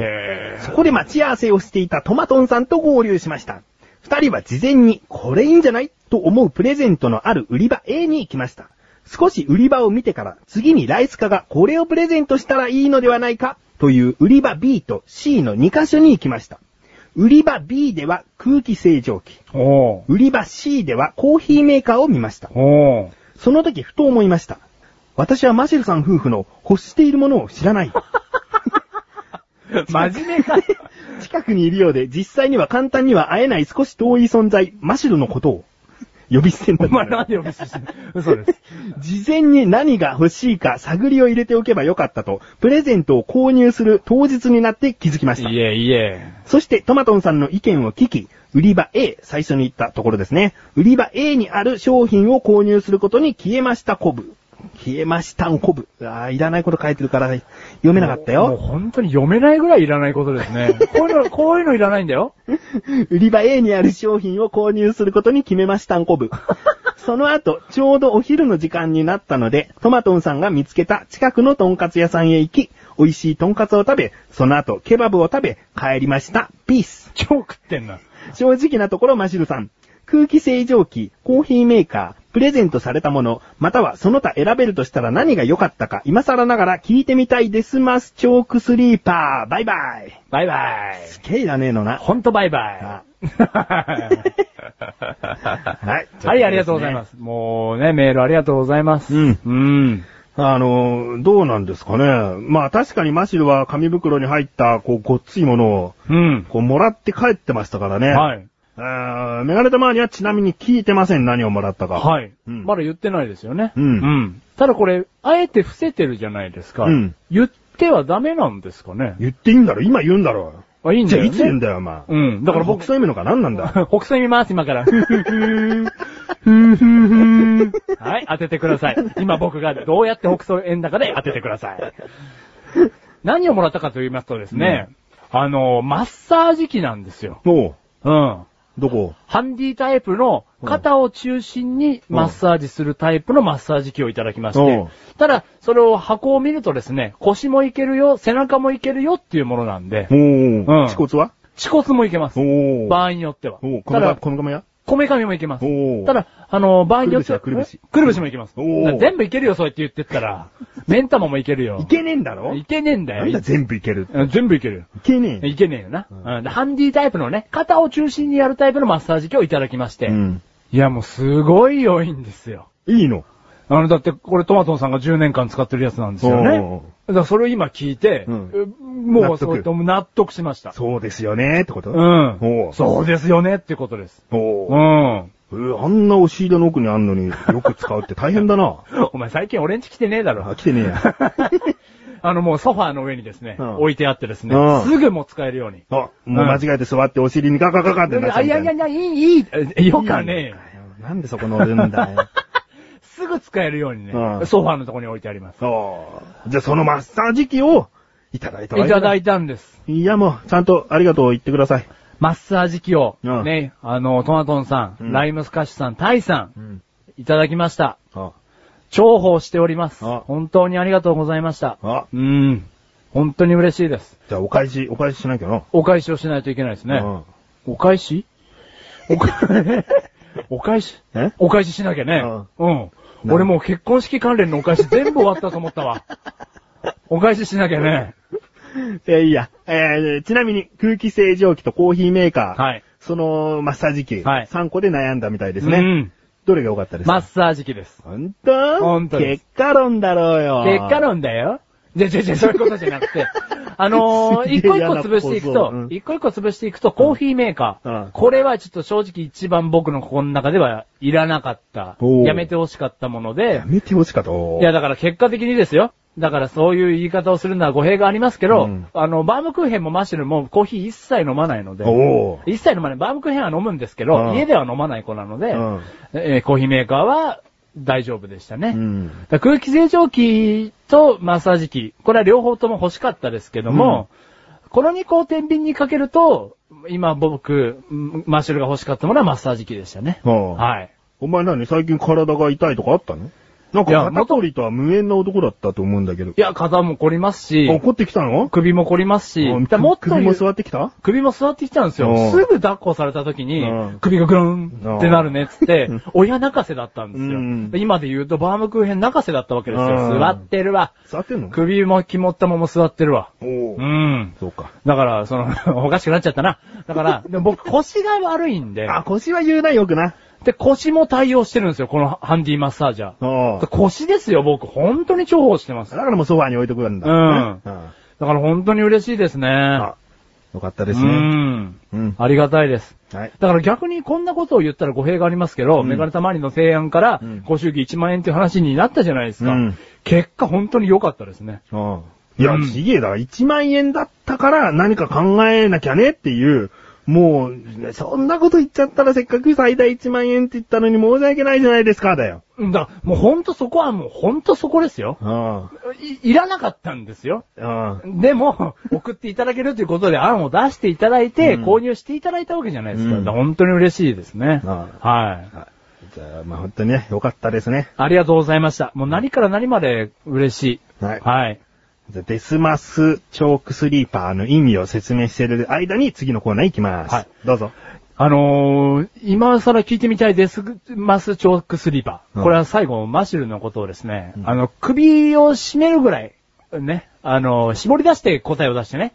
A: へ
B: そこで待ち合わせをしていたトマトンさんと合流しました。二人は事前に、これいいんじゃないと思うプレゼントのある売り場 A に行きました。少し売り場を見てから、次にライスカがこれをプレゼントしたらいいのではないかという売り場 B と C の2箇所に行きました。売り場 B では空気清浄機、
A: え。おう。
B: 売り場 C ではコーヒーメーカーを見ました。
A: おう。
B: その時、ふと思いました。私はマシェルさん夫婦の欲しているものを知らない。
A: 真面 目か。
B: 近くにいるようで、実際には簡単には会えない少し遠い存在、マシェルのことを呼び捨てにな
A: お
B: った
A: 前なんで呼び捨てしてんの嘘です。
B: 事前に何が欲しいか探りを入れておけばよかったと、プレゼントを購入する当日になって気づきました
A: い。えいえ。
B: そして、トマトンさんの意見を聞き、売り場 A、最初に言ったところですね。売り場 A にある商品を購入することに消えましたコブ。消えましたんコブ。ああ、いらないこと書いてるから、読めなかった
A: もう
B: よ。
A: 本当に読めないぐらいいらないことですね。こういうの、こういうのいらないんだよ。
B: 売り場 A にある商品を購入することに決めましたん こぶ。その後、ちょうどお昼の時間になったので、トマトンさんが見つけた近くのトンカツ屋さんへ行き、美味しいトンカツを食べ、その後、ケバブを食べ、帰りました。ピース。
A: 超食ってんな。
B: 正直なところ、マシルさん。空気清浄機、コーヒーメーカー、プレゼントされたもの、またはその他選べるとしたら何が良かったか、今更ながら聞いてみたいですます、チョークスリーパー。バイバイ。
A: バイバイ。
B: すげえだねえのな。
A: ほんとバイバイ。
B: はい
A: はい、ありがとうござ います。もうね、メールありがとうございます。
B: うん
A: うん。
B: あのー、どうなんですかね。まあ確かにマシルは紙袋に入った、こう、ごっついものを、
A: うん。
B: こう、もらって帰ってましたからね。。
A: はいい。
B: メガネたまにはちなみに聞いてません、何をもらったか。い。
A: はい。
B: うん
A: まだ言ってないですよね。
B: うん
A: ただこれ、あえて伏せてるじゃないですか。
B: うん
A: 言ってはダメなんですかね。
B: 言っていいんだろ今言うんだろ
A: あ、いいん
B: じ
A: だ
B: ゃあ
A: よ、ね。
B: いつ言うんだよ、お前。
A: うん。だか
B: だからら
A: 僕
B: 僕、そういうのが何なん だ
A: 北斎見ます、今から。ふふふーふふふーはい、当ててください。今僕がどうやって北斎円高で当ててください。何をもらったかと言いますとですね、あの、マッサージ機なんですよ。
B: おう、
A: うん。
B: どこ
A: ハンディタイプの肩を中心にマッサージするタイプのマッサージ機をいただきまし
B: うん
A: て、ただ、それを箱を見るとですね、腰もいけるよ、背中もいけるよっていうものなんで
B: お、う
A: うん
B: 恥骨は
A: 恥骨もいけます
B: お。う
A: 場合によっては。
B: おう、こ
A: た
B: の
A: だ
B: ま、このままや
A: こめかみもいけます。
B: おう
A: ただ、あの、場合によっては、
B: くるぶしだ
A: えくるぶしもいけます。
B: おー
A: だから全部いけるよ、そうやって言ってったら。メンタマもいけるよ。
B: いけねえんだろ
A: いけねえんだ
B: なんだ
A: よ。
B: 全部いける。
A: うん全部いける。
B: いけねえ。
A: いけねえよな。うんハンディタイプのね、肩を中心にやるタイプのマッサージ機をいただきまして。
B: うん。
A: いや、もうすごい良いんですよ。
B: いいの。
A: あの、だって、これトマトンさんが10年間使ってるやつなんですよ
B: おうおうお
A: ね
B: う。
A: だからそれを今聞いて、
B: うん
A: も
B: 納
A: う
B: 得
A: そうやって納得しました。
B: そうですよねってこと
A: うん
B: お。う
A: そうですよねってことです。う。
B: おうんえーあんな押し入れの奥にあんのによく使うって大変だな。
A: お前最近俺んち来てねえだろ
B: あ、。来てねえや。
A: あのもうソファーの上にですね、
B: うん
A: 置いてあってですね
B: うん、
A: すぐもう使えるように。
B: あ、もう間違えて座ってお尻にガガガガってなっちゃ
A: あ、
B: うみ
A: い
B: た
A: や
B: い
A: いや
B: な。
A: いや、いい、いい、よかねえよ。
B: なんでそこ乗るんだよ。
A: すぐ使えるようにね
B: う、ん
A: ソファーのとこに置いてあります。
B: そう。じゃあそのマッサージ機をいただいたわ
A: いただ
B: い
A: いたんです。
B: いやもう、ちゃんとありがとう言ってください。
A: マッサージ機を、
B: うん
A: ね、あの、トマトンさん、
B: うん
A: ライムスカッシュさん、タイさん、
B: うん。
A: いただきました。
B: あ、
A: 重宝しております。
B: あ
A: 本当にありがとうございました。
B: あ、
A: うん。本当に嬉しいです。
B: じゃあお返し、お返ししなきゃな。
A: お返しをしないといけないですね。
B: うん
A: お返しお返 お返し
B: え
A: お返ししなきゃね。うん。
B: な
A: 俺もう結婚式関連のお返し全部終わったと思った わ。お返ししなきゃね。
B: えーいいや。えーちなみに空気清浄機とコーヒーメーカー。
A: はい。
B: そのマッサージ機。
A: はい
B: 3個で悩んだみたいですね。
A: うん。
B: どれが良かったですか
A: マッサージ機です。
B: 本当
A: 本当です
B: 結果論だろうよ。
A: 結果論だよ。じゃじゃじゃそういうことじゃなく て。あのー、
B: すげえ
A: 一個一個潰していく
B: 嫌な
A: と
B: 構造うん、
A: 一個一個潰していくと、コーヒーメーカ
B: うんうん
A: ー。これはちょっと正直一番僕の心の中ではいらなかった。
B: おー
A: やめてほしかったもので
B: や、めてほしかった。おー
A: いや、だから結果的にですよ。だからそういう言い方をするのは語弊がありますけど、
B: うん
A: あの、バームクーヘンもマッシュルもコーヒー一切飲まないので、
B: おー
A: 一切飲まない。バームクーヘンは飲むんですけ
B: う
A: ど、
B: ん
A: 家では飲まない子なので、
B: うん
A: えーコーヒーメーカーは大丈夫でしたね。
B: うん
A: だから空気清浄機とマッサージ機、これは両方とも欲しかったですけども、この2個を天秤にかけると、今僕、うんマッシュルが欲しかったものはマッサージ機でしたね。
B: うん
A: はい。
B: お前何最近体が痛いとかあったのなんか
A: いや
B: 肩こりとは無縁な男だったと思うんだけど。
A: いや、肩も凝りますし、
B: 怒ってきたの
A: 首も凝りますし、
B: うん
A: だからもっと言う
B: 首も座ってきた
A: 首も座ってきたんです
B: う
A: よ。
B: ん
A: すぐ抱っこされた時に
B: うん、
A: 首がグロンってなるねっつって
B: うん、
A: 親泣かせだったんですよ。
B: うん
A: で今で言うとバームクーヘン泣かせだったわけです
B: う
A: よ。
B: ん
A: 座ってるわ。
B: 座ってんの
A: 首も肝ったまま座ってるわ。
B: お
A: う
B: ー
A: ん。
B: そうか。
A: だから、その、お かしくなっちゃったな。だから、でも僕腰が悪いんで、
B: あ、腰は言うな、よくな。
A: で、腰も対応してるんですよ、このハンディマッサージャー。
B: ああ。
A: 腰ですよ、僕。本当に重宝してます
B: だ。からもうソファーに置いとくんだ。
A: うん
B: ねあ
A: だから本当に嬉しいですね。
B: あよかったです
A: う
B: ね。
A: ん。
B: うん。
A: ありがたいです。
B: はい。
A: だから逆にこんなことを言ったら語弊がありますけど、
B: うん
A: メガネたまりの提案から
B: うん、
A: ご祝儀1万円っていう話になったじゃないですか。
B: うん
A: 結果本当に良かったですね。
B: いや
A: う、ん
B: ちげえだ。1万円だったから何か考えなきゃねっていう。もう、そんなこと言っちゃったらせっかく最大1万円って言ったのに申し訳ないじゃないですか、だよ。
A: うんだから、もう本当そこはもう本当そこですよ。
B: あ
A: い、いらなかったんですよ。
B: あ。あ
A: でも、 送っていただけるということで案を出していただいて、
B: うん
A: 購入していただいたわけじゃないですか。
B: うん
A: だから本当に嬉しいですね。
B: あ
A: はい。
B: あ。じゃあ、まあ本当にね、よかったですね。
A: ありがとうございました。もう何から何まで嬉しい。
B: はい
A: はい。
B: じゃあデスマスチョークスリーパーの意味を説明している間に次のコーナー行きます。
A: はい。
B: どうぞ。
A: あのー、今更聞いてみたいデスマスチョークスリーパー。
B: うん
A: これは最後、マシュルのことをですね、
B: うん
A: あの、首を絞めるぐらい、ね、あのー絞り出して答えを出してね、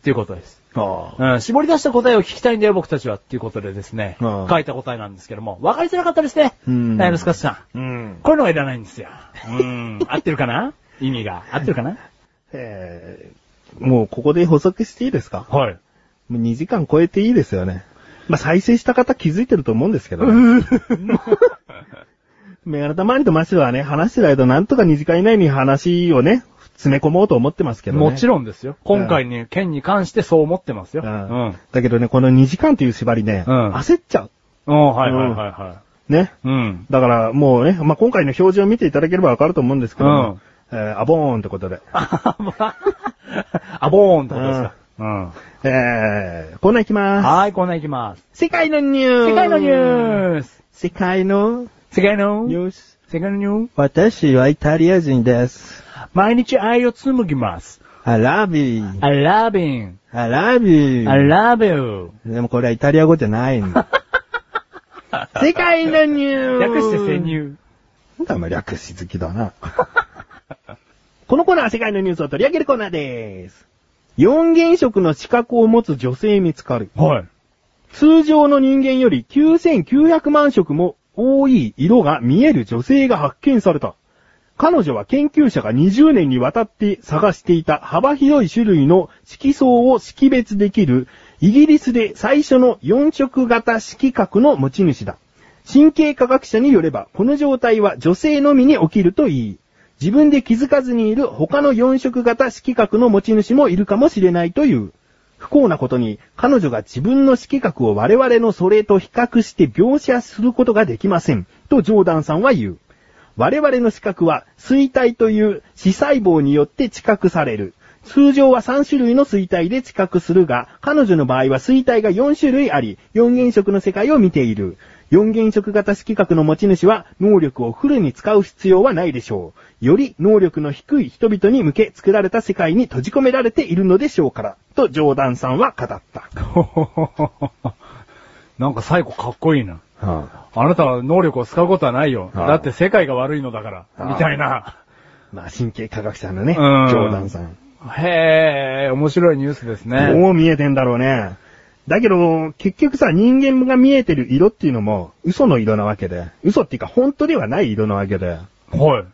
A: っていうことです。
B: あ
A: うん、絞り出した答えを聞きたいんだよ、僕たちは、っていうことでですね、
B: うん
A: 書いた答えなんですけども、わかりづらかったですね、
B: うん
A: ダイナスカスさ
B: うん
A: ん。。こういうのがいらないんですよ。うん、合ってるかな意味が。合ってるかな
B: えー、もうここで補足していいですか
A: はい。
B: もう2時間超えていいですよね。まあ、再生した方気づいてると思うんですけど、 メガネたまりとマシュはね、話してる間なんとか2時間以内に話をね、詰め込もうと思ってますけどね。
A: もちろんですよ。今回ね、件に関してそう思ってますよ。
B: うん。
A: うん。
B: だけどね、この2時間という縛りね、
A: うん
B: 焦っちゃう。
A: うん、はいはいはいはい。
B: ね。
A: うん。
B: だからもうね、まあ、今回の表示を見ていただければわかると思うんですけども、えーアボーンってことで。
A: あ、まあ、あぼーんってことですか。うん。
B: えー、コーナー行きまー
A: はーい、コーナー行きます。
B: す。世界のニュース
A: 世界のニ
B: ース
A: ュース
B: 世界の
A: 世界の
B: ニ
A: ニュー
B: ュース
A: ス世界のニュー
B: 私はイタリア人です。
A: ス毎日愛を紡ぎます。
B: アラビー。
A: I love you.
B: アラビ
A: I
B: ー。
A: love you.
B: でもこれはイタリア語じゃないんだ。 世界のニュー
A: 略して潜。入。
B: なんだお前略し好きだな。 このコーナーは世界のニュースを取り上げるコーナーです。四原色の資格を持つ女性見つかる。
A: はい。
B: 通常の人間より9900万色も多い色が見える女性が発見された。彼女は研究者が20年にわたって探していた幅広い種類の色相を識別できるイギリスで最初の4色型色覚の持ち主だ。神経科学者によれば、この状態は女性のみに起きるといい。自分で気づかずにいる他の4色型色覚の持ち主もいるかもしれないという。不幸なことに、彼女が自分の色覚を我々のそれと比較して描写することができません。とジョーダンさんは言う。我々の視覚は、衰体という視細胞によって知覚される。通常は3種類の衰退で知覚するが、彼女の場合は衰退が4種類あり、4原色の世界を見ている。4原色型色覚の持ち主は、能力をフルに使う必要はないでしょう。より能力の低い人々に向け作られた世界に閉じ込められているのでしょうから、とジョーダンさんは語った。
A: なんか最後かっこいいな。あなたは能力を使うことはないよ。
B: ああ
A: だって世界が悪いのだから。
B: ああ
A: みたいな。
B: まあ、神経科学者のね、
A: う
B: ジ
A: ん
B: ョーダンさん。
A: へえ、面白いニュースですね。
B: どう見えてんだろうね。だけど、結局さ、人間が見えてる色っていうのも、嘘の色なわけで。嘘っていうか、本当ではない色なわけで。
A: はい。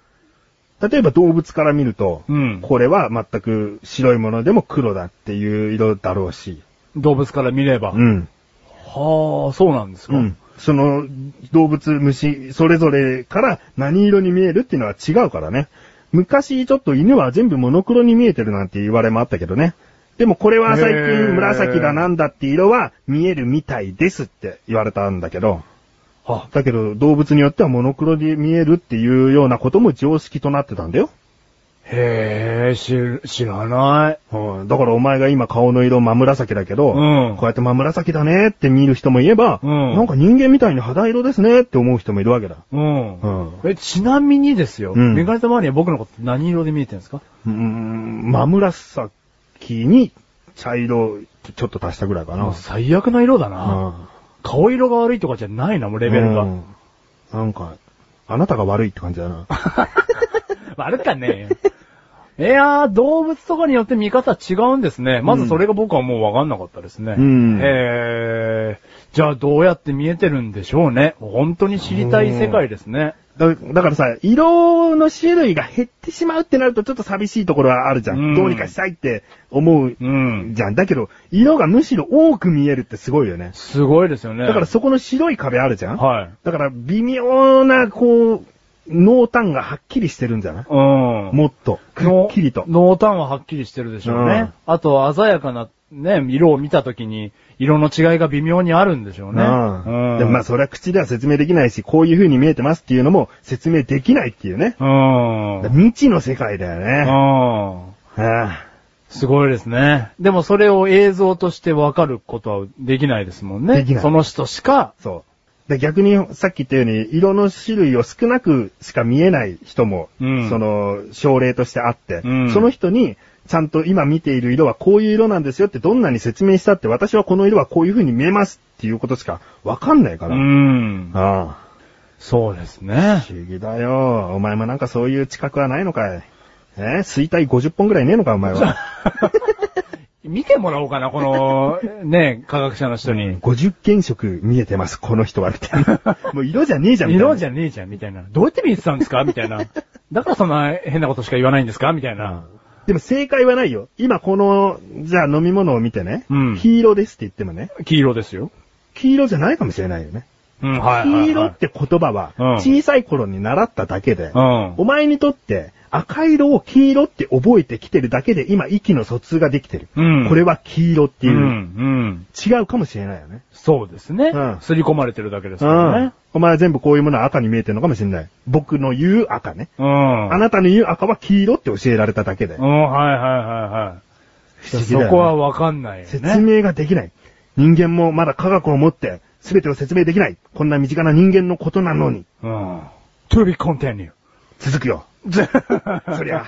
B: 例えば動物から見ると、
A: うん
B: これは全く白いものでも黒だっていう色だろうし。
A: 動物から見れば。
B: うん。
A: はあ、そうなんですか。
B: うん。その、動物、虫、それぞれから何色に見えるっていうのは違うからね。昔ちょっと犬は全部モノクロに見えてるなんて言われもあったけどね。でもこれは最
A: へ
B: 近
A: ー
B: 紫だなんだって色は見えるみたいですって言われたんだけど。
A: は
B: だけど動物によってはモノクロに見えるっていうようなことも常識となってたんだよ。
A: へえ、知る、知らない。
B: うんだからお前が今顔の色真紫だけ
A: う
B: ど、
A: ん
B: こうやって真紫だねって見る人もいれば、
A: うん
B: なんか人間みたいに肌色ですねって思う人もいるわけだ。
A: うん。
B: うん
A: え、ちなみにですよ。
B: うん
A: メガネたまわりは僕のこと何色で見えてるんですか
B: うーん、真紫に茶色ちょっと足したぐらいか
A: も
B: な
A: う。最悪な色だな。
B: うん
A: 顔色が悪いとかじゃないな、もうレベルが。
B: うんなんか、あなたが悪いって感じだな。
A: 悪かねえよ。いやー、動物とかによって見方違うんですね。まずそれが僕はもうわかんなかったですね。
B: うん
A: えー、じゃあどうやって見えてるんでしょうね。本当に知りたい世界ですね。
B: だだからさ、色の種類が減ってしまうってなるとちょっと寂しいところはあるじゃん。
A: うん
B: どうにかしたいって思う
A: うん。
B: じゃん。だけど、色がむしろ多く見えるってすごいよね。
A: すごいですよね。
B: だからそこの白い壁あるじゃん
A: はい。
B: だから微妙な、こう、濃淡がはっきりしてるんじゃない
A: うん。
B: もっと。くっきりと。
A: 濃淡ははっきりしてるでしょうね。
B: うん
A: あと、鮮やかな、ね、色を見たときに、色の違いが微妙にあるんでしょうね。
B: うんでもまあ
A: う
B: それは口では説明できないし、こういう風に見えてますっていうのも説明できないっていうね。
A: ん。うん。
B: 未知の世界だよね。
A: うん。
B: あ
A: すごいですね。でもそれを映像として分かることはできないですもんね。
B: できない
A: その人しか
B: あ、そう。で逆にさっき言ったように、色の種類を少なくしか見えない人も、
A: うん
B: その、症例としてあって、
A: うん
B: その人に、ちゃんと今見ている色はこういう色なんですよってどんなに説明したって、私はこの色はこういう風に見えますっていうことしかわかんないか
A: う
B: ら。
A: ん。
B: ああ。
A: そうですね。
B: 不思議だよ。お前もなんかそういう知覚はないのかい。えー衰退50本ぐらいねえのか、お前は。
A: 見てもらおうかな、この、 ね、科学者の人に。
B: 50原色見えてます、この人は、みたいな。 もう色じゃねえじゃん、みたいな。
A: 色じゃねえじゃん、みたいな。どうやって見てたんですかみたいな。だからそんな変なことしか言わないんですかみたいな。
B: でも正解はないよ。今この、じゃあ飲み物を見てね、
A: うん
B: 黄色ですって言ってもね、
A: 黄色ですよ。
B: 黄色じゃないかもしれないよね。
A: うん、はいはい、はい。
B: 黄色って言葉は
A: うん、
B: 小さい頃に習っただけで、
A: うん
B: お前にとって赤色を黄色って覚えてきてるだけで、今息の疎通ができてる。
A: うん
B: これは黄色っていう、
A: うん、うん。
B: 違うかもしれないよね。
A: そうですね。
B: うん
A: 刷り込まれてるだけです
B: う
A: からね
B: ん。。お前は全部こういうものは赤に見えてるのかもしれない。僕の言う赤ね。
A: うん。
B: あなたの言う赤は黄色って教えられただけで
A: う。ん、はいはいはいはい。
B: 不思議
A: そ
B: だよね
A: こはわかんないよね。
B: 説明ができない。人間もまだ科学を持って、すべてを説明できない。こんな身近な人間のことなのに、
A: うん。to be continue.
B: 続くよ。
A: そ
B: そりゃ。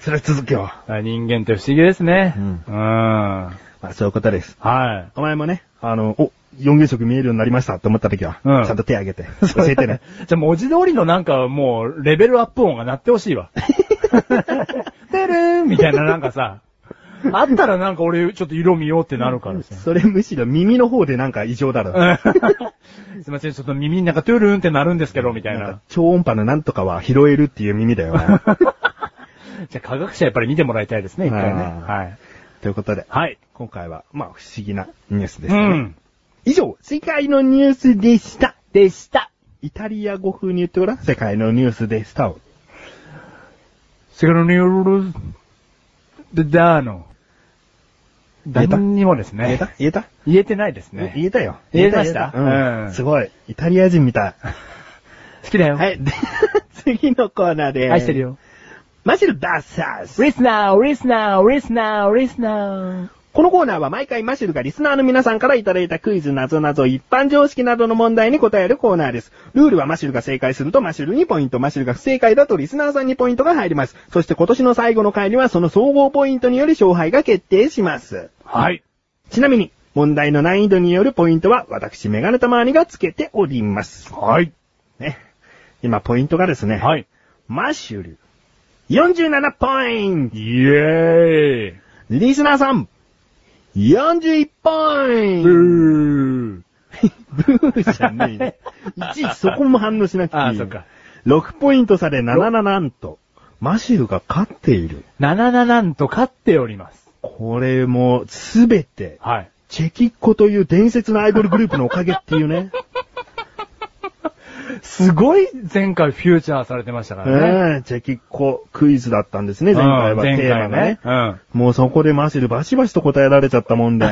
B: それは続くよ。
A: 人間って不思議ですね。
B: う
A: うんん。は
B: まあ、そういうことです。
A: い。
B: お前もね、あの、お、四原色見えるようになりましたって思った時は、
A: うん。
B: ちゃんと手挙げ て、教えてね。
A: じゃあ文字通りのなんかもう、レベルアップ音が鳴ってほしい わ。 てるーんみたいななんかさ、あったらなんか俺ちょっと色見ようってなるからさ。
B: それむしろ耳の方でなんか異常だろ。
A: うん すいません、ちょっと耳になんかトゥルーンってなるんですけど、みたい
B: なん
A: な
B: か。超音波のなんとかは拾えるっていう耳だよな。
A: じゃあ科学者やっぱり見てもらいたいですね、一回ね。
B: あー
A: はい。
B: ということで、
A: はい。
B: 今回は、まあ、不思議なニュースです
A: う
B: ね。
A: ん。
B: 以上、世界のニュースでした。
A: でした。
B: イタリア語風に言ってごらん。世界のニュースでしたを。
A: セガロニュール、ダーノ。
B: 言えた
A: 何にもですね。
B: 言えた言えた
A: 言えてないですね。
B: 言えたよ。
A: 言えました
B: 言えうん
A: うん
B: すごい。イタリア人みたい。
A: 好きだよ。
B: はい。で次のコーナーで
A: 愛してるよ。
B: マシルダーサース。
A: リスナー、リスナー、リスナー、リスナ
B: このコーナーは毎回マシルがリスナーの皆さんからいただいたクイズ、謎々、一般常識などの問題に答えるコーナーです。ルールはマシルが正解するとマシルにポイント、マシルが不正解だとリスナーさんにポイントが入ります。そして今年の最後の回にはその総合ポイントにより勝敗が決定します。
A: ー。はい。
B: ちなみに、問題の難易度によるポイントは私、メガネたまわりがつけております。
A: はい。
B: ね。今、ポイントがですね。
A: はい。
B: マシュル、47ポイント
A: イエーイ。
B: リスナーさん、41ポイント
A: ブー。
B: ブーじゃね えよ。いちいちそこも反応しなくていい。
A: あそっか。
B: 6ポイント差で77なんと、マシルが勝っている。
A: 77なんと勝っております。
B: これもすべて、
A: はい。
B: チェキッコという伝説のアイドルグループのおかげっていう ね。
A: すごい前回フューチャーされてましたか
B: え
A: らね。
B: えチェキッコクイズだったんですね、前回
A: うん
B: は。テーマがね
A: 前。回ね
B: もうそこでマシルバシバシと答えられちゃったもんで。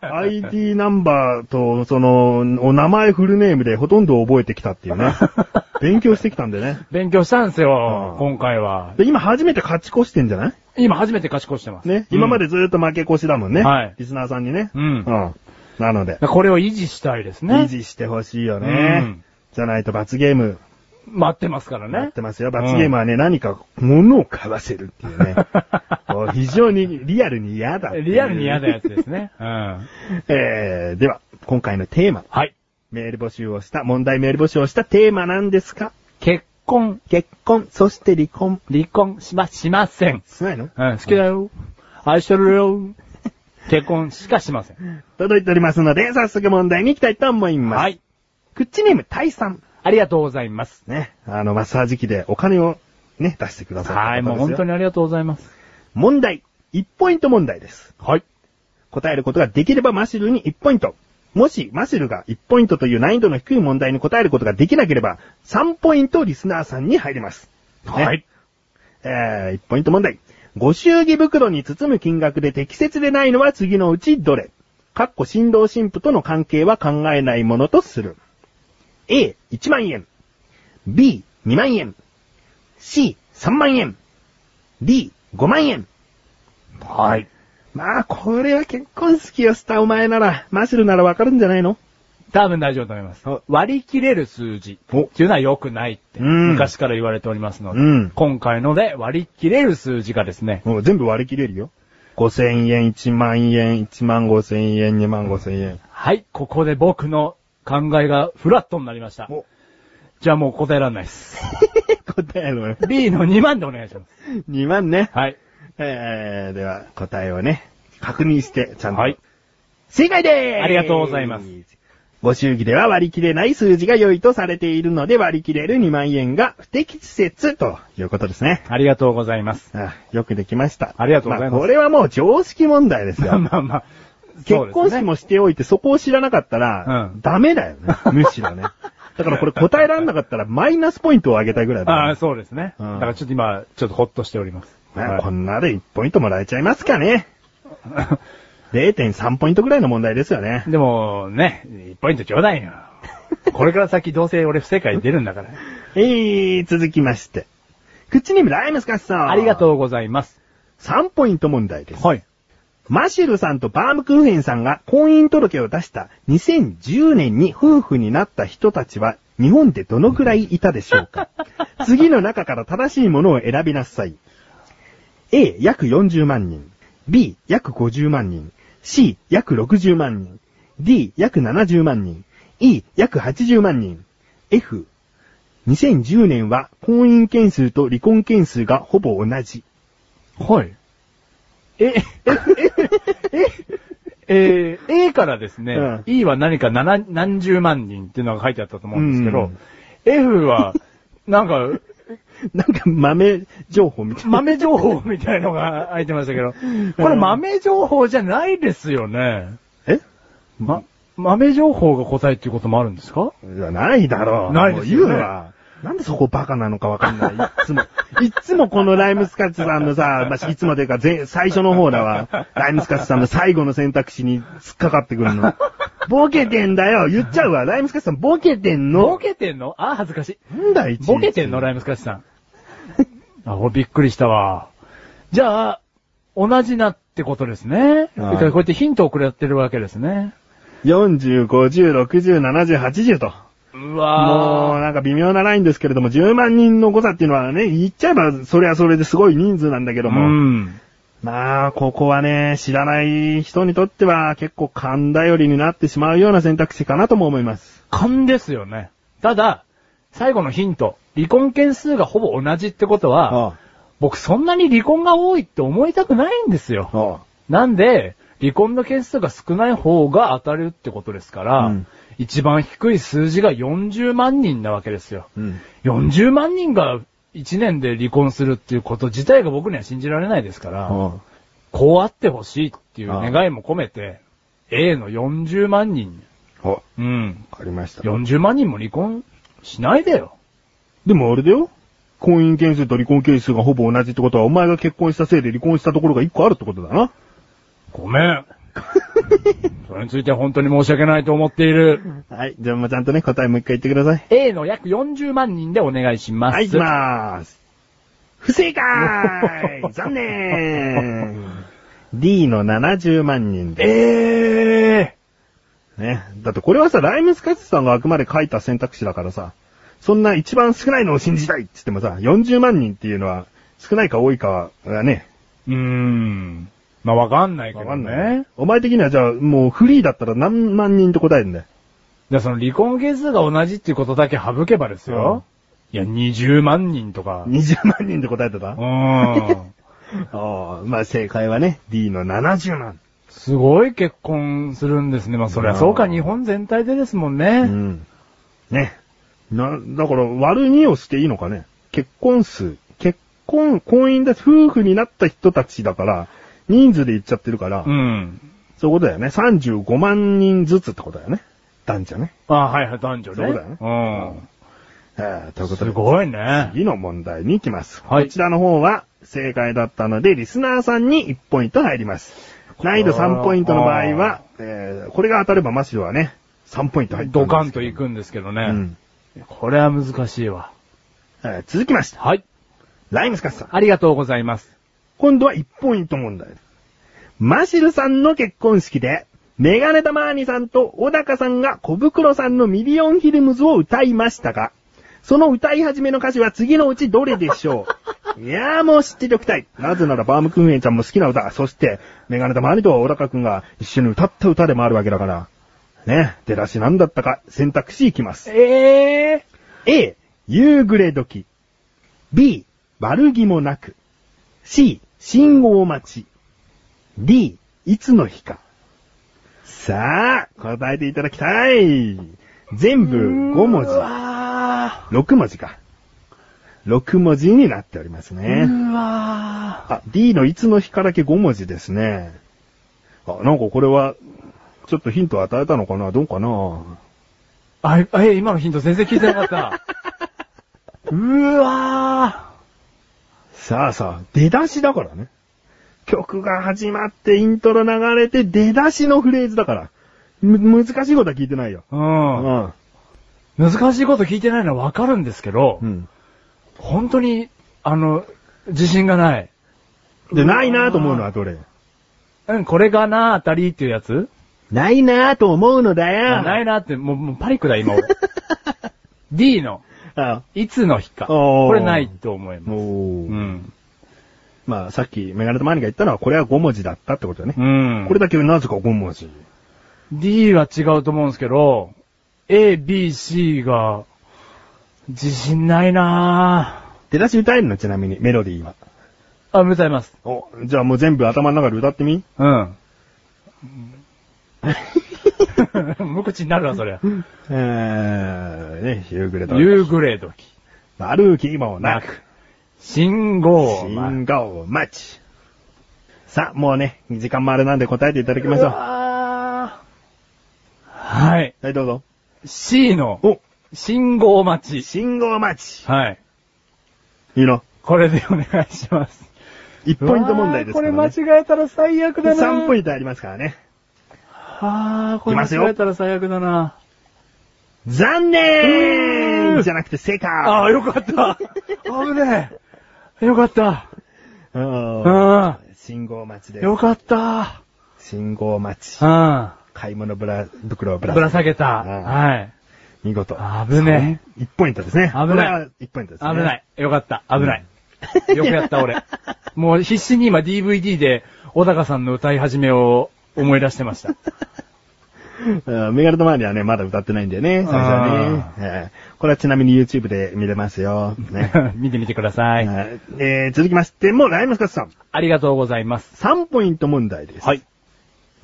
B: ID ナンバーと、その、お名前フルネームでほとんど覚えてきたっていうね。 勉強してきたんでね。
A: 勉強したんですよ
B: う、ん
A: 今回は。
B: で、今初めて勝ち越してんじゃない
A: 今初めて勝ち越してます。
B: ね。今ま
A: う
B: で
A: ん。
B: ずーっと負け越しだもんね。
A: はい
B: リスナーさんにね。
A: うん
B: うん。なので、
A: これを維持したいですね。
B: 維持してほしいよね。
A: うん
B: じゃないと罰ゲーム、
A: 待ってますからね。
B: なってますよ。罰ゲームはね、何か物を買わせるっていう ね。こう非常にリアルに嫌だっていう
A: リアルに嫌なやつですね。うん。
B: えー、では、今回のテーマ。
A: はい。
B: メール募集をした、問題メール募集をしたテーマなんですか
A: 結婚、
B: 結婚、そして離婚。
A: 離婚しま、しません。
B: しないの
A: うん、好きだよ。愛してるよ。結婚しかしません。
B: 届いておりますので、早速問題に行きたいと思います。
A: は。い。
B: クッチネーム、タイさん。
A: ありがとうございます。
B: ね。あの、マッサージ機でお金をね、出してください。
A: はい、もう本当
B: に。
A: にありがとうございます。
B: 問題。1ポイント問題です。
A: はい。
B: 答えることができればマシルに1ポイント。もし、マシルが1ポイントという難易度の低い問題に答えることができなければ、3ポイントリスナーさんに入ります。ね
A: はい。
B: えー、1ポイント問題。ご祝儀袋に包む金額で適切でないのは次のうちどれかっこ新郎新婦との関係は考えないものとする。A、1万円。B、2万円。C、3万円。D、5万円。
A: はい。
B: まあ、これは結婚式をしたお前なら、マシルならわかるんじゃないの
A: 多分大丈夫だと思います
B: お。
A: 割り切れる数字
B: お
A: っていうのは良くないって、
B: うん
A: 昔から言われておりますので、
B: うん
A: 今回ので割り切れる数字がですね、
B: もう全部割り切れるよ。5000円、1万円、1万5000円、2万5000円。
A: はい、ここで僕の考えがフラットになりました。
B: お
A: じゃあもう答えられないです。
B: 答えろよ。
A: B の2万でお願いします。
B: 2万ね。
A: はい。
B: えー、では、答えをね、確認して、ちゃんと。
A: はい。
B: 正解でーす
A: ありがとうございます。
B: ご祝儀では割り切れない数字が良いとされているので、割り切れる2万円が不適切ということですね。
A: ありがとうございます。
B: あよくできました。
A: ありがとうございます
B: あこれはもう常識問 題です
A: まあ
B: よ。
A: まあまあ。
B: 結婚式もしておいてそこを知らなかったら、
A: うん
B: ダメだよ ね。むしろね。だからこれ答えられなかったらマイナスポイントを上げたいぐらいだ、ね。
A: ああ、そうですね。
B: うん
A: だからちょっと今、ちょっとホッとしております。
B: まあ、こ
A: はい
B: んなで1ポイントもらえちゃいますかね。0.3ポイントぐらいの問題ですよね。
A: でも、ね、1ポイントちょうだいよ。これから先どうせ俺不正解出るんだ から。
B: えー、続きまして。クッチネームライムスカッサー。
A: ありが
B: う。
A: とうございます。
B: 3ポイント問題です。
A: はい。
B: マシルさんとバームクーヘンさんが婚姻届を出した2010年に夫婦になった人たちは日本でどのくらいいたでしょ うか次の中から正しいものを選びなさい。A、約40万人。B、約50万人。C、約60万人。D、約70万人。E、約80万人。F、2010年は婚姻件数と離婚件数がほぼ同じ。
A: はい。え、え、え、えー、A からですね、
B: うん
A: E は何か何何十万人っていうのが書いてあったと思うんですけど、
B: うん
A: F は、なんか、
B: なんか豆情報みたいな。
A: 豆情報みたいのが入ってましたけど、これ豆情報じゃないですよね。
B: え
A: ま、豆情報が答えっていうこともあるんですか
B: いや、ないだろう。
A: ないですよね
B: もう言うな。なんでそこバカなのかわかんない。いっつも。いっつもこのライムスカッツさんのさ、まあ、いつもというか、ぜ最初の方だわ。ライムスカッツさんの最後の選択肢に突っかかってく るの。ボケてんだよ言っちゃうわ。ライムスカッツさんボケてんの。
A: ボケてんのあ、恥ずかしい。
B: なんだいちいち
A: ボケてんのライムスカッシュさん。 あ、これびっくりしたわ。じゃあ、同じなってことですね。だ
B: はい
A: からこうやってヒントをくれてるわけですね。
B: 40、50、60、70、80と。
A: う
B: もう
A: わ
B: なんか微妙なラインですけれども、10万人の誤差っていうのはね、言っちゃえばそれはそれですごい人数なんだけ
A: ー
B: ど
A: う
B: も、
A: ん。
B: まあ、ここはね、知らない人にとっては結構勘頼りになってしまうような選択肢かなとも思います。
A: 勘ですよね。ただ、最後のヒント。離婚件数がほぼ同じってことは、僕そんなに離婚が多いって思いたくないんですよ。
B: あ
A: なんで、離婚の件数が少ない方が当たるってことですから、
B: うん
A: 一番低い数字が40万人なわけですよ。
B: うん。
A: 40万人が1年で離婚するっていうこと自体が僕には信じられないですから、
B: あ
A: こうあってほしいっていう願いも込めて、A の40万人、
B: あわ
A: うん、
B: かりました。
A: 40万人も離婚しないでよ。
B: でもあれだよ。婚姻件数と離婚件数がほぼ同じってことは、お前が結婚したせいで離婚したところが1個あるってことだな。
A: ごめ ん。それについて本当に申し訳ないと思っている。
B: はい。じゃあもうちゃんとね、答えもう一回言ってください。
A: A の約40万人でお願いします。
B: はい、行きまーす。不正解残念 !D の70万人で。
A: ええ
B: ね。だってこれはさ、ライムスカッツさんがあくまで書いた選択肢だからさ、そんな一番少ないのを信じたいって言ってもさ、40万人っていうのは少ないか多いかはね、
A: うーん。まあわかんないけ
B: わ
A: どね。
B: かんない。お前的にはじゃあもうフリーだったら何万人って答えるんだよ。
A: じゃあその離婚件数が同じっていうことだけ省けばですよ。いや、20万人とか。
B: 20万人って答えてた
A: うーん。
B: ああ、まあ正解はね、D の70万。
A: すごい結婚するんですね。まあそりゃそうか、
B: うん
A: 日本全体でですもん
B: う
A: ね。
B: ん。ね。な、だから、割る2をしていいのかね。結婚数。結婚、婚姻だ、夫婦になった人たちだから、人数で言っちゃってるから、
A: うん。
B: そういうことだよね。35万人ずつってことだよね。男女ね。
A: あはいはい、男女ね。
B: そうだよね
A: うん。
B: ええということ
A: す
B: で、
A: ごいね。
B: 次の問題に行きます。
A: はい
B: こちらの方は正解だったので、リスナーさんに1ポイント入ります。難易度3ポイントの場合は、えーこれが当たればマシュはね、3ポイント入ったん
A: ド
B: ですけど
A: カンと行くんですけどね。
B: うん
A: これは難しいわ。
B: えー続きまして、
A: はい。
B: ライムスカスさん。
A: ありがとうございます。
B: 今度は1ポイント問題。マシルさんの結婚式で、メガネタマーニさんと小高さんが小袋さんのミリオンフィルムズを歌いましたが、その歌い始めの歌詞は次のうちどれでしょういやーもう知っておきたい。なぜならバームクーヘンちゃんも好きな歌、そしてメガネタマーニと小高くんが一緒に歌った歌でもあるわけだから。ね、出だし何だったか選択肢いきます。
A: ええ
B: A、夕暮れ時。B、悪気もなく。C、信号待ち。D、いつの日か。さあ、答えていただきたい。全部5文字。
A: わ
B: 6文字か。6文字になっております
A: ー。
B: ね。
A: うわ
B: あ、D のいつの日かだけ5文字ですね。あ、なんかこれは、ちょっとヒントを与えたのかなどうかな
A: ー。あ、あえ、今のヒント全然聞いてなか った。うわ
B: さあさあ、出だしだからね。曲が始まってイントロ流れて出だしのフレーズだから。む、難しいことは聞いてないよ。
A: ー。うん。難しいこと聞いてないのはわかるんですけど、
B: ん。
A: 本当に、あの、自信がない。
B: で、ないなぁと思うのはどれ
A: うん、これがなあたりっていうやつ
B: ないなぁと思うのだよ
A: あないなって、もう、もうパニックだ、今 俺。D の、
B: あ
A: いつの日か。
B: おー
A: これないと思います。
B: おー
A: うん。
B: まあ、さっきメガネとマニが言ったのは、これは5文字だったってことだね
A: う。ん。
B: これだけなぜか5文字。
A: D は違うと思うんですけど、A、B、C が、自信ないな
B: 出だし歌えるのちなみに、メロディーは。
A: ぁ。あ、歌います。
B: お、じゃあもう全部頭の中で歌って み
A: うん。 無口になるわ、そりゃ。
B: えー、ね、夕暮れと。
A: 夕暮れ時。
B: 悪気もなく。
A: 信号待ち。
B: 信号待ち。さあ、もうね、時間もあれなんで答えていただきましょう。は
A: はい。
B: い、どうぞ。
A: C の、
B: お
A: 信号待ち。
B: 信号待ち
A: はい。
B: いいの。
A: これでお願いします。
B: 1ポイント問題ですから、ね。
A: これ間違えたら最悪だな。
B: 3ポイ
A: ント。
B: ントありますからね。
A: あー、これ
B: いきますよ
A: 間違えたら最悪だな。
B: 残
A: うー
B: 念
A: ん
B: じゃなくて正解
A: あー、よかった。危ねえ。よかった。
B: うん。
A: う
B: 信号待ちで
A: ん。。よかった。
B: 信号待ち
A: う。ん。
B: 買い物ぶら、袋をぶら
A: ぶら下げた。
B: うん
A: はい。
B: 見事。
A: 危ね
B: え。1ポイントですね。
A: 危ない
B: これは1ポイントです
A: 危
B: ね。
A: ない。よかった。危ない。よくやった、俺。もう必死に今 DVD で、小高さんの歌い始めを思い出してました。
B: うん。メガネとマーリはね、まだ歌ってないんだよね、最初はね。えーこれはちなみに YouTube で見れますよ。 ね。
A: 見てみてください。
B: はいえー続きまして、もうライムスカッツ
A: ありがとうございます。
B: さん。3ポイント問題です。
A: はい。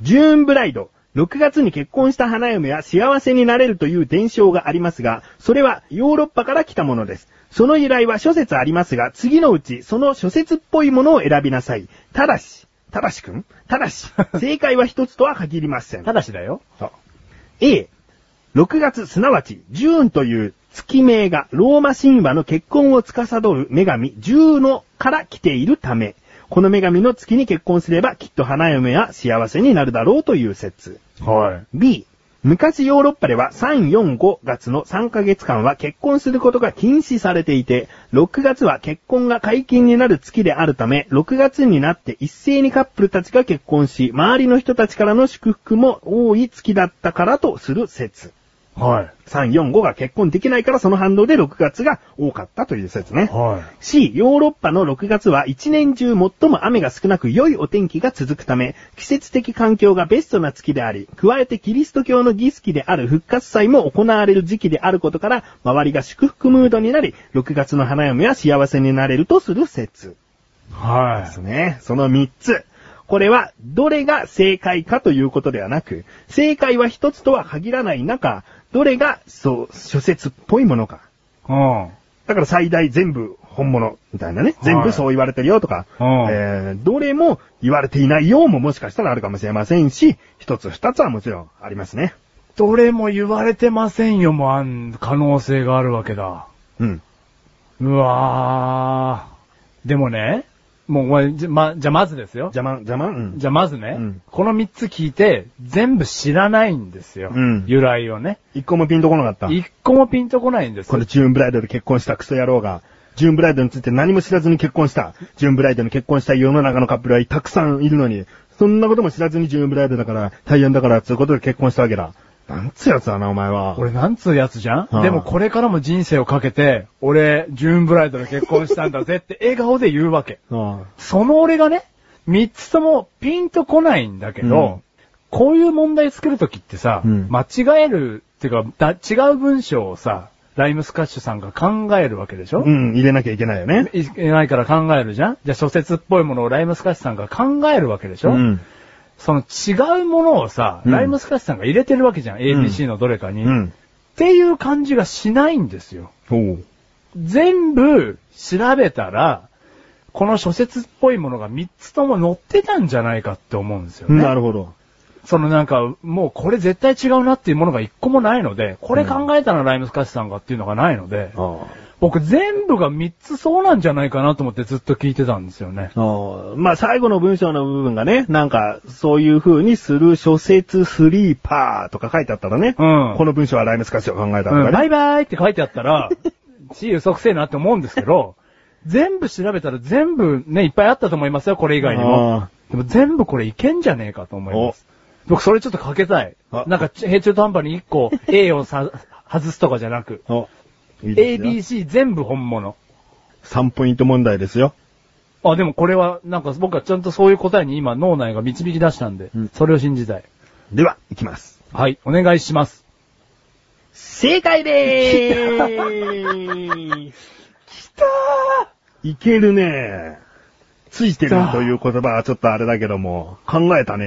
B: ジューンブライド。6月に結婚した花嫁は幸せになれるという伝承がありますが、それはヨーロッパから来たものです。その由来は諸説ありますが、次のうちその諸説っぽいものを選びなさい。ただし、ただしくんただし、正解は一つとは限りません。
A: ただしだよ。
B: そう。A、6月すなわち、ジューンという月名がローマ神話の結婚を司る女神、ジューノから来ているため、この女神の月に結婚すればきっと花嫁は幸せになるだろうという説。
A: は
B: B、昔ヨーロッパでは3、4、5月の3ヶ月間は結婚することが禁止されていて、6月は結婚が解禁になる月であるため、6月になって一斉にカップルたちが結婚し、周りの人たちからの祝福も多い月だったからとする説。
A: い。はい。
B: 3、4、5が結婚できないからその反動で6月が多かったという説ね。
A: は
B: C、ヨーロッパの6月は一年中最も雨が少なく良いお天気が続くため、季節的環境がベストな月であり、加えてキリスト教の儀式である復活祭も行われる時期であることから、周りが祝福ムードになり、6月の花嫁は幸せになれるとする説
A: い。は
B: ですね。その3つ。これは、どれが正解かということではなく、正解は一つとは限らない中、どれが、そう、諸説っぽいものか。
A: い。
B: だから最大全部本物みたいなね。全部そう言われてるよとか、
A: うん
B: えー、どれも言われていないようももしかしたらあるかもしれませんし、一つ二つはもちろんありますね。
A: どれも言われてませんよもあん、可能性があるわけだ。
B: うん。
A: うわー。でもね、もうお前、じゃ、ま、じゃあまずですよ。
B: 邪魔、邪魔うん。
A: じゃあまずね、
B: うん
A: この3つ聞いて、全部知らないんですよ。
B: うん
A: 由来をね。
B: 一個もピンとこなかった。
A: 一個もピンとこないんです
B: このジューンブライドで結婚したクソ野郎が、ジューンブライドについて何も知らずに結婚した。ジューンブライドに結婚した世の中のカップルはたくさんいるのに、そんなことも知らずにジューンブライドだから、大変だから、つうことで結婚したわけだ。なんつうやつだな、お前は。
A: 俺なんつうやつじゃん、
B: うん
A: でもこれからも人生をかけて、俺、ジューンブライドで結婚したんだぜって笑顔で言うわけ。
B: うん。
A: その俺がね、3つともピンとこないんだけど、こういう問題作るときってさ、
B: うん
A: 間違えるっていうかだ、違う文章をさ、ライムスカッシュさんが考えるわけでしょ、
B: うん、入れなきゃいけないよね。
A: いけないから考えるじゃんじゃあ諸説っぽいものをライムスカッシュさんが考えるわけでしょ、
B: うん。
A: その違うものをさ、
B: うん
A: ライムスカッシュさんが入れてるわけじゃん、ABC のどれかに、
B: う
A: っ
B: ん。
A: ていう感じがしないんですよ。
B: おう。
A: 全部調べたら、この諸説っぽいものが3つとも載ってたんじゃないかって思うんですよね。
B: なるほど。
A: そのなんか、もうこれ絶対違うなっていうものが1個もないので、これ考えたらライムスカッシュさんがっていうのがないので、
B: あ
A: 僕全部が3つそうなんじゃないかなと思ってずっと聞いてたんですよね。
B: あ。まあ、最後の文章の部分がね、なんか、そういう風にする諸説スリーパーとか書いてあったらね、
A: うん
B: この文章はライムスカッシュが考えたと
A: うん、
B: か
A: バ
B: ね。
A: イバイって書いてあった ら、地位嘘くせえなって思うんですけど、全部調べたら全部ね、いっぱいあったと思いますよ、これ以外にも
B: あ。
A: でも全部これいけんじゃねえかと思います。僕それちょっとかけたい
B: あ。
A: なんか、ち平中途半端に1個 A をさ外すとかじゃなく、
B: お、いいで
A: A、
B: すよ
A: B、C 全部本物。
B: 3ポイント問題ですよ。
A: あ、でもこれは、なんか僕はちゃんとそういう答えに今脳内が導き出したんで、
B: うん
A: それを信じたい。
B: では、いきます。
A: はい、お願いします。
B: 正解でー
A: き
B: す
A: た
B: いけるねついてる
A: きた
B: という言葉はちょっとあれだけども、考えたね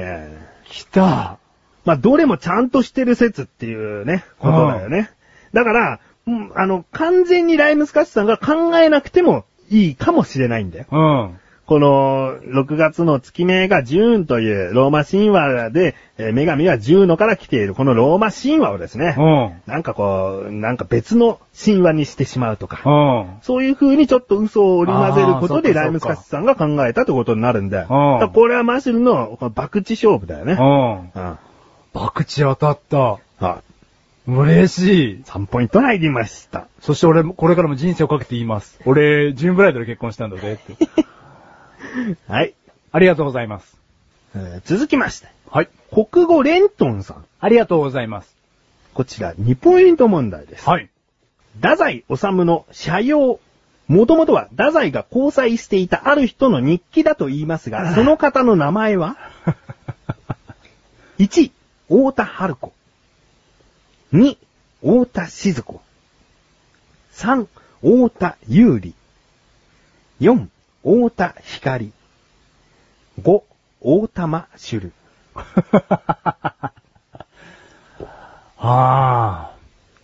A: ーきた
B: まあ、どれもちゃんとしてる説っていうね、ことだよね。だから、うん、あの、完全にライムスカッシュさんが考えなくてもいいかもしれないんだよ。
A: うん。
B: この、6月の月名がジューンというローマ神話で、えー女神はジューノから来ている、このローマ神話をですね、
A: うん。
B: なんかこう、なんか別の神話にしてしまうとか、
A: うん。
B: そういう風にちょっと嘘を織り混ぜること
A: あーそっかそっ
B: で
A: か
B: ライムスカッシュさんが考えたということになるんだよ。だからこれはマシルのこの博打勝負だよね。
A: うん。
B: うん
A: 爆地当たった。
B: あ
A: 嬉しい。
B: 3ポイント入りました。
A: そして俺も、これからも人生をかけて言います。俺、ジューンブライドで結婚したんだぜって。
B: はい。
A: ありがとうございます。
B: えー続きまして。
A: はい。
B: 国語レントンさん。
A: ありがとうございます。
B: こちら2ポイント問題です。
A: はい。
B: 太宰治の社用。もともとは太宰が交際していたある人の日記だと言います が、その方の名前は ?1、太田春子。2、太田静子。3、太田優里。4、太田光。5、大玉主る。
A: ああ。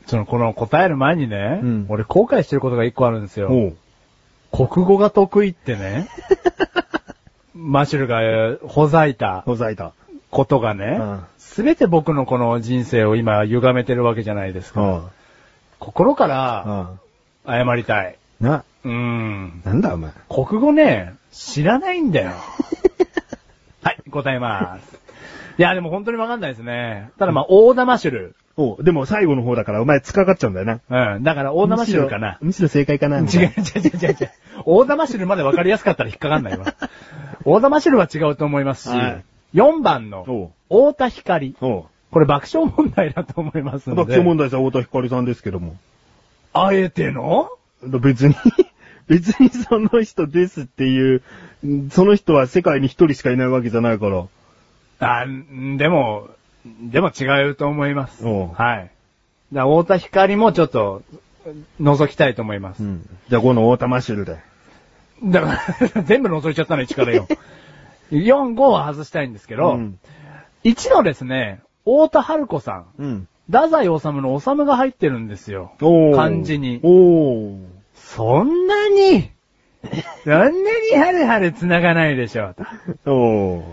A: その、この答える前にね、
B: うん
A: 俺後悔してることが一個あるんですよ。
B: おう
A: 国語が得意ってね、 マシュルがえーほざいた
B: ほざいた。
A: ことがね
B: うん、
A: すべ、て僕のこの人生を今歪めてるわけじゃないですか。
B: うん。
A: 心から
B: うん。
A: 謝りたい。
B: な、
A: うん。
B: なんだお前。
A: 国語ね、知らないんだ よ。はい、答えます。いや、でも本当にわかんないですね。ただまあ、大玉シュル。
B: おうでも最後の方だからお前使かかっちゃうんだよな。
A: うん。だから、大玉シュルかな。
B: むしろむしろ正解かな
A: 違う違う違う違う違う。大玉汁まで分かりやすかったら引っかかんない わ。大玉汁は違うと思いますし、
B: はい
A: 4番の
B: お、
A: 大田光。
B: おう
A: これ爆笑問題だと思いますので。
B: 爆笑問題さん、太田光さんですけども。
A: あえての
B: 別に、 別にその人ですっていう、その人は世界に一人しかいないわけじゃないから。
A: あ、んでも、でも違うと思います。
B: おう
A: はい。だから大田光もちょっと、覗きたいと思います。
B: じゃあこの大玉シルで。
A: だから、 全部覗いちゃったの、1から4。4、5は外したいんですけど、
B: うん。
A: 1のですね、大田春子さん。
B: うん。
A: 太宰治の治が入ってるんですよ。
B: おー
A: 漢字に
B: おー
A: そんなに、 そんなにハレハレ繋がないでしょうと。
B: お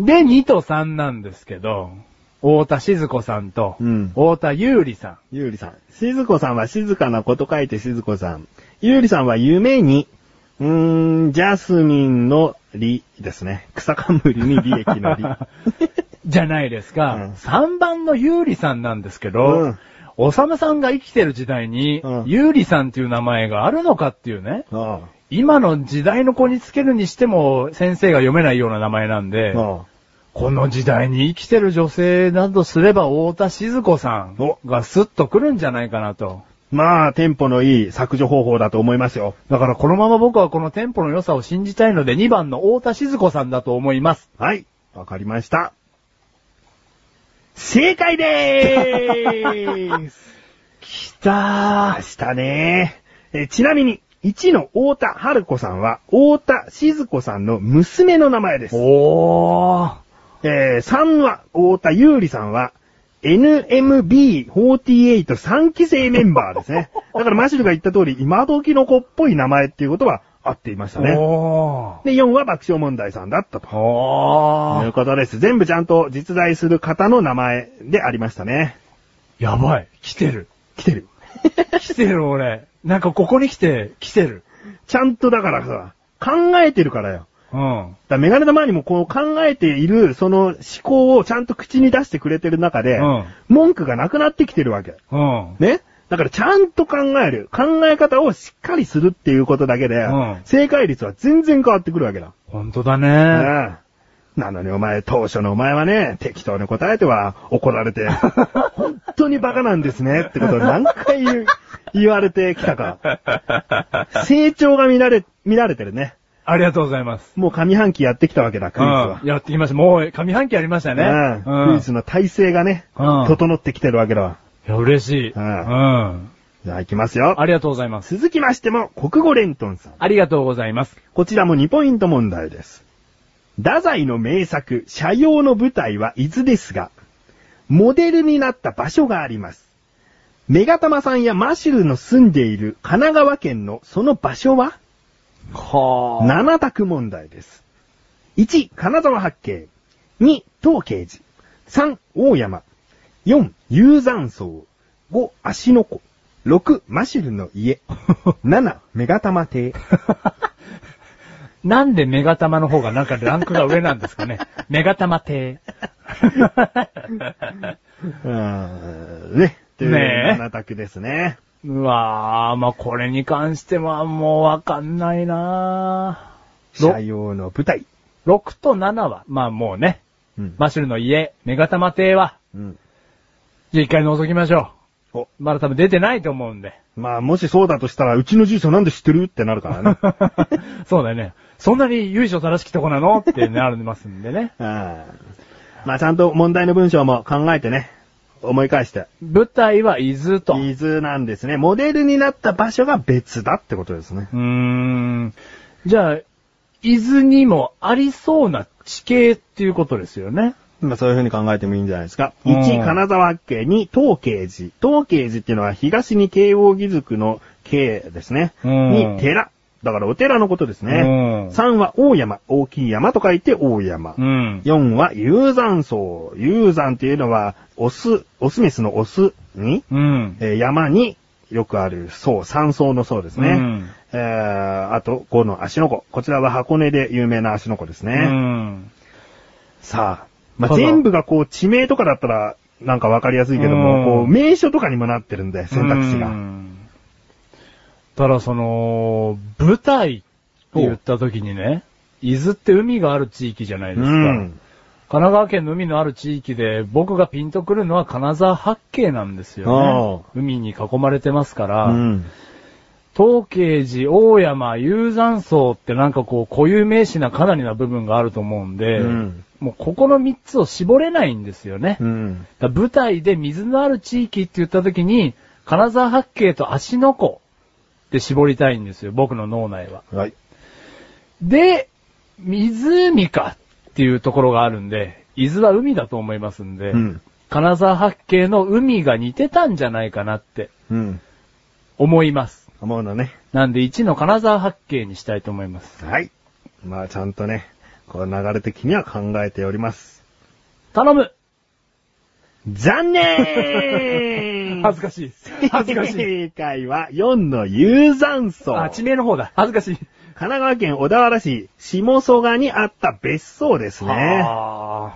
B: ー
A: で、2と3なんですけど、太田静子さんと、
B: うん
A: 太田優里さん。
B: ゆうりさん。静子さんは静かなこと書いて静子さん。ゆうりさんは夢に、うーん、ジャスミンのりですね。草冠に利益 のり。
A: じゃないです
B: う
A: か
B: ん。
A: 三3番の優里さんなんですけど、おさむさんが生きてる時代に
B: うん、
A: 優里さんっていう名前があるのかっていうね。
B: あ
A: 今の時代の子につけるにしても、先生が読めないような名前なんで、
B: あ。
A: この時代に生きてる女性などすれば、太田静子さん
B: お
A: がスッと来るんじゃないかなと。
B: まあ、テンポのいい削除方法だと思いますよ。
A: だからこのまま僕はこのテンポの良さを信じたいので、2番の太田静子さんだと思います。
B: はい。わかりました。正解で ーす
A: きた
B: ましたねえちなみに、1の太田春子さんは、太田静子さんの娘の名前です。
A: おー。
B: えー、3は、太田優里さんは、NMB483 期生メンバーで すね。だからマシルが言った通り、今時の子っぽい名前っていうことは合っていましたね。
A: おー。
B: で、4は爆笑問題さんだったと。
A: お
B: とい
A: ー
B: う。ことです。全部ちゃんと実在する方の名前でありましたね。
A: やばい。来てる。
B: 来てる。
A: 来てる俺。なんかここに来て、来てる。
B: ちゃんとだからさ、考えてるからよ。
A: うん。
B: だからメガネ玉にもこう考えている、その思考をちゃんと口に出してくれてる中で、
A: うん
B: 文句がなくなってきてるわけ。
A: うん。
B: ねだからちゃんと考える。考え方をしっかりするっていうことだけで、
A: うん
B: 正解率は全然変わってくるわけだ。
A: ほんとだね。
B: ねえなのにお前、当初のお前はね、適当に答えては怒ら れて、本当にバカなんですねってことを何回言う言われてきたか。成長が見られ、見られてるね。
A: ありがとうございます。
B: もう上半期やってきたわけだ、クイズは
A: うん。。やってきました。もう上半期ありましたね。
B: うんクイズの体制がね、
A: うん
B: 整ってきてるわけだわ。
A: いや、嬉しい。
B: う
A: うん。
B: じゃあ行きま すよ。
A: ありがとうございます。
B: 続きましても、国語レントンさん。
A: ありがとうございます。
B: こちらも2ポイント問題です。太宰の名作、社用の舞台は伊豆ですが、モデルになった場所があります。メガタマさんやマシュルの住んでいる神奈川県のその場所は
A: はな、
B: ?7 択問題です。1、金沢八景。2、東慶寺。3、大山。4、雄山荘。5、足の子。6、マシュルの家。7、メガタマ邸。
A: なんでメガ玉の方がなんかランクが上なんですか ね。メガ玉亭。
B: うーんね。という
A: ねえ
B: 7択ですね。
A: うわぁ、まあ、これに関してはもうわかんないなぁ。
B: 社用の舞台。
A: ろ 6, と7は、まあもうね、
B: うん
A: マシュルの家、メガタマ邸は、
B: うん。
A: じゃあ一回覗きましょう。
B: お
A: まだ多分出てないと思うんで。
B: まあ、もしそうだとしたら、うちの住所なんで知ってるってなるか らね。
A: そうだよね。そんなに由緒正しきとこなのってなりますんでね。
B: うん。まあ、ちゃんと問題の文章も考えてね、思い返して。
A: 舞台は伊豆と。
B: 伊豆なんですね。モデルになった場所が別だってことですね。
A: うーん。じゃあ、伊豆にもありそうな地形っていうことですよね。
B: まあそういうふうに考えてもいいんじゃないですか。
A: うん
B: 1、金沢家、2、東慶寺。東慶寺っていうのは東に慶応義塾の慶ですね。
A: うん
B: に、寺。だからお寺のことです
A: うん
B: ね。3は大山、大きい山と書いて大山。
A: ん。
B: 4は雄山荘。雄山っていうのは、オス、オスメスのオスに、
A: うん。
B: えー山によくある層、山層の層ですね。
A: うん
B: えー、あと、5の足の子。こちらは箱根で有名な足の子ですね。
A: うん。
B: さあ、まあ、
A: ただ
B: 全部がこう地名とかだったら、なんかわかりやすいけど
A: うん
B: も、こう名所とかにもなってるんで、選択肢
A: う
B: が。
A: んただその、舞台って言った時にね、伊豆って海がある地域じゃないですか。
B: うん。
A: 神奈川県の海のある地域で、僕がピンとくるのは金沢八景なんですよね。海に囲まれてますから、
B: うん。
A: 東慶寺、大山、雄山荘ってなんかこう固有名詞なかなりな部分があると思うんで、
B: うん
A: もうここの3つを絞れないんですよね。
B: うん。
A: だから舞台で水のある地域って言った時に、金沢八景と芦ノ湖って絞りたいんですよ、僕の脳内は。
B: はい。
A: で、湖かっていうところがあるんで、伊豆は海だと思いますんで、
B: うん。
A: 金沢八景の海が似てたんじゃないかなって
B: うん。
A: 思います。
B: 思うのね。
A: なんで1の金沢八景にしたいと思います。
B: はい。まあ、ちゃんとね、こう流れ的には考えております。
A: 頼む
B: 残 念
A: 恥ずかしいです。恥ずかしい。
B: 正解は4の有山層。
A: あ、地名の方だ。恥ずかしい。
B: 神奈川県小田原市下曽我にあった別荘ですね。
A: あ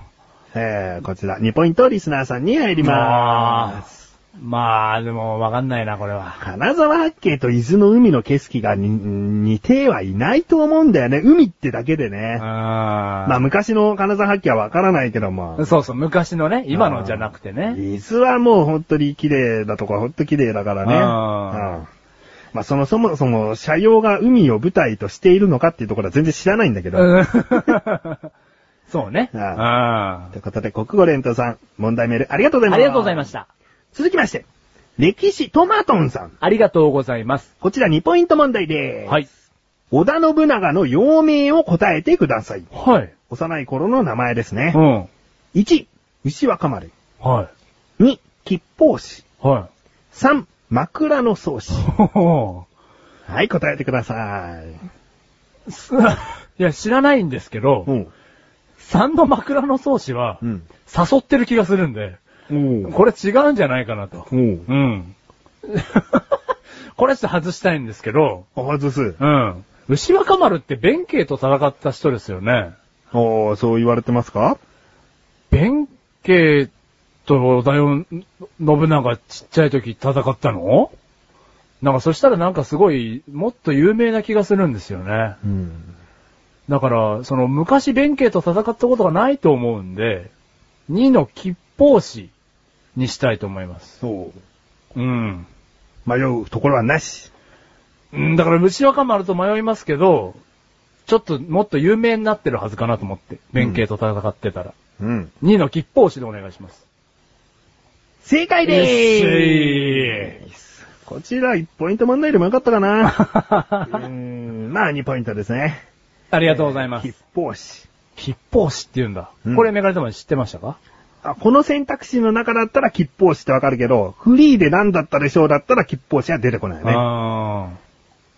B: えー、こちら、2ポイントリスナーさんに入り
A: ー
B: ま
A: まあ
B: す。。
A: まあ、でもわかんないな、これは。
B: 金沢八景と伊豆の海の景色がに似てはいないと思うんだよね。海ってだけでね。ま
A: ま
B: あ昔の金沢八景はわからないけども。
A: そうそう、昔のね、今のじゃなくてね。
B: 伊豆はもう本当に綺麗だとこは本当綺麗だからね。
A: あー
B: うんまあそのそもそも車両が海を舞台としているのかっていうところは全然知らないんだけど。
A: うん そうね。
B: う
A: うんんあ
B: ということで、国語連投さん、問題メールありがとうござい
A: り
B: ます。。
A: がとうございましたた。
B: 続きまして、歴史トマトンさん。
A: ありがとうございます。
B: こちら2ポイント問題です。
A: はい。
B: 織田信長の幼名を答えてください。
A: はい。
B: 幼い頃の名前ですね
A: う。ん。
B: 1、牛若丸。
A: はい。
B: 2、吉報氏。
A: は
B: 3、枕の草子。
A: い。ほほ
B: はい、答えてください。
A: すい や、知らないんですけど、
B: うん。
A: 三の枕の草子は、
B: うん。
A: 誘ってる気がするんで、
B: お
A: これ違うんじゃないかなと。
B: うん。
A: うん。 これちょっと外したいんですけど、
B: お外す。
A: うん。牛若丸って弁慶と戦った人ですよね。
B: おー、そう言われてますか
A: 弁慶と織田よ信長ちっちゃい時戦ったのなんかそしたらなんかすごい、もっと有名な気がするんですよね。
B: うん。
A: だから、その昔弁慶と戦ったことがないと思うんで、2の吉報士にしたいと思います。
B: そう。
A: うん。
B: 迷うところはなし。
A: うん、だから牛若丸と迷いますけど、ちょっともっと有名になってるはずかなと思って、弁慶と戦ってたら。
B: うん。
A: 2の吉報士でお願いし ます。
B: 正解
A: よ
B: でーす。こちら1ポイント問題でもよかったか な。うーん、まあ2ポイントですね。
A: あり
B: あ
A: がとうございます
B: 筆。法師。
A: 筆法師って言うんだ。
B: うん
A: これメガネ玉に知ってましたか
B: あ、この選択肢の中だったら筆法師ってわかるけど、フリーで何だったでしょうだったら筆法師は出てこないよね。あ
A: あー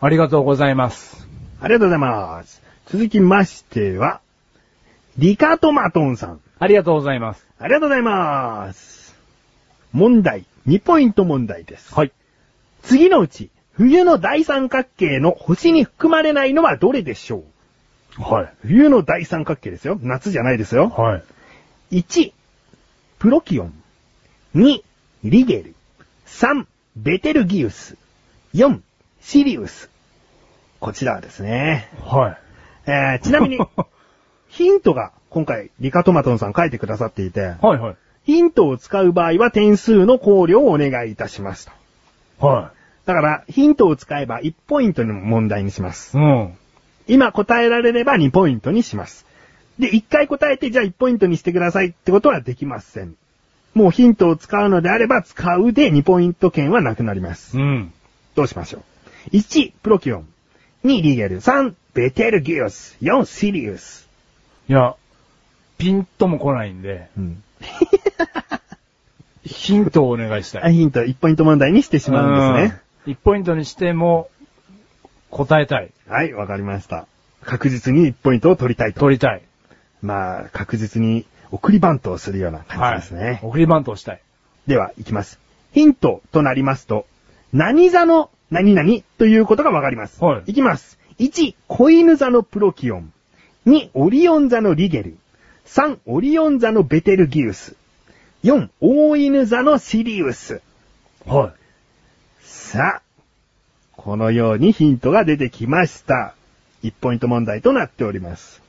A: ありがとうございます。
B: りがとうございます。続きましては、リカトマトンさん。
A: ありがとうございます。
B: ありがとうございます。問題。2ポイント問題です。
A: はい。
B: 次のうち、冬の大三角形の星に含まれないのはどれでしょう
A: はい。
B: 冬の大三角形ですよ。夏じゃないですよ。
A: はい。
B: 1、プロキオン。2、リゲル。3、ベテルギウス。4、シリウス。こちらはですね。
A: はい。
B: えー、ち なみに、ヒントが今回、リカトマトンさん書いてくださっていて、
A: はいはい。
B: ヒントを使う場合は点数の考慮をお願いいたしますと。
A: は
B: だから、ヒントを使えば1ポイントの問題にします
A: い。う。ん。
B: 今答えられれば2ポイントにします。で、1回答えて、じゃあ1ポイントにしてくださいってことはできません。もうヒントを使うのであれば、使うで2ポイント券はなくなります。
A: うん。
B: どうしましょう ?1、プロキオン。2、リゲル。3、ベテルギウス。4、シリウス。
A: いや、ピンとも来ないんで、
B: うん。
A: ヒントをお願いしたい。
B: ヒント、1ポイント問題にしてしまうんですね。
A: ね。1ポイントにしても、答えたい。
B: はい、わかりました。確実に1ポイントを取りたいと。
A: 取りたい。
B: まあ、確実に送りバントをするような感じですね。
A: 送りバントをしたい。
B: では、いきます。ヒントとなりますと、何座の何々ということがわかります。
A: はい
B: きます。1、子犬座のプロキオン。2、オリオン座のリゲル。3、オリオン座のベテルギウス。4、大犬座のシリウス。
A: はい。
B: さあ、このようにヒントが出てきました。1ポイント問題となっております。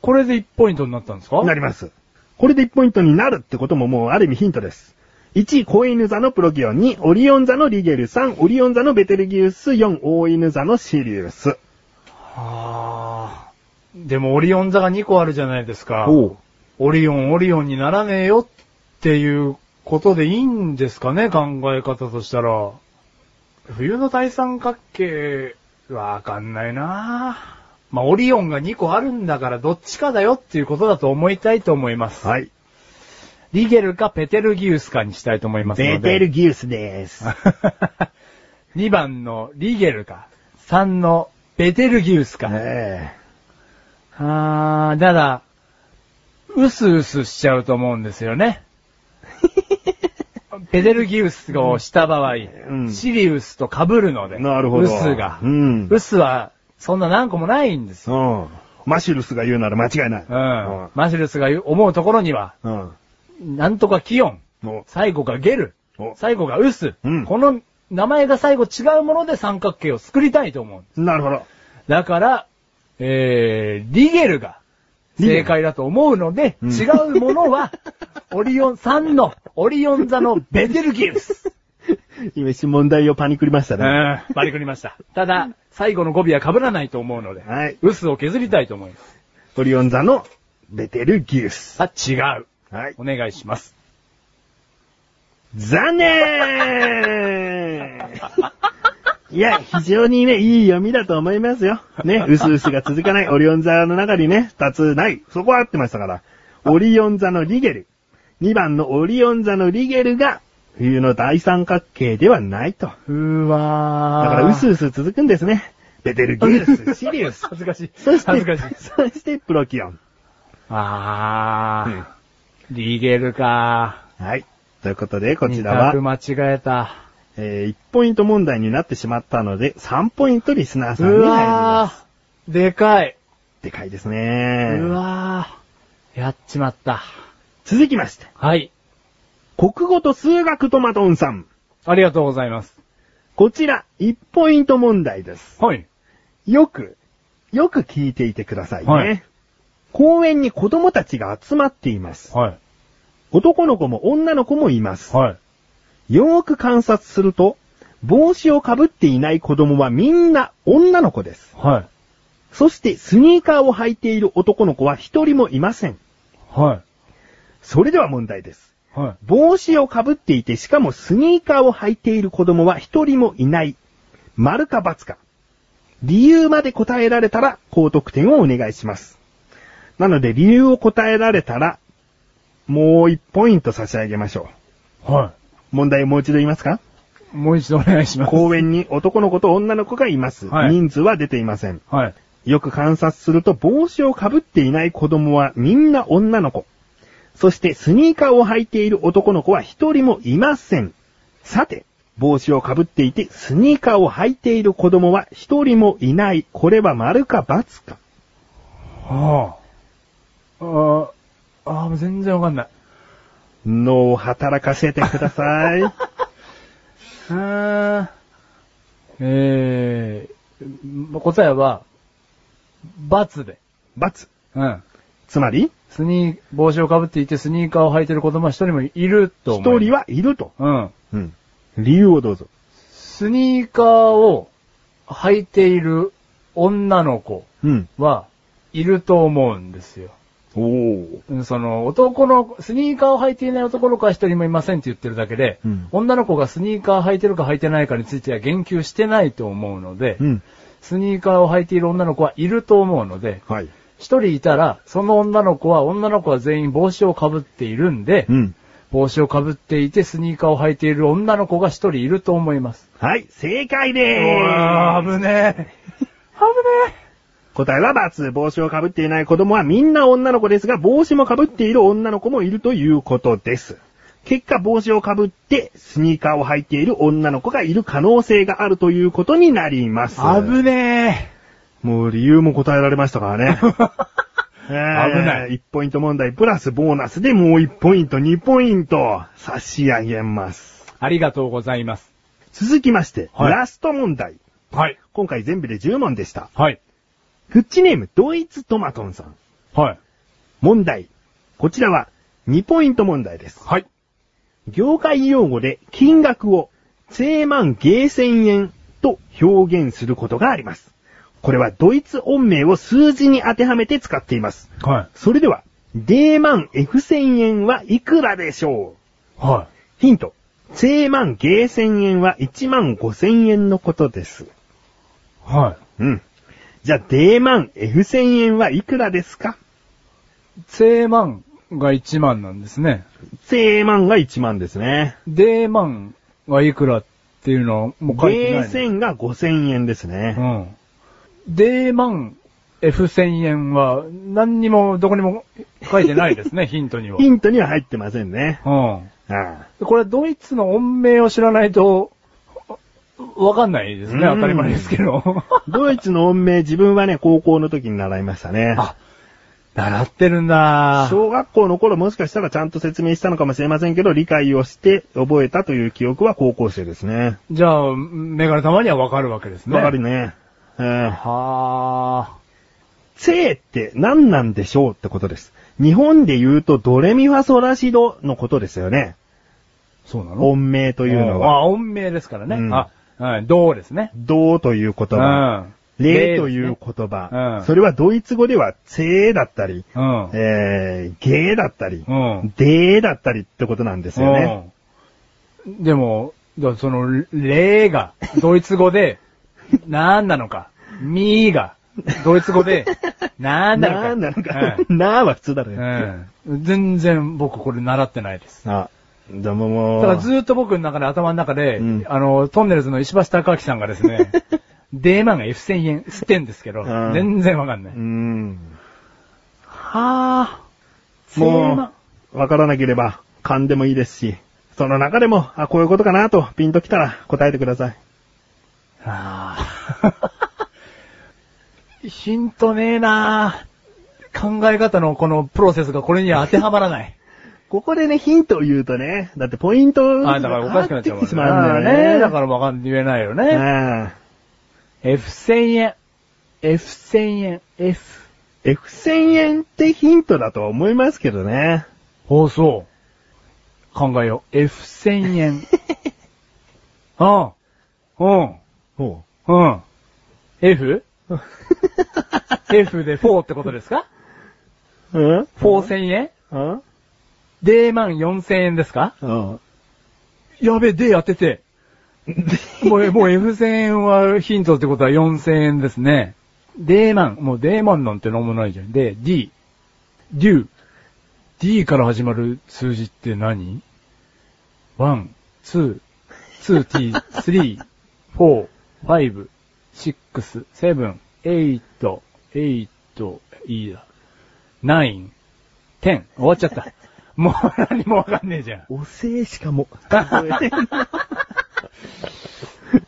A: これで1ポイントになったんですか
B: なります。これで1ポイントになるってことももうある意味ヒントです。1、子犬座のプロキオン。2、オリオン座のリゲル。3、オリオン座のベテルギウス。4、大犬座のシリウス。
A: はあ。でもオリオン座が2個あるじゃないですか。
B: おう
A: オリオン、オリオンにならねえよっていうことでいいんですかね、考え方としたら。冬の大三角形、わかんないなまあ、オリオンが2個あるんだからどっちかだよっていうことだと思いたいと思います。
B: はい。
A: リゲルかペテルギウスかにしたいと思いますので。
B: ベテルギウスです。
A: 2番のリゲルか、3のベテルギウスか。
B: え
A: あー、ただ、うすうすしちゃうと思うんですよ ね。ペテルギウスをした場合、
B: ん
A: シリウスと被るので、
B: なるほ
A: ウ
B: ど
A: スが。
B: うん
A: ウスは、そんな何個もないんです
B: え
A: よ。
B: うん。マシュルスが言うなら間違いない。
A: うん。マシルスが言う思うところには、
B: うん。うん。
A: なんとかキヨン、
B: お
A: 最後がゲル
B: お、
A: 最後がウス、
B: うん
A: この名前が最後違うもので三角形を作りたいと思う。
B: なるほど。
A: だから、えー、リゲルが
B: リゲル
A: 正解だと思うので、
B: うん
A: 違うもの は、オリオン、3のオリオン座のベテルギウス。
B: 今一瞬問題をパニクりました
A: う
B: ね。
A: んバリクりました。ただ、最後の語尾は被らないと思うので、
B: はい
A: ウスを削りたいと思います。
B: オリオン座のベテルギウス。
A: さあ、違う。
B: はい
A: お。願いします。
B: 残念いや、非常にね、いい読みだと思いますよ。ね、うすうすが続かない。オリオン座の中にね、二つない。そこは合ってましたから。オリオン座のリゲル。2番のオリオン座のリゲルが、冬の大三角形ではないと。だ
A: うわ
B: から、うすうす続くんですね。ベテルギウス、シリウス。
A: 恥ずかしい。
B: そして、
A: 恥ずかしい。
B: そして、プロキオン。
A: あー、リゲルか。
B: はい。ということで、こちら
A: 二択
B: は、
A: 間違えた。
B: え1ポイント問題になってしまったので、3ポイントリスナーさんに
A: う
B: なります。
A: わー、でかい。
B: でかいですね。
A: うわー、やっちまった。
B: 続きまして、
A: はい。
B: 国語と数学トマトンさん。
A: ありがとうございます。
B: こちら、1ポイント問題です。
A: はい。
B: よく、よく聞いていてくださいね。
A: はい
B: 公園に子供たちが集まっています。
A: はい。
B: 男の子も女の子もいます。
A: はい。
B: よーく観察すると、帽子をかぶっていない子供はみんな女の子です。
A: はい。
B: そしてスニーカーを履いている男の子は一人もいません。
A: は
B: それでは問題です。
A: い。はい。
B: 帽子をかぶっていて、しかもスニーカーを履いている子供は一人もいない。丸か×か。理由まで答えられたら、高得点をお願いします。なので、理由を答えられたら、もう一ポイント差し上げましょ
A: は
B: う。問題をもう一度言いま すか
A: い。もう一度お願いします。
B: 公園に男の子と女の子がいます。
A: はい
B: 人数は出ていません。
A: はい。
B: よく観察すると帽子をかぶっていない子供はみんな女の子。そしてスニーカーを履いている男の子は一人もいません。さて、帽子をかぶっていてスニーカーを履いている子供は一人もいない。これは丸か×か。
A: はあ。あー、あー全然わかんない。
B: 脳を働かせてください。
A: ーん。えー、答えは、×で。
B: 罰。
A: うん。
B: つまり、
A: スニー、帽子をかぶっていてスニーカーを履いてる子供は一人もいると
B: 一
A: 思う。
B: 人はいると。
A: うん。
B: うん。理由をどうぞ。
A: スニーカーを履いている女の子
B: うん。
A: はいると思うんですよ。
B: おお。
A: うんその男の、スニーカーを履いていない男の子は一人もいませんって言ってるだけで、
B: うん
A: 女の子がスニーカー履いてるか履いてないかについては言及してないと思うので、
B: うん。
A: スニーカーを履いている女の子はいると思うので、
B: はい。
A: 一人いたら、その女の子は、女の子は全員帽子をかぶっているんで、
B: うん。
A: 帽子をかぶっていてスニーカーを履いている女の子が一人いると思います。
B: はい、正解でーす。
A: 危ねえ。
B: 答えは×。帽子をかぶっていない子供はみんな女の子ですが、帽子もかぶっている女の子もいるということです。結果、帽子をかぶって、スニーカーを履いている女の子がいる可能性があるということになります。
A: 危ね
B: もう理由も答えられましたから ね。危
A: ない
B: 1ポイント問題プラスボーナスでもう1ポイント、2ポイント差し上げます
A: え。。ありがとうございます。
B: 続きまして、
A: はい
B: ラスト問題。
A: はい。
B: 今回全部で10問でした。
A: はい。
B: フッチネーム、ドイツトマトンさん。
A: はい。
B: 問題。こちらは2ポイント問題です。
A: はい。
B: 業界用語で金額を、正万ゲーセン円と表現することがあります。これはドイツ音名を数字に当てはめて使っています。
A: はい。
B: それでは、デーマン F1000 円はいくらでしょう
A: は
B: ヒント。正万ゲーセン円は1万5000円のことです。
A: い。は
B: うん。じゃあ、デーマン F1000 円はいくらですか
A: い。正万が1万なんですね。
B: 正万が1万ですね。
A: デーマンはいくらっていうのはもう書いて
B: ゲ
A: ない、
B: ーセンが5000円ですね。
A: うん。デーマン F1000 円は何にもどこにも書いてないですね、ヒ ントには。
B: ヒントには入ってませんね。
A: うん。
B: ああ
A: これはドイツの音名を知らないと、わかんないですね。
B: うん
A: 当たり前ですけ ど。
B: ドイツの音名、自分はね、高校の時に習いましたね。
A: あ、習ってるんだ。
B: 小学校の頃もしかしたらちゃんと説明したのかもしれませんけど、理解をして覚えたという記憶は高校生ですね。
A: じゃあ、メガネ玉にはわかるわけですね。
B: わかるね。うん。
A: は
B: 生って何なんでしょうってことです。日本で言うとドレミファソラシドのことですよね。
A: ー。そうなの
B: 音名というのは。
A: あ、音名ですからね。
B: うん
A: あ、はい、どうですね。
B: どうという言葉。霊という言
A: う
B: 葉
A: ん。
B: それはドイツ語では、生だったり、
A: うん。
B: えー、ゲーだったり
A: う、ん。
B: でーだったりってことなんですよね。
A: うんでも、だからその、霊が、ドイツ語 で、何なのか。みーが、ドイツ語で、何なのか。
B: なーなのか
A: うん。
B: なーは普通だろ。
A: うん。全然僕これ習ってないです。
B: あ、でもも
A: だ
B: う。
A: からずーっと僕の中で頭の中で、
B: うん
A: あの、トンネルズの石橋貴明さんがです ね、デーマンが F1000 円吸ってんですけど、
B: うん。
A: 全然わかんないう
B: ん。
A: はぁ
B: もう、わからなければ、勘でもいいですし、その中でも、あ、こういうことかなと、ピンときたら答えてください。
A: あー ヒントねえなー考え方のこのプロセスがこれには当てはまらない。
B: ここでね、ヒントを言うとね、だってポイント
A: あーだからおかしくなっちゃうもん
B: 上がてきてしまうんだ
A: あー
B: よね。
A: ねだからわかん、言えないよね。
B: らね。
A: F1000 円。F1000 円。F。
B: F1000 円ってヒントだとは思いますけどね。
A: 放送。考えよう。F1000 円。ああ。
B: ほ
A: うん。うん。F?F
B: う。
A: で4ってことですか
B: うんう
A: ?4000 円
B: うん
A: デーマン4000円ですか
B: うん。
A: やべえ、で当てて。 もう、もう F1000 円はヒントってことは4000円ですね。デーマン。もうデーマンなんて何もないじゃん。で、D。デュー。D から始まる数字って何 ?1、2、2t、3、4、5、6、7、8、8、いいだ。9、10。終わっちゃった。もう何もわかんねえじゃん。
B: おせいしかも。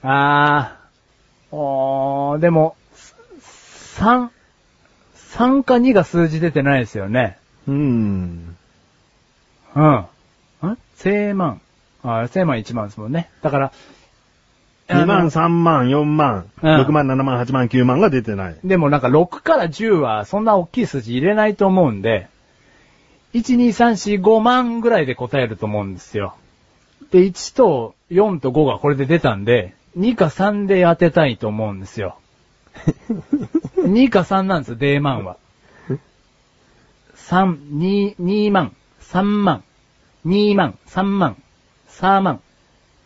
A: あー。おー、でも、3、3か2が数字出てないですよね。
B: うん。
A: うん。ん千万。あー、千万1万ですもんね。だから、
B: 2
A: あ
B: 万、
A: の
B: 3万、4万、
A: うん
B: 6万、7万、8万、9万が出てない。
A: でもなんか6から10はそんな大きい数字入れないと思うんで、1、2、3、4、5万ぐらいで答えると思うんですよ。で、1と4と5がこれで出たんで、2か3で当てたいと思うんですよ。2か3なんですよ、デーマンは。3、2、2万、3万、2万、3万、3万。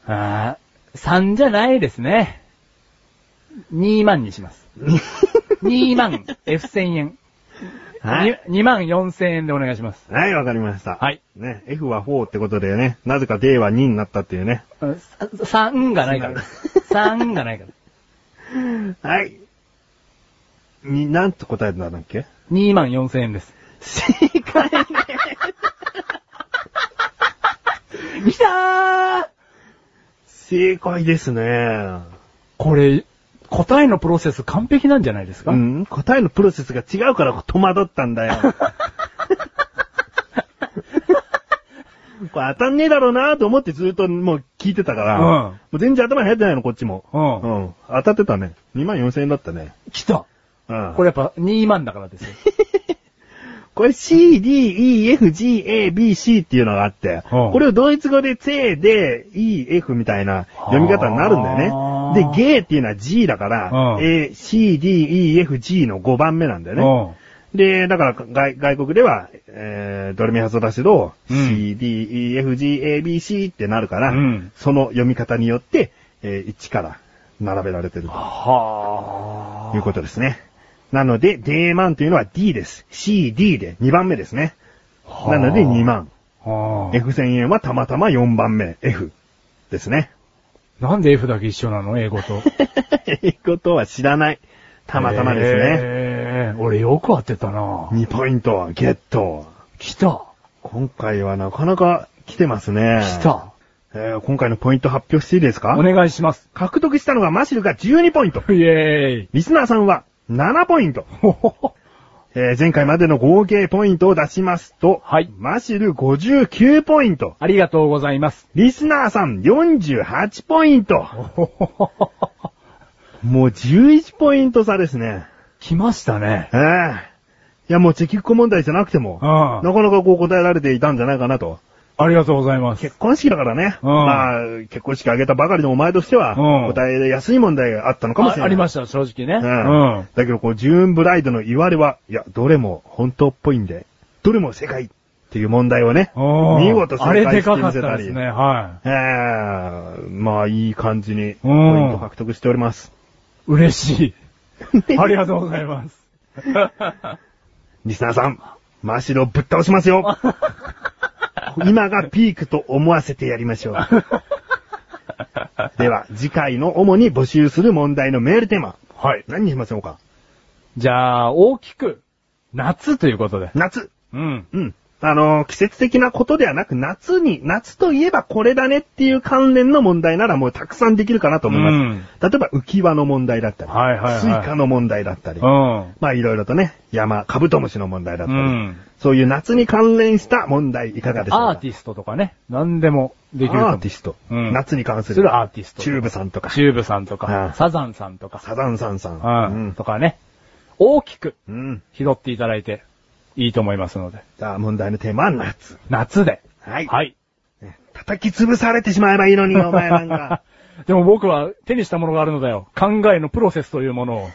A: あー3じゃないですね。2万にします。2万 F1000 円。
B: はい。
A: 2万4000円でお願いします。
B: はい、わかりました。
A: はい。
B: ね、F は4ってことでね、なぜか D は2になったっていうね。
A: 3がないから。3がないから。
B: はい。に、なんと答えたんだっけ
A: 2万4000円です。
B: 正解 ね。
A: きたー
B: 正解ですね。
A: これ、答えのプロセス完璧なんじゃないですか、
B: うん、答えのプロセスが違うから戸惑ったん だよ。これ当たんねえだろうなと思ってずっともう聞いてたから、
A: うん
B: もう全然頭に入ってないの、こっちも。
A: うん
B: うん。当たってたね。2万4千円だったね。
A: 来た
B: うん。
A: これやっぱ2万だからですよ。
B: これ C, D, E, F, G, A, B, C っていうのがあって、
A: うん
B: これをドイツ語で C, D, E, F みたいな読み方になるんだ
A: あ
B: よ
A: ー
B: ね。で、ゲーっていうのは G だから、
A: うん
B: A, C, D, E, F, G の5番目なんだよね。で、だから外、外国では、えー、ドレミファソラシドを、
A: うん
B: C, D, E, F, G, A, B, C ってなるから、
A: うん
B: その読み方によって、えー、1から並べられてると
A: は
B: いうことですね。なので、D マンというのは D です。C, D で2番目ですね。
A: は
B: なので2。万。
A: はあ
B: F1000 円はたまたま4番目、F です ね。
A: なんで F だけ一緒なの英語と。
B: いうことは知らない。たまたまですね。
A: ね。俺よく当てたな
B: 2ポイント、ゲット。
A: 来た
B: 今回はなかなか来てますね。
A: 来た
B: えー今回のポイント発表していいですか
A: お願いします。
B: 獲得したのがマシルが12ポイン ト。
A: イェーイ
B: リスナーさんは7ポイント。
A: ほほ ほ
B: えー前回までの合計ポイントを出しますと、
A: はい
B: マシル59ポイント。
A: ありがとうござい ます。
B: リスナーさん48ポイント。もう11ポイント差ですね。
A: 来ましたね。
B: ええいやもうチェキック問題じゃなくても、
A: う。
B: なんかなかこう答えられていたんじゃないかなと。
A: ありがとうございます。
B: 結婚式だからね。
A: うん
B: まあ、結婚式あげたばかりのお前としては、
A: うん
B: 答えやすい問題があったのかもしれ
A: あ
B: ない。
A: ありま
B: し
A: した、正直ね。
B: うん。だけど、こう、ジューンブライドの言われは、いや、どれも本当っぽいんで、どれも世界っていう問題をね、
A: うん。
B: 見事正
A: あれ
B: 解
A: で
B: して
A: かか
B: み
A: っ
B: せ
A: た
B: た
A: で
B: り。
A: すね、は
B: ええまあ、いい感じに、ポイント獲得しており ます。
A: い。嬉 しい。ありがとうございます。
B: リスナーさん、マシロぶっ倒しま すよ今がピークと思わせてやりましょう。では、次回の主に募集する問題のメールテーマ。
A: はい。
B: 何にしましょうか
A: じゃあ、大きく、夏ということで。
B: 夏。
A: うん。
B: うん。あのー季節的なことではなく、夏に、夏といえばこれだねっていう関連の問題ならもうたくさんできるかなと思います。例えば、浮き輪の問題だったり、
A: はいはいはい
B: スイカの問題だったり、
A: うん。うん。
B: まあいろいろとね、山、カブトムシの問題だったり、
A: うん
B: そういう夏に関連した問題いかがでしょうか
A: アーティストとかね。何でもできると思う
B: アーティスト。
A: うん
B: 夏に関する。
A: するアーティスト
B: チューブさんとか、
A: チューブさんと
B: う
A: か
B: ん、
A: サザンさんとか、
B: サザンさんさん。
A: うん。とかね。大きく
B: うん。うん。
A: 拾っていただいていいと思いますので。
B: じゃあ問題のテーマは夏。
A: 夏で。
B: はい。
A: はい。
B: 叩き潰されてしまえばいいのに、お前なんか。
A: でも僕は手にしたものがあるのだよ。考えのプロセスというもの を。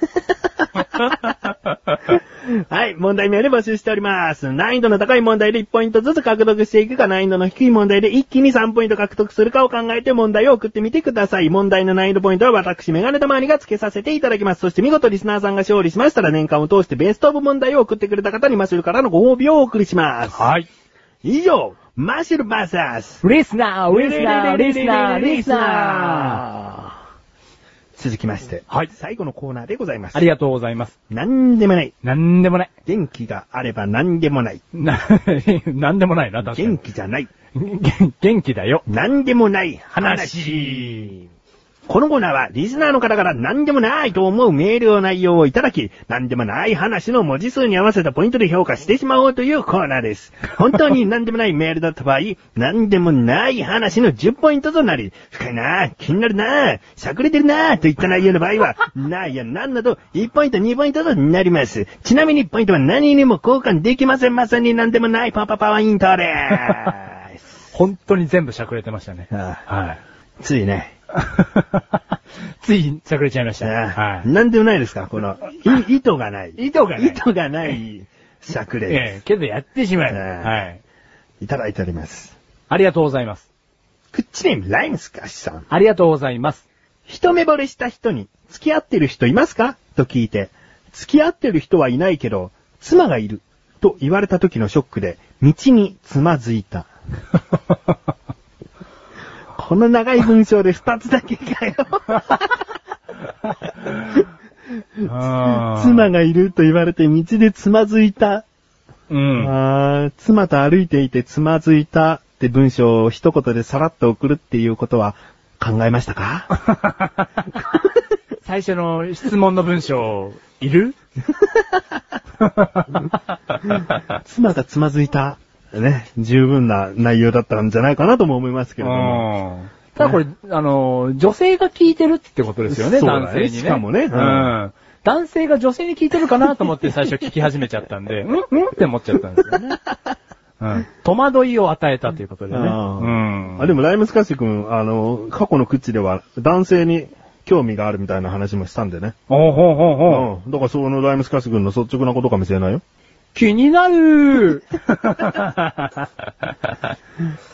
B: はい、問題メール募集しております。難易度の高い問題で1ポイントずつ獲得していくか、難易度の低い問題で一気に3ポイント獲得するかを考えて問題を送ってみてください。問題の難易度ポイントは私、メガネ玉にが付けさせていただきます。そして見事リスナーさんが勝利しましたら、年間を通してベストオブ問題を送ってくれた方にマシュルからのご褒美をお送りします。
A: はい。
B: 以上、マシュルバーサス。
A: リスナー、
B: ー続きまして、
A: はい
B: 最後のコーナーでございます。
A: ありがとうございます。
B: なんでもない。
A: なんでもない。
B: 元気があれば何でもない。
A: な、なんでもないな、確か
B: 元
A: に。
B: 気じゃない。
A: 元気だよ。
B: 何でもない話。
A: 話
B: このコーナーはリスナーの方から何でもないと思うメールの内容をいただき、何でもない話の文字数に合わせたポイントで評価してしまおうというコーナーです。本当に何でもないメールだった場合、何でもない話の10ポイントとなり、深いなぁ、気になるなぁ、しゃくれてるなぁ、といった内容の場合は、なぁやなんなど1ポイント2ポイントとなります。ちなみにポイントは何にも交換できません。まさに何でもないパパパワイントです。
A: 本当に全部しゃくれてましたね。
B: あ
A: はい。
B: ついね。
A: つい、しゃくれちゃいました。
B: あ
A: は
B: あ、なんでもないですかこの、い、糸がない。
A: い。糸がね。
B: 糸がない、しゃくれ
A: え
B: で
A: え、けどやってしまえば。
B: ええ
A: はい。
B: す。いただいております。
A: ありがとうございます。
B: クッチネーム、ライムスカシさん。
A: ありがとうございます。
B: 一目惚れした人に、付き合ってる人いますかと聞いて、付き合ってる人はいないけど、妻がいる。と言われた時のショックで、道につまずい た。この長い文章で二つだけ かよ。
A: 妻
B: 妻。がいると言われて道でつまずいた。
A: うん。
B: あー妻と歩いていてつまずいたって文章を一言でさらっと送るっていうことは考えまし たか
A: 最初の質問の文章、いる
B: 妻がつまずいた。ね、十分な内容だったんじゃないかなとも思いますけれども。
A: うんただこれ、あの、女性が聞いてるってことですよね、
B: そうだね
A: 男性にね。
B: しかもね
A: う
B: うん
A: ん。男性が女性に聞いてるかなと思って最初聞き始めちゃったんで、うんうんって思っちゃったんですよ ね。うん。戸惑いを与えたということでね。う
B: あー
A: ん。
B: あで
A: も、
B: も、ライムスカシ君、あの、過去の口では男性に興味があるみたいな話もしたんでね。
A: おうほうほう
B: う
A: ほう。
B: ん。だから、そのライムスカシ君の率直なことかもしれないよ。
A: 気になる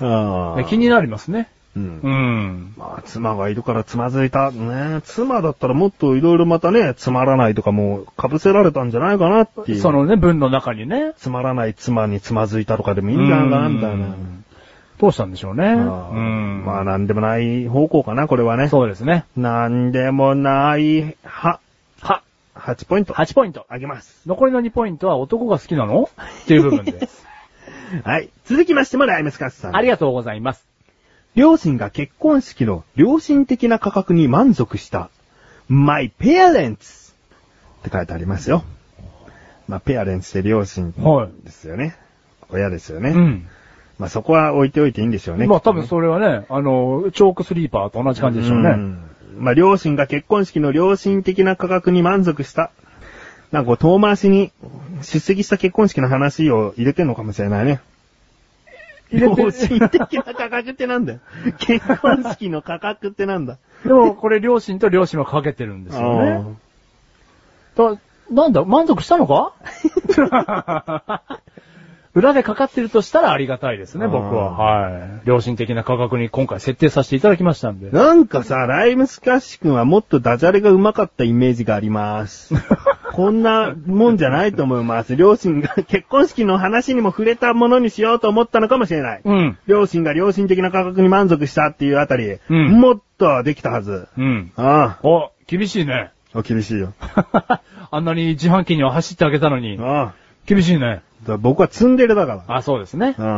B: ああ。
A: 気になりますね。
B: うん
A: う。ん。
B: まあ、妻がいるからつまずいた。ね妻だったらもっといろいろまたね、つまらないとかもう被せられたんじゃないかなっていう。
A: そ、のね、文の中にね。
B: つまらない妻につまずいたとかでもいいんじゃないかな、みたいな。
A: うんどうしたんでしょうね。う
B: ああ
A: ん。
B: まあ、なんでもない方向かな、これはね。
A: そうですね。
B: なんでもない、は、
A: は、
B: 8ポイント。
A: 8ポイント。
B: あげます。
A: 残りの2ポイントは男が好きなのっていう部 分で。
B: はい。続きましてもライムスカッシュさん。
A: ありがとうございます。
B: 両親が結婚式の良心的な価格に満足した。My parents! って書いてありますよ。まあ、ペアレンツって両親
A: はい
B: ですよね。親ですよね。
A: うん。
B: まあ、そこは置いておいていいんでしょうね。
A: まあ多分それはね、あの、チョークスリーパーと同じ感じでしょう
B: う
A: ね。
B: んまあ、両親が結婚式の良心的な価格に満足した。なんかこう遠回しに出席した結婚式の話を入れてんのかもしれないね。
A: 入れて
B: 良心的な価格ってなんだよ。結婚式の価格ってなんだ。
A: でもこれ両親と両親はかけてるんですよ
B: あ
A: ね
B: ー。
A: だ、なんだ、満足したのか 裏でかかってるとしたらありがたいですね、僕は。はい。良心的な価格に今回設定させていただきましたんで。
B: なんかさ、ライムスカッシュ君はもっとダジャレが上手かったイメージがあ ります。こんなもんじゃないと思います。両親が結婚式の話にも触れたものにしようと思ったのかもしれない。
A: うん。
B: 両親が良心的な価格に満足したっていうあたり、
A: うん
B: もっとできたはず。
A: うん。
B: あ
A: お、厳しいね。
B: あ、厳しいよ。
A: あんなに自販機には走ってあげたのに。
B: ああ、
A: 厳しいね。
B: だから僕はツンデレだから。
A: あ、そうですね。
B: う
A: うん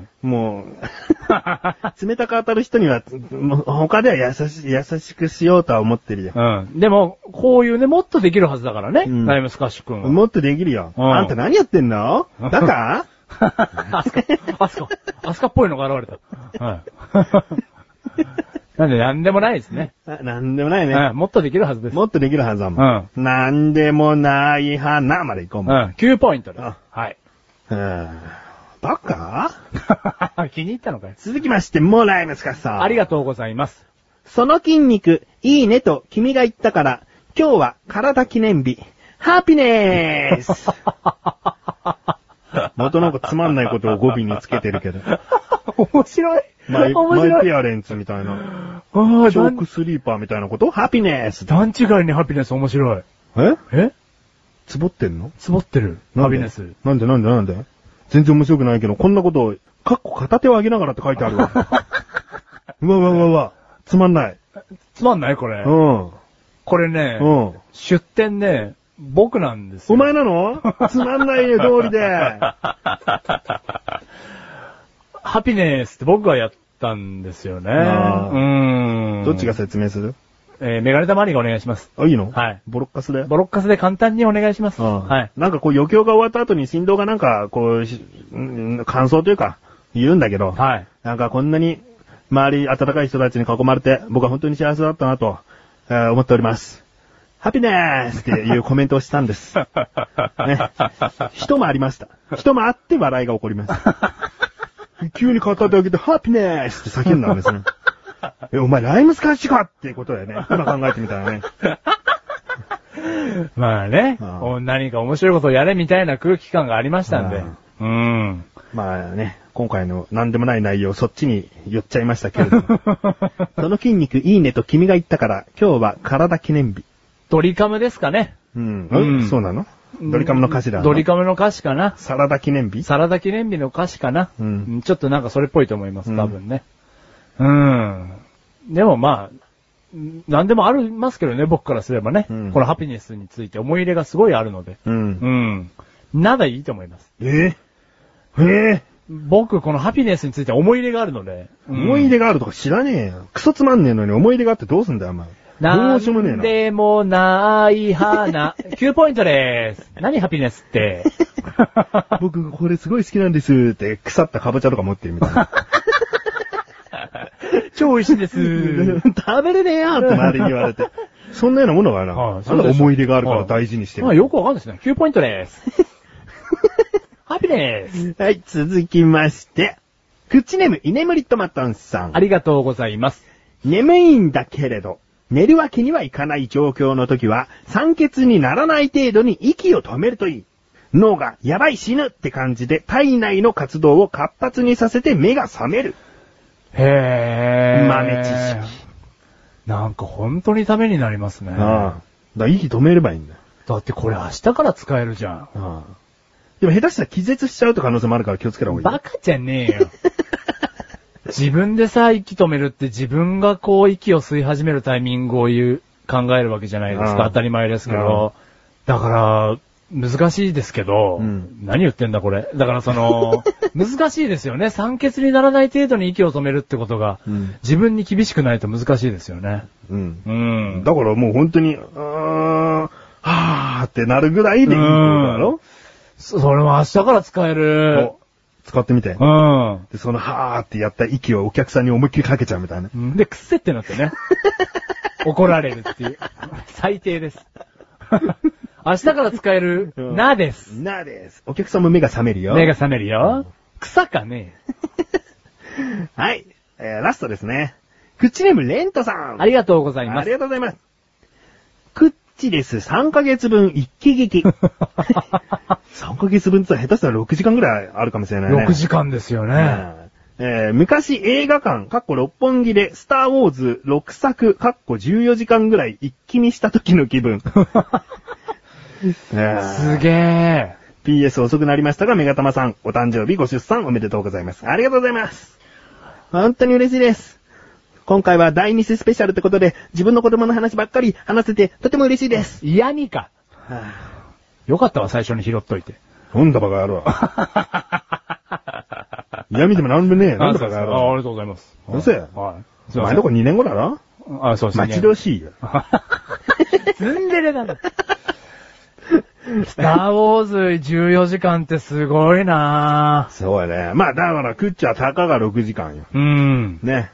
A: ん。
B: も う、冷たく当たる人には、もう他では優し優しくしようとは思ってるよ。
A: うん。でも、こういうね、もっとできるはずだからね。
B: うん
A: ライムスカッシュ君は。
B: もっとできるよ。
A: うん
B: あんた何やってんのバカ
A: アスカ、アスカ、アスカっぽいのが現れた。はい。なんで、なんでもないですね。
B: あなんでもないね。
A: うんもっとできるはずです。
B: もっとできるはずだもん。なんでもない花まで行こう
A: うん。
B: もん。
A: 9ポイントです
B: あ。
A: はい。
B: うんバカ
A: 気に入ったのかよ。
B: 続きまして、もらいますかさん。
A: ありがとうござい ます。
B: その筋肉、いいねと君が言ったから、今日は体記念日。ハッピネ ースまたなんかつまんないことを語尾につけてる けど。
A: 面白い。
B: マイ、
A: 面
B: マイ
A: 白い。
B: ペ
A: あ
B: アレンツみたいな。
A: あ
B: ショーク
A: ー、
B: スリーパーみたいなことハッピネース
A: 段段違いにハピネス面白い。
B: え
A: え
B: つぼってんの
A: 積もってる。
B: な
A: ハ
B: んで
A: ピネス。
B: なんでなんでなんで全然面白くないけど、こんなことを、かっこ片手を上げながらって書いてある わ。うわうわうわうわ。つまんない。
A: つまんないこれ
B: う。ん。うん。
A: これね、出典ね、僕なんですよ。
B: お前なのつまんないよ、通りで。
A: ハピネスって僕がやったんですよね。う
B: あー
A: ーん。
B: どっちが説明する
A: えーメガネ玉ありがお願いします。
B: あ、いいの
A: はい
B: ボロッカスだよ。
A: ボロッカスで簡単にお願いします。
B: うん
A: はい。
B: なんかこう余興が終わった後に振動がなんかこうし、うん感想というか、言うんだけど、
A: はい。
B: なんかこんなに周り温かい人たちに囲まれて、僕は本当に幸せだったなと、えー思っております。ハピネースっていうコメントをしたんです。ね。人もありました。人もあって笑いが起こります。急に片手を上げて、ハピネースって叫んだんですね。え、お前ライムスカッシュかっていうことだよね。今考えてみたらね。
A: まあね、
B: うん
A: お何か面白いことをやれみたいな空気感がありましたんで。うん。
B: まあね、今回の何でもない内容、そっちに寄っちゃいましたけれども。その筋肉いいねと君が言ったから、今日は体記念日。
A: ドリカムですかね。
B: うん。
A: うん
B: そうなのドリカムの歌詞だな。
A: ドリカムの歌詞かな。
B: サラダ記念日
A: サラダ記念日の歌詞かな。
B: うん
A: んちょっとなんかそれっぽいと思います、多分ね。うん。でもまあ、ん何でもありますけどね、僕からすればね。
B: うん
A: このハピネスについて思い入れがすごいあるので。
B: う。
A: うんん。ならいいと思います。
B: えー、え
A: 僕、このハピネスについて思い入れがあるので。
B: ー、思い
A: れ
B: 入れがあるとか知らねえよ。クソつまんねえのに思い入れがあってどうすんだよ、お前。ど
A: な
B: うしようもねえ
A: ん
B: な。
A: でもない 花。9ポイントでーす。何ハピネスって。
B: 僕、これすごい好きなんですって、腐ったカボチャとか持ってるみたいな。
A: 超美味しいです。
B: 食べれねえよって周りに言わ れて。そんなようなものがな、
A: はい
B: あんな思い入れがあるから大事にしてる。
A: まあよくわかんないですね。9ポイント です。ハピネス。
B: はい、続きまして。口ネーム、居眠りトマトンさん
A: あ。りがとうございます。
B: 眠いんだけれど、寝るわけにはいかない状況の時は、酸欠にならない程度に息を止めるといい。脳が、やばい死ぬって感じで、体内の活動を活発にさせて目が覚める。
A: へー。
B: 豆知識。
A: なんか本当にためになりますね。
B: ああ。だから息止めればいいんだよ。
A: だってこれ明日から使えるじゃん。
B: ああ。でも下手したら気絶しちゃうって可能性もあるから気をつけた方がいいよ。
A: バカじゃねえよ。 自分でさ、息止めるって自分がこう息を吸い始めるタイミングを言う、考えるわけじゃないです
B: う
A: か。
B: ん
A: 当たり前ですけど。だから、難しいですけど、
B: うん
A: 何言ってんだこれ。だからそ の、難しいですよね。酸欠にならない程度に息を止めるってことが、
B: うん
A: 自分に厳しくないと難しいですよね。
B: うん。
A: うん。
B: だからもう本当に、うーん、はーってなるぐらいでいいってことだろ
A: そそれも明日から使える
B: お。使ってみて
A: う。ん。
B: で、その、はーってやった息をお客さんに思いっきりかけちゃうみたいな。
A: で、くっせってなって ね。怒られるっていう。最低 です。明日から使える、
B: うん
A: なです。
B: なです。お客さんも目が覚めるよ。
A: 目が覚めるよ。草かね
B: はい。えー、ラストですね。クッチネームレントさん。
A: ありがとうござい
B: あ
A: ま
B: り
A: す。
B: がとうございます。クッチです。3ヶ月分一気 劇。3ヶ月分って言ったら下手したら6時間ぐらいあるかもしれないね。
A: 6時間ですよね。
B: うんえー昔映画館、かっこ六本木で、スターウォーズ6作、かっこ14時間ぐらい一気にした時の気分。
A: す
B: す
A: げえ。
B: PS 遅くなりましたが、メガタマさん、お誕生日ご出産おめでとうございます。ありがとうございます。本当に嬉しいです。今回は第2世スペシャルってことで、自分の子供の話ばっかり話せて、とても嬉しいです。
A: 嫌にか。よかったわ、最初に拾っといて。
B: なんだバカ野 郎。闇でもなんでもねえ。なんだ
A: そう
B: バ
A: です
B: カ野
A: ああり
B: 郎。
A: がとうございます。
B: うるせえ
A: はい。すい
B: お
A: ませ
B: 前
A: ん
B: の子2年後だろ
A: あ、そうですね。
B: 待ち遠しいよ。
A: ツンデレなんだ。スターウォーズ14時間ってすごいな
B: そうだね。まあだから、クッチャーたかが6時間よ。
A: ぁ。うん。
B: ね。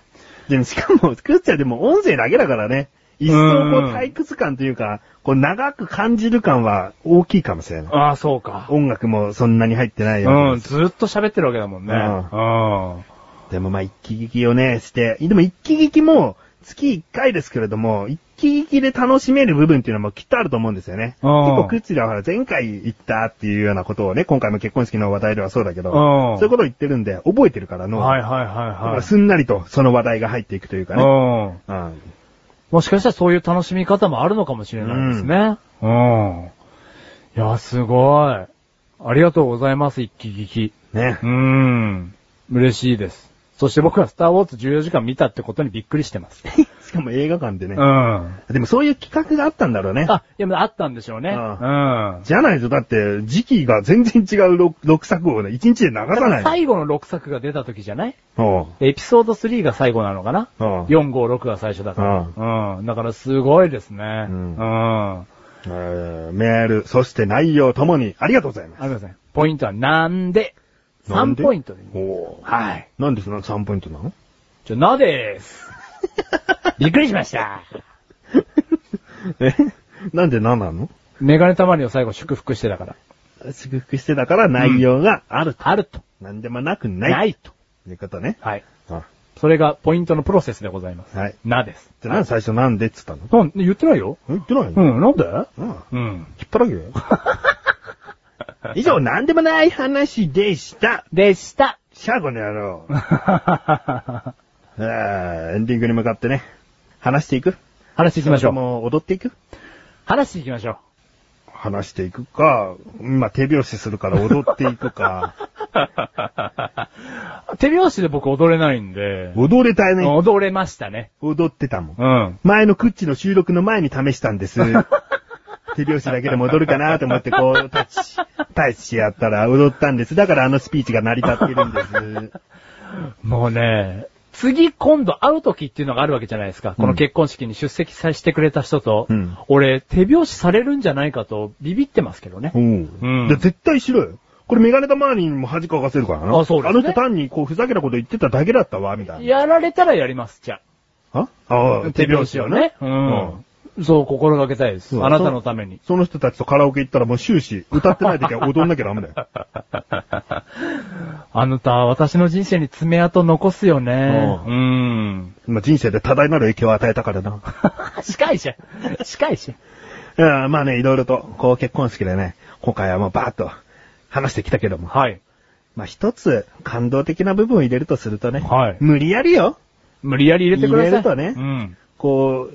B: でもしかも、クッチャーでも音声だけだからね。一層こう退屈感というか、こう長く感じる感は大きいかもしれない。
A: ああ、そうか。
B: 音楽もそんなに入ってないよ。
A: うん、ずっと喋ってるわけだもんね。
B: う
A: う
B: でもまあ一気聞きをね、して、でも一気聞きも月1回ですけれども、一気聞きで楽しめる部分っていうのもきっとあると思うんですよね。結
A: うん
B: 構クッチではほら前回言ったっていうようなことをね、今回も結婚式の話題ではそうだけど、
A: うん
B: そういうことを言ってるんで、覚えてるから
A: ん。
B: の、
A: はいはい
B: だか
A: はいは
B: ら
A: い。
B: すんなりとその話題が入っていくというかね。
A: うん。
B: うん
A: もしかしたらそういう楽しみ方もあるのかもしれないですね。うん。いや、すごい。ありがとうございます、一気聞き。
B: ね
A: う。ん。嬉しいです。そして僕はスターウォーズ14時間見たってことにびっくりしてます。
B: しかも映画館でね
A: うん。。あ、
B: でもそういう企画があったんだろうね。
A: いや、あったんでしょうね。
B: う
A: うんん。
B: じゃないと、だって、時期が全然違う 6, 六作をね、1日で流さない。
A: 最後の6作が出た時じゃない
B: おう
A: エピソード3が最後なのかな
B: うん
A: ?4、5、6が最初だから。うん。だからすごいですね。うんん。あ
B: えーメール、そして内容ともにありがとうございます。
A: りがとうございます。ポイントはなんで
B: なん
A: ?3 ポイントで。
B: おー
A: はい。
B: なんでその3ポイントなの
A: じゃ、な です。びっくりしました。
B: えなんで何なの
A: メガネたまりを最後祝福してだから。
B: 祝福してたから内容があると。
A: あると。
B: なんでもなくない。。
A: ないいと。
B: ということね。
A: はい。
B: あ
A: それがポイントのプロセスでございます。
B: はい。
A: なです。
B: じゃあなんで最初なんでっつったの
A: なん言ってないよ。
B: 言ってないの
A: うん、なんで
B: うん。引っ
A: うん。
B: 張 らげ以上、なんでもない話でした。
A: で した。
B: シャーゴの野郎。あーエンディングに向かってね。話していく
A: 話していきましょう。
B: もう踊っていく
A: 話していきましょ
B: 話していくか、今手拍子するから踊っていくか。
A: う。手拍子で僕踊れないんで、
B: 踊れたいね。
A: 踊れましたね。
B: 踊ってたもん。
A: うん。
B: 前のクッチの収録の前に試したん です。手拍子だけで戻るかなと思って、こう、タッチ、タッチやったら踊ったんです。だからあのスピーチが成り立ってるんです。
A: もうね、次今度会う時っていうのがあるわけじゃないですか。この結婚式に出席させてくれた人と、
B: うん
A: 俺手拍子されるんじゃないかとビビってますけどね。
B: うん
A: ん
B: で絶対しろよ。これメガネ玉にも恥かかせるからな。
A: あそうですね
B: あの人単にこうふざけたこと言ってただけだったわ、みたいな。
A: やられたらやります、じゃあ。
B: あああ手拍子をね。
A: うん。そう、心がけたいです。
B: うん
A: あなたのために。
B: その人たちとカラオケ行ったらもう終始、歌ってない時は踊んなきゃ ダメだよ。
A: あなた、私の人生に爪痕残すよね。
B: う
A: うん。
B: まあ、人生で多大なる影響を与えたからな。
A: 近いじゃん。近いじゃん。
B: いやまあね、いろいろと、こう結婚式でね、今回はもうバーッと話してきたけども。
A: はい。
B: まあ一つ、感動的な部分を入れるとするとね、
A: はい
B: 無理やりよ、
A: 無理やり入れてください。
B: 入れるとね
A: うん。
B: こ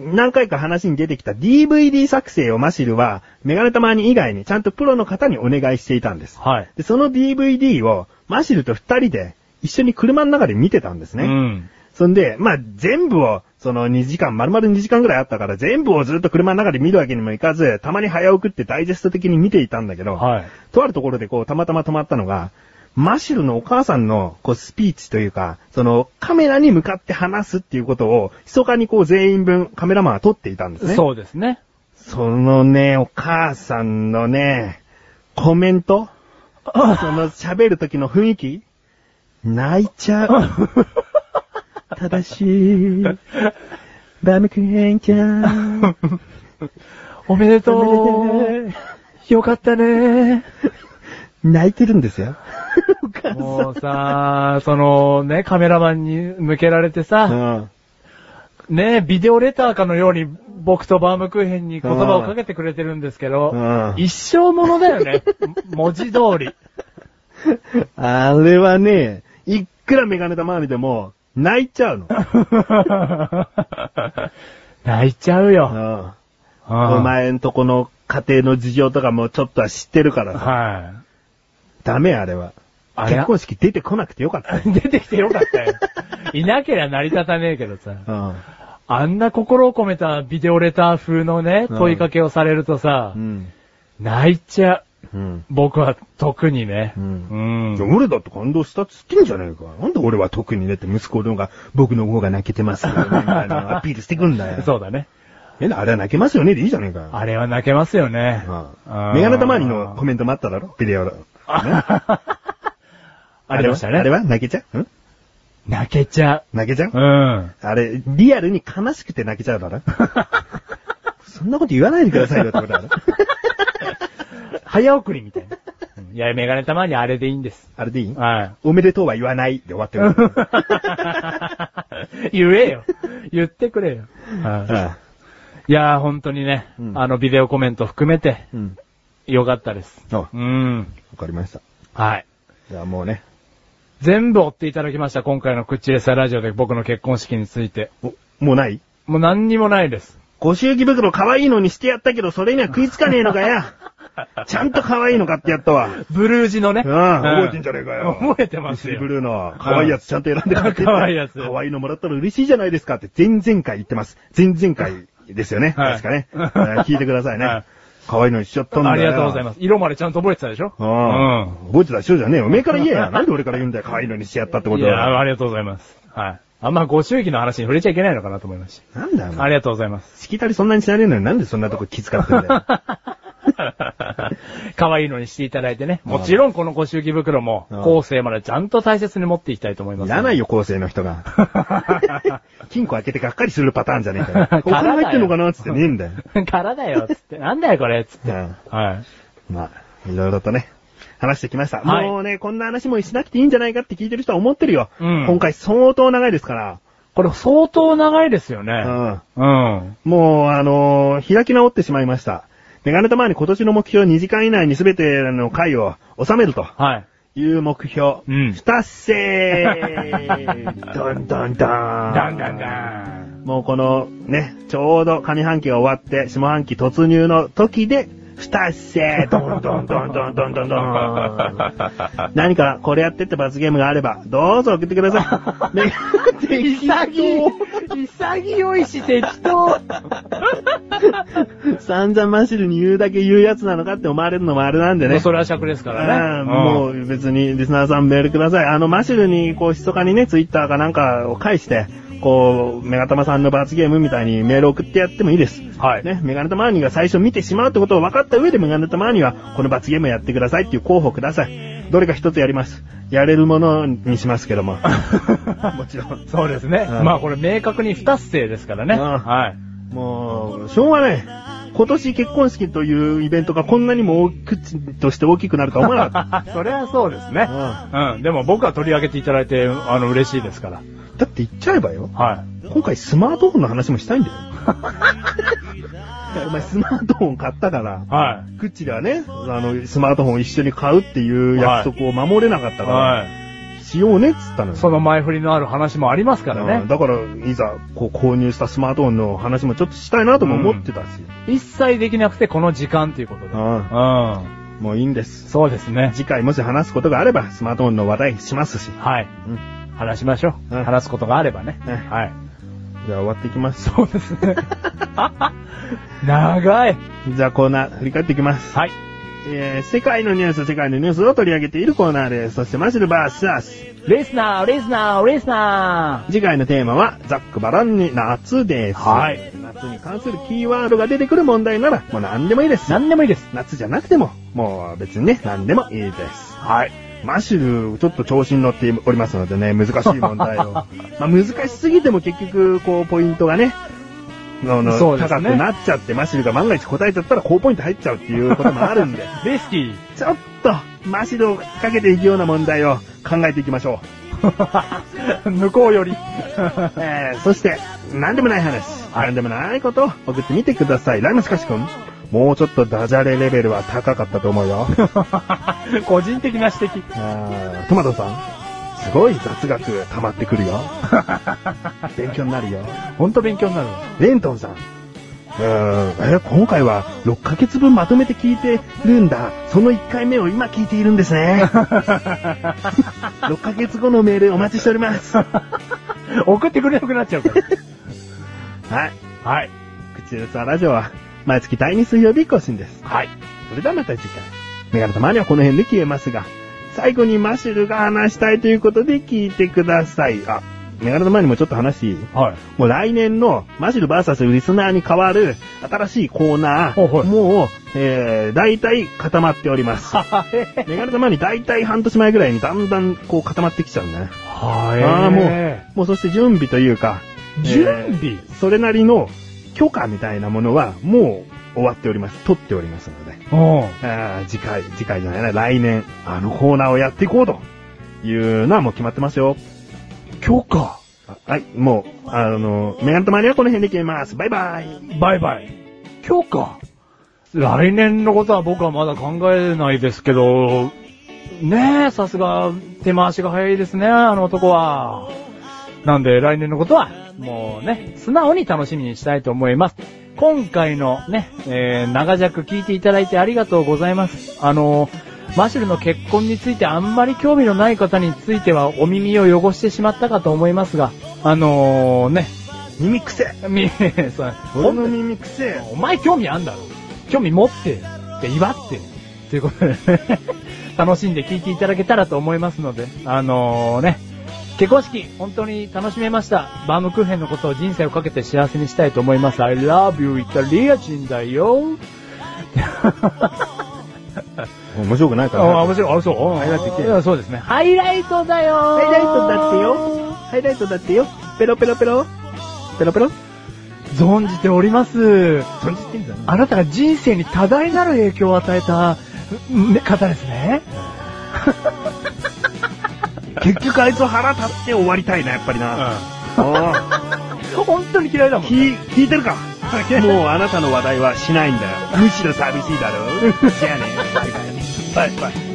B: う、何回か話に出てきた DVD 作成をマシルは、メガネたまに以外にちゃんとプロの方にお願いしていたんです。
A: はい。
B: で、その DVD をマシルと二人で一緒に車の中で見てたんですね。
A: うん。
B: そんで、まあ、全部を、その2時間、丸々2時間ぐらいあったから、全部をずっと車の中で見るわけにもいかず、たまに早送ってダイジェスト的に見ていたんだけど、
A: はい。
B: とあるところでこう、たまたま止まったのが、マシルのお母さんの、こう、スピーチというか、その、カメラに向かって話すっていうことを、密かにこう、全員分、カメラマンは撮っていたんですね。う。
A: そうですね。
B: そのね、お母さんのね、コメントその、喋る時の雰囲気泣いちゃう。 正しい。バームクーヘンちゃん。
A: おめで
B: お
A: と
B: めで
A: う。よかったね。
B: 泣いてるんですよ。
A: もうさ、そのね、カメラマンに向けられてさ、
B: うん。
A: ねビデオレターかのように僕とバームクーヘンに言葉をかけてくれてるんですけど、
B: うん
A: 一生ものだよね。文字通り。
B: あれはね、いくらメガネたまわりでも、泣いちゃうの。
A: 泣いちゃうよ。
B: うん
A: うん
B: お。前んとこの家庭の事情とかもちょっとは知ってるからさ。
A: はい。
B: ダメあれは。
A: あれ
B: 結婚式出てこなくてよかったよ。
A: 出てきてよかったよ。いなけりゃ成り立たねえけどさ。
B: うん。
A: あんな心を込めたビデオレター風のね、
B: うん
A: 問いかけをされるとさ
B: う、ん。
A: 泣いちゃう。
B: うん。
A: 僕は特にね。
B: う
A: うんん。
B: じゃあ俺だって感動したっつってんじゃねえか。なんで俺は特にねって息子の方が、僕の方が泣けてますよねみたいな アピールしてくんだよ。
A: そうだね。
B: え、あれは泣けますよねでいいじゃねえかよ。
A: あれは泣けますよね。
B: うんメガネたまり のコメントもあっただろビデオの。
A: ありましたね。
B: あれは泣けちゃうん
A: 泣けちゃ
B: 泣けちゃう
A: う。うん。
B: あれ、リアルに悲しくて泣けちゃうだ ろそんなこと言わないでくださいよってことだろ
A: 早送りみたいな。うんいや、メガネたまにあれでいいんです。
B: あれでいい
A: は
B: おめでとうは言わないで終わってる。
A: い。 言えよ。言ってくれよ。は
B: ああ
A: いいやー、本当にね
B: う、ん
A: あのビデオコメント含めて、
B: うん。
A: よかったです。
B: あわ
A: うん。
B: かりました。
A: はい。
B: じゃあもうね。
A: 全部追っていただきました、今回のクッチレサラジオで僕の結婚式について。
B: おもうない
A: もう何にもないです。
B: ご祝儀袋可愛いのにしてやったけど、それには食いつかねえのかや。ちゃんと可愛いの買ってやったわ。うん、
A: ブルージのね。
B: 覚えてんじゃねえかよ。
A: 覚えてますよ
B: ミスブルーの、可愛いやつちゃんと選んで買って。
A: 可愛いやつ
B: 可愛いのもらったら嬉しいじゃないですかって、前々回言ってます。前々回ですよね。
A: はい
B: 確 かね。えー聞いてください
A: はい
B: ね。可愛いのにしちゃったんだよ。
A: ありがとうござい
B: す。
A: ます。色までちゃんと覚えてたでしょ
B: うん。覚えてた人じゃねえよ。おめえから言えや。なんで俺から言うんだよ。可愛いのにしちゃったって
A: うん。
B: こ
A: い
B: とは
A: や、ありがとうございます。はい。あんまご祝儀の話に触れちゃいけないのかなと思いまし
B: なんだよ。お
A: た。
B: 前
A: ありがとうござい ます。
B: しきたりそんなにしないのになんでそんなとこ気遣ってんだ よ。
A: 可愛いのにしていただいてね。もちろんこのご祝儀袋も
B: うん、
A: 後世までちゃんと大切に持っていきたいと思います。
B: い らないよ、後世の人が。金庫開けてがっかりするパターンじゃねえかよ。 お金入ってんのかなっつってねえんだよ。
A: からだよ、つって。なんだよ、これ、つっ
B: う
A: て。
B: ん
A: はい。
B: まあ、いろいろとね、話してきました。
A: はい
B: もうね、こんな話もしなくていいんじゃないかって聞いてる人は思ってるよ。
A: うん
B: 今回相当長いですから。
A: これ相当長いですよね。
B: うん
A: うん。
B: もう、あのー開き直ってしまいました。メガネたまに今年の目標2時間以内に全ての回を収めると
A: はい。
B: いう目標。
A: うん
B: 不達成 どんどんどん。
A: だんだんだ ん。
B: もうこのね、ちょうど上半期が終わって、下半期突入の時で、不達成どんどんどんどんどんどんどん何かこれやってって罰ゲームがあれば、どうぞ送ってください。メガネテキ
A: 潔い、潔いし適当。
B: 散々マシルに言うだけ言うやつなのかって思われるのもあれなんで
A: もう
B: ね。
A: それは尺ですから
B: あ
A: ね。
B: ーも
A: ん。
B: う別にリスナーさんメールください。あの、マシルに、こう、密かにね、ツイッターかなんかを介して、こう、メガタマさんの罰ゲームみたいにメール送ってやってもいいです。
A: はい。
B: ね、メガネタマーニが最初見てしまうってことを分かった上でメガネタマーニは、この罰ゲームやってくださいっていう候補ください。どれか一つやります。やれるものにします けども。もちろん。
A: そうですね。
B: うん
A: まあこれ明確に不達成ですからね。
B: うん
A: はい。
B: もう、しょうがない。今年結婚式というイベントがこんなにも大きくとして大きくなるとは思わなかっ
A: それはそうですね
B: た。う。ん
A: うん。でも僕は取り上げていただいて、あの、嬉しいですから。
B: だって言っちゃえばよ。
A: は
B: 今回スマートフォンの話もした いんだよ。お前スマートフォン買ったから
A: い。。は
B: クッチではね、あの、スマートフォンを一緒に買うっていう約束を守れなかった
A: い。
B: から、
A: はい。
B: しようねっつったのよ。
A: その前振りのある話もありますから
B: うん
A: ね。
B: だから、いざ、こう、購入したスマートフォンの話もちょっとしたいなとも思ってたし。
A: 一切できなくてこの時間ということで。
B: うん
A: うん。
B: もういいんです。
A: そうですね。
B: 次回もし話すことがあれば、スマートフォンの話題しますし。
A: はい。
B: うん。
A: 話しましょう。
B: うん
A: 話すことがあればね。
B: うん
A: はい。
B: じゃあ終わっていきます。
A: そうですね。 長い。
B: じゃあコーナー、振り返っていきます。
A: はい。
B: えー、世界のニュース、世界のニュースを取り上げているコーナーです。そして、マシルバーサース。
A: レスナー、レスナー、レスナ
B: 次回のテーマは、ザックバランに夏です。
A: はい。
B: 夏に関するキーワードが出てくる問題なら、もう何でもいいです。
A: ー。なんでもいいです。
B: 夏じゃなくても、もう別にね、何でもいいです。
A: はい。
B: マシュル、ちょっと調子に乗っておりますのでね、難しい問題 を。まあ難しすぎても結局、こう、ポイントがね、のの
A: そうです
B: 高
A: ね
B: くなっちゃって、マシュルが万が一答えちゃったら高ポイント入っちゃうっていうこともあるん で、
A: レスキー。
B: ちょっと、マシュルをかけていくような問題を考えていきましょ
A: 向こうより。
B: う。えー、そして、何でもない話、何でもないことを送ってみてください。ライムスカシ君、もうちょっとダジャレレベルは高かったと思うよ。
A: 個人的な指摘。
B: あートマトさん、すごい雑学溜まってくるよ。 勉強になるよ。
A: ほんと勉強になるわ。
B: レントンさん、うーん、え、今回は6ヶ月分まとめて聞いてるんだ。その1回目を今聞いているんですね。6ヶ月後のメールお待ちしております。は
A: 送ってくれなくなっちゃうから。
B: い。
A: はい。
B: 口でさラジオは毎月第2水曜日更新です。
A: はい。
B: それではまた次回。メガネたまにはこの辺で消えますが、最後にマシュルが話したいということで聞いてください。あ、メガネたまにもちょっと話していい
A: はい。
B: もう来年のマシュル VS リスナーに変わる新しいコーナ
A: ほうほう
B: ー、もう、えー、大体固まっております。
A: はい。
B: メガネたまに大体半年前ぐらいにだんだんこう固まってきちゃうんだね。
A: はい。
B: ああ、もう、もうそして準備というか、
A: 準
B: え
A: 備
B: ーそれなりの許可みたいなものはもう終わっております。取っておりますので。
A: もう。
B: あー次回、次回じゃないな、来年、あのコーナーをやっていこうというのはもう決まってますよ。
A: 許可。
B: あはい、もう、あの、メガネたまにはこの辺で決めます。バイバイ。
A: バイバイ。許可。来年のことは僕はまだ考えないですけど、ねえ、さすが手回しが早いですね、あの男は。なんで来年のことは、もうね、素直に楽しみにしたいと思います。今回のね、えー、長尺聞いていただいてありがとうございます。あのーマシュルの結婚についてあんまり興味のない方についてはお耳を汚してしまったかと思いますが、あのー、ね、
B: 耳くせ
A: み、 そう
B: 俺の耳くせ
A: お前興味あんだろ。興味持って、で、祝って。ということでね、楽しんで聞いていただけたらと思いますので、あのー、ね、結婚式、本当に楽しめました。バームクーヘンのことを人生をかけて幸せにしたいと思います。I love you, イタリア人だよ。
B: 面白くないから。
A: あ、面白い。あ、そう。
B: ハイライトいけ
A: うんそうですね。ハイライトだよ
B: ハイライトだってよ。ハイライトだってよ。ペロペロペロ。ペロペロ。
A: 存じております。
B: 存じてんだな。
A: あなたが人生に多大なる影響を与えた、ね方ですね。
B: 結局あいつを腹立って終わりたいな、やっぱりな。あ
A: 本当に嫌いだも
B: あ、
A: ん。
B: 聞、聞いてるかもう あなたの話題はしないんだよ。むしろ寂しいだろ。じゃあね。バイバイ。バイバイ。